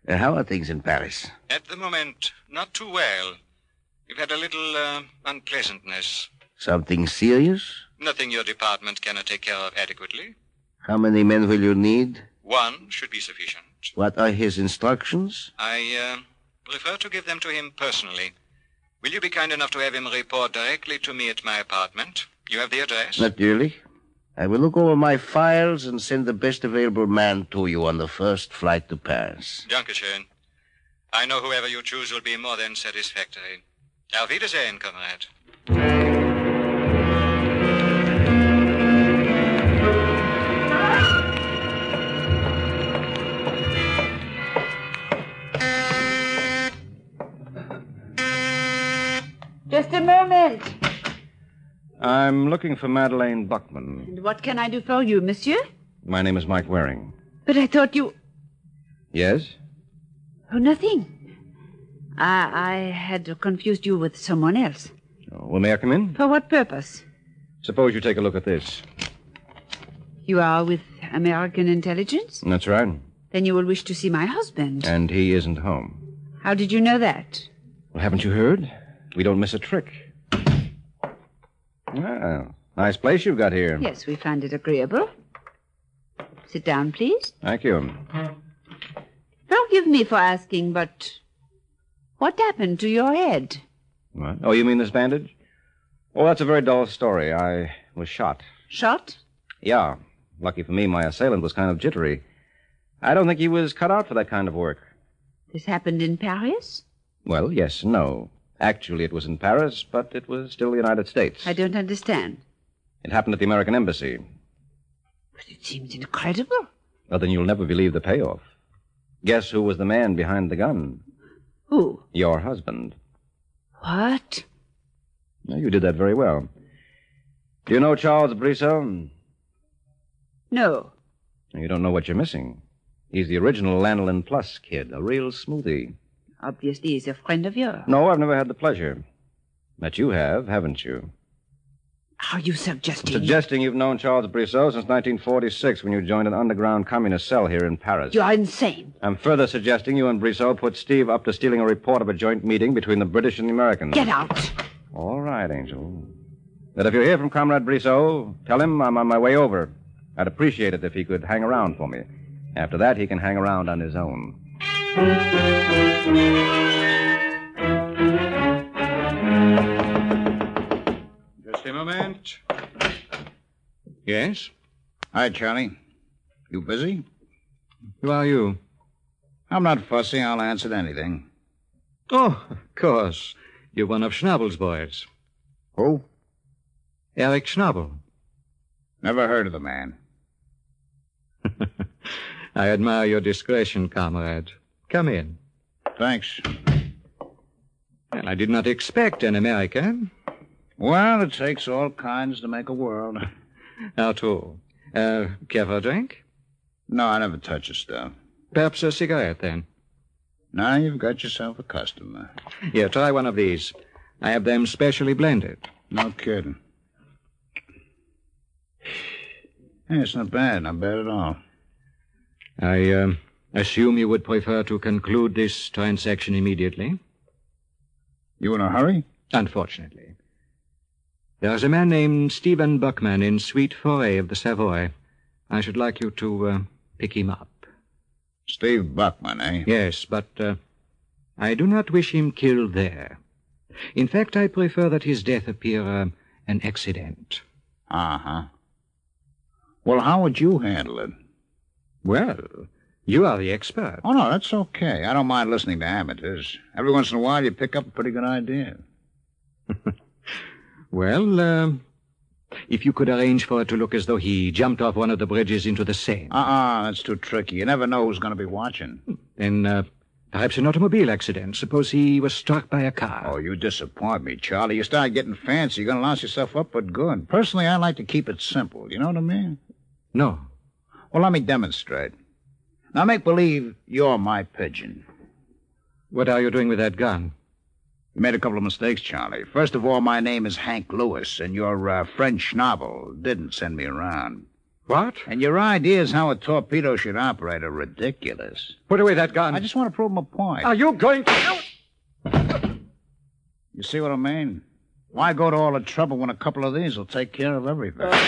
Speaker 14: Uh, how are things in Paris?
Speaker 36: At the moment, not too well. We've had a little uh, unpleasantness.
Speaker 14: Something serious?
Speaker 36: Nothing your department cannot take care of adequately.
Speaker 14: How many men will you need?
Speaker 36: One should be sufficient.
Speaker 14: What are his instructions?
Speaker 36: I uh, prefer to give them to him personally. Will you be kind enough to have him report directly to me at my apartment? You have the address?
Speaker 14: Naturally. I will look over my files and send the best available man to you on the first flight to Paris.
Speaker 36: Dankeschön. I know whoever you choose will be more than satisfactory. Auf Wiedersehen, comrade.
Speaker 18: Just a moment.
Speaker 10: I'm looking for Madeleine Buckman.
Speaker 18: And what can I do for you, monsieur?
Speaker 10: My name is Mike Waring.
Speaker 18: But I thought you.
Speaker 10: Yes?
Speaker 18: Oh, nothing. I, I had confused you with someone else.
Speaker 10: Well, may I come in?
Speaker 18: For what purpose?
Speaker 10: Suppose you take a look at this.
Speaker 18: You are with American intelligence?
Speaker 10: That's right.
Speaker 18: Then you will wish to see my husband.
Speaker 10: And he isn't home.
Speaker 18: How did you know that?
Speaker 10: Well, haven't you heard? We don't miss a trick. Well, nice place you've got here.
Speaker 18: Yes, we find it agreeable. Sit down, please.
Speaker 10: Thank you.
Speaker 18: Forgive me for asking, but what happened to your head?
Speaker 10: What? Oh, you mean this bandage? Oh, that's a very dull story. I was shot.
Speaker 18: Shot?
Speaker 10: Yeah. Lucky for me, my assailant was kind of jittery. I don't think he was cut out for that kind of work.
Speaker 18: This happened in Paris?
Speaker 10: Well, yes, and no. Actually, it was in Paris, but it was still the United States.
Speaker 18: I don't understand.
Speaker 10: It happened at the American Embassy.
Speaker 18: It seems incredible.
Speaker 10: Well, then you'll never believe the payoff. Guess who was the man behind the gun?
Speaker 18: Who?
Speaker 10: Your husband.
Speaker 18: What?
Speaker 10: Now, you did that very well. Do you know Charles Brissot?
Speaker 18: No.
Speaker 10: You don't know what you're missing. He's the original Lanolin Plus kid, a real smoothie.
Speaker 18: Obviously, he's a friend of yours.
Speaker 10: No, I've never had the pleasure. But you have, haven't you?
Speaker 18: Are you suggesting?
Speaker 10: Suggesting you've known Charles Brissot since 1946 when you joined an underground communist cell here in Paris.
Speaker 18: You are insane.
Speaker 10: I'm further suggesting you and Brissot put Steve up to stealing a report of a joint meeting between the British and the Americans.
Speaker 18: Get out.
Speaker 10: All right, Angel. That if you hear from Comrade Brissot, tell him I'm on my way over. I'd appreciate it if he could hang around for me. After that, he can hang around on his own.
Speaker 14: Just a moment. Yes? Hi, Charlie. You busy? Who are you?
Speaker 4: I'm not fussy. I'll answer to anything.
Speaker 14: Oh, of course. You're one of Schnabel's boys.
Speaker 4: Who?
Speaker 14: Eric Schnabel.
Speaker 4: Never heard of the man.
Speaker 14: I admire your discretion, comrade. Come in.
Speaker 4: Thanks.
Speaker 14: Well, I did not expect an American.
Speaker 4: Well, it takes all kinds to make a world.
Speaker 14: How true. Uh, care for a drink?
Speaker 4: No, I never touch the stuff.
Speaker 14: Perhaps a cigarette, then.
Speaker 4: Now you've got yourself a customer.
Speaker 14: Here, try one of these. I have them specially blended.
Speaker 4: No kidding. Hey, it's not bad. Not bad at all.
Speaker 14: I uh, assume you would prefer to conclude this transaction immediately?
Speaker 4: You in a hurry?
Speaker 14: Unfortunately. There is a man named Stephen Buckman in Suite 4A of the Savoy. I should like you to uh, pick him up.
Speaker 4: Steve Buckman, eh?
Speaker 14: Yes, but uh, I do not wish him killed there. In fact, I prefer that his death appear uh, an accident.
Speaker 4: Uh huh. Well, how would you handle it?
Speaker 14: Well, you are the expert.
Speaker 4: Oh, no, that's okay. I don't mind listening to amateurs. Every once in a while, you pick up a pretty good idea.
Speaker 14: well, uh, if you could arrange for it to look as though he jumped off one of the bridges into the Seine.
Speaker 4: Uh-uh, that's too tricky. You never know who's going to be watching.
Speaker 14: Then, uh, perhaps an automobile accident. Suppose he was struck by a car.
Speaker 4: Oh, you disappoint me, Charlie. You start getting fancy. You're going to louse yourself up but good. Personally, I like to keep it simple. You know what I mean?
Speaker 14: No.
Speaker 4: Well, let me demonstrate. Now make believe you're my pigeon.
Speaker 17: What are you doing with that gun?
Speaker 4: You made a couple of mistakes, Charlie. First of all, my name is Hank Lewis, and your uh, French novel didn't send me around.
Speaker 17: What?
Speaker 4: And your ideas how a torpedo should operate are ridiculous.
Speaker 17: Put away that gun. Oh,
Speaker 4: I just want to prove my point.
Speaker 17: Are you going to.
Speaker 4: You see what I mean? Why go to all the trouble when a couple of these will take care of everything?
Speaker 17: Uh,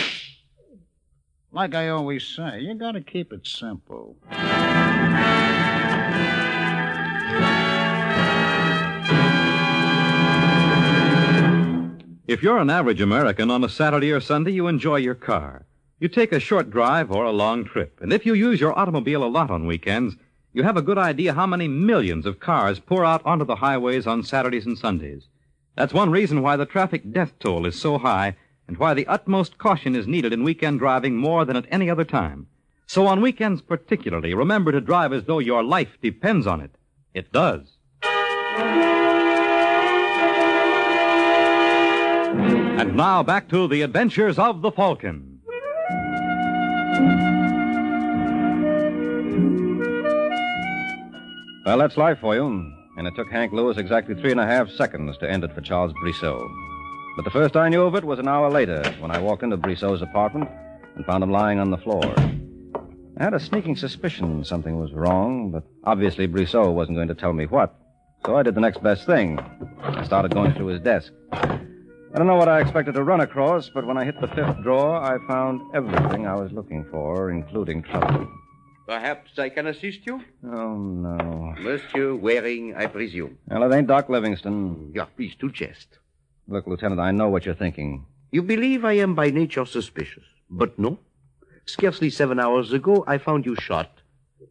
Speaker 4: like I always say, you gotta keep it simple.
Speaker 12: If you're an average American, on a Saturday or Sunday, you enjoy your car. You take a short drive or a long trip. And if you use your automobile a lot on weekends, you have a good idea how many millions of cars pour out onto the highways on Saturdays and Sundays. That's one reason why the traffic death toll is so high and why the utmost caution is needed in weekend driving more than at any other time. So on weekends particularly, remember to drive as though your life depends on it. It does. And now back to the adventures of the Falcon.
Speaker 10: Well, that's life for you. And it took Hank Lewis exactly three and a half seconds to end it for Charles Brissot. But the first I knew of it was an hour later when I walked into Brissot's apartment and found him lying on the floor. I had a sneaking suspicion something was wrong, but obviously Brissot wasn't going to tell me what. So I did the next best thing. I started going through his desk. I don't know what I expected to run across, but when I hit the fifth drawer, I found everything I was looking for, including trouble.
Speaker 14: Perhaps I can assist you?
Speaker 10: Oh, no.
Speaker 14: Monsieur Waring, I presume.
Speaker 10: Well, it ain't Doc Livingston.
Speaker 14: Yeah, please, to jest.
Speaker 10: Look, Lieutenant, I know what you're thinking.
Speaker 14: You believe I am by nature suspicious, but no. Scarcely seven hours ago, I found you shot.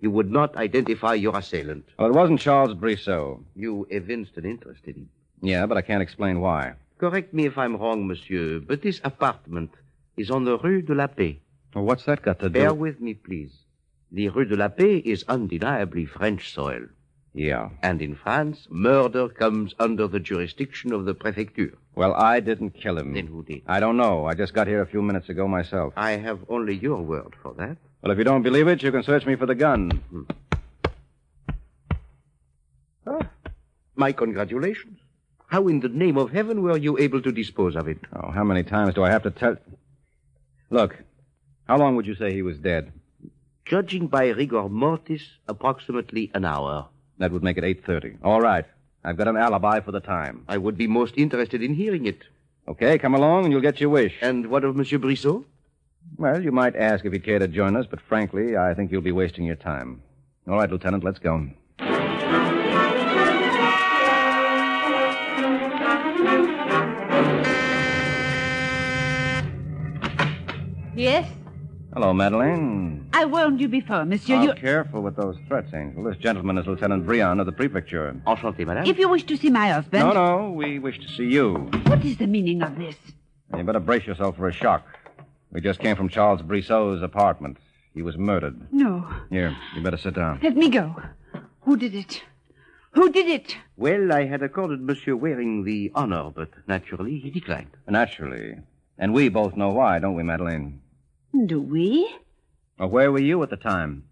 Speaker 14: You would not identify your assailant.
Speaker 10: Well, it wasn't Charles Brissot.
Speaker 14: You evinced an interest in him.
Speaker 10: Yeah, but I can't explain why.
Speaker 14: Correct me if I'm wrong, monsieur, but this apartment is on the Rue de la Paix.
Speaker 10: Well, what's that got to do?
Speaker 14: Bear with me, please. The Rue de la Paix is undeniably French soil.
Speaker 10: Yeah.
Speaker 14: And in France, murder comes under the jurisdiction of the prefecture.
Speaker 10: Well, I didn't kill him.
Speaker 14: Then who did?
Speaker 10: I don't know. Oh, I just got here a few minutes ago myself.
Speaker 14: I have only your word for that.
Speaker 10: Well, if you don't believe it, you can search me for the gun. Hmm.
Speaker 14: Hmm. Ah, my congratulations. How in the name of heaven were you able to dispose of it?
Speaker 10: Oh, how many times do I have to tell. Look, how long would you say he was dead?
Speaker 14: Judging by rigor mortis, approximately an hour.
Speaker 10: That would make it 8.30. All right. I've got an alibi for the time.
Speaker 14: I would be most interested in hearing it.
Speaker 10: Okay, come along and you'll get your wish.
Speaker 14: And what of Monsieur Brissot?
Speaker 10: Well, you might ask if he'd care to join us, but frankly, I think you'll be wasting your time. All right, Lieutenant, let's go.
Speaker 18: Yes?
Speaker 10: Hello, Madeleine.
Speaker 18: I warned you before, monsieur.
Speaker 10: How
Speaker 18: you...
Speaker 10: careful with those threats, Angel. This gentleman is Lieutenant Brion of the Prefecture.
Speaker 14: Enchanté, madame.
Speaker 18: If you wish to see my husband.
Speaker 10: No, no, we wish to see you.
Speaker 18: What is the meaning of this?
Speaker 10: You better brace yourself for a shock. We just came from Charles Brissot's apartment. He was murdered.
Speaker 18: No.
Speaker 10: Here, you better sit down.
Speaker 18: Let me go. Who did it? Who did it?
Speaker 14: Well, I had accorded Monsieur Waring the honor, but naturally he declined.
Speaker 10: Naturally. And we both know why, don't we, Madeleine?
Speaker 18: Do we?
Speaker 10: Well, where were you at the time?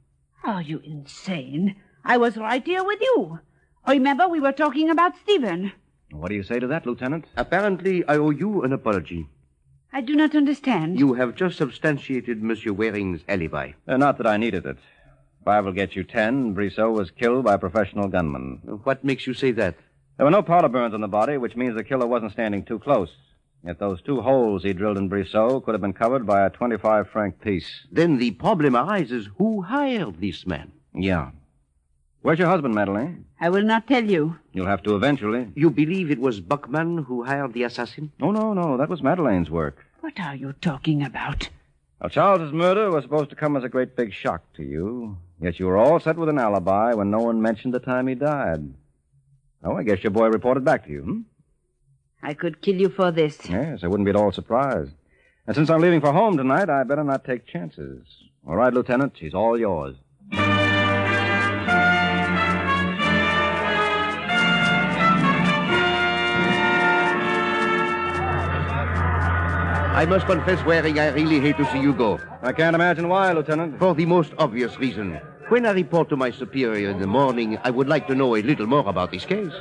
Speaker 18: Are you insane? I was right here with you. Remember, we were talking about Stephen.
Speaker 10: What do you say to that, Lieutenant?
Speaker 14: Apparently, I owe you an apology.
Speaker 18: I do not understand.
Speaker 14: You have just substantiated Monsieur Waring's alibi.
Speaker 10: Uh, not that I needed it. Five will get you ten. Brissot was killed by a professional gunman.
Speaker 14: What makes you say that?
Speaker 10: There were no powder burns on the body, which means the killer wasn't standing too close. Yet those two holes he drilled in Brissot could have been covered by a 25 franc piece.
Speaker 14: Then the problem arises who hired this man?
Speaker 10: Yeah. Where's your husband, Madeleine?
Speaker 18: I will not tell you.
Speaker 10: You'll have to eventually.
Speaker 14: You believe it was Buckman who hired the assassin?
Speaker 10: No, no, no. That was Madeleine's work.
Speaker 18: What are you talking about?
Speaker 10: Now, Charles's murder was supposed to come as a great big shock to you. Yet you were all set with an alibi when no one mentioned the time he died. Oh, I guess your boy reported back to you, hmm?
Speaker 18: I could kill you for this.
Speaker 10: Yes, I wouldn't be at all surprised. And since I'm leaving for home tonight, I better not take chances. All right, Lieutenant, she's all yours.
Speaker 14: I must confess, Waring, I really hate to see you go.
Speaker 10: I can't imagine why, Lieutenant.
Speaker 14: For the most obvious reason. When I report to my superior in the morning, I would like to know a little more about this case.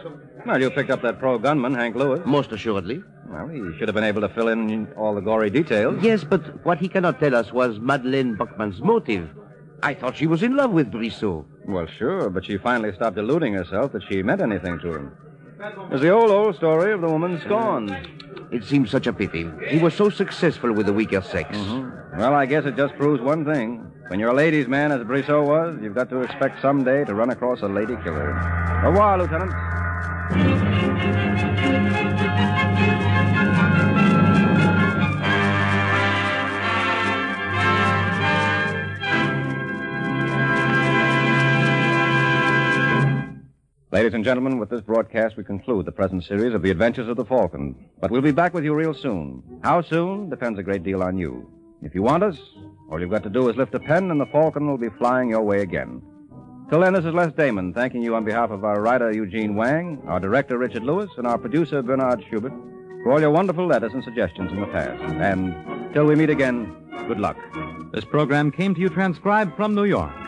Speaker 10: Well, you picked up that pro gunman, Hank Lewis.
Speaker 14: Most assuredly.
Speaker 10: Well, he should have been able to fill in all the gory details.
Speaker 14: Yes, but what he cannot tell us was Madeleine Buckman's motive. I thought she was in love with Brissot.
Speaker 10: Well, sure, but she finally stopped deluding herself that she meant anything to him. It's the old, old story of the woman's scorn.
Speaker 14: It seems such a pity. He was so successful with the weaker sex.
Speaker 10: Mm-hmm. Well, I guess it just proves one thing. When you're a ladies' man, as Brissot was, you've got to expect someday to run across a lady killer. Au revoir, Lieutenant. Ladies and gentlemen, with this broadcast, we conclude the present series of The Adventures of the Falcon. But we'll be back with you real soon. How soon depends a great deal on you. If you want us, all you've got to do is lift a pen, and the Falcon will be flying your way again. Till then, this is Les Damon thanking you on behalf of our writer, Eugene Wang, our director, Richard Lewis, and our producer, Bernard Schubert, for all your wonderful letters and suggestions in the past. And till we meet again, good luck.
Speaker 15: This program came to you transcribed from New York.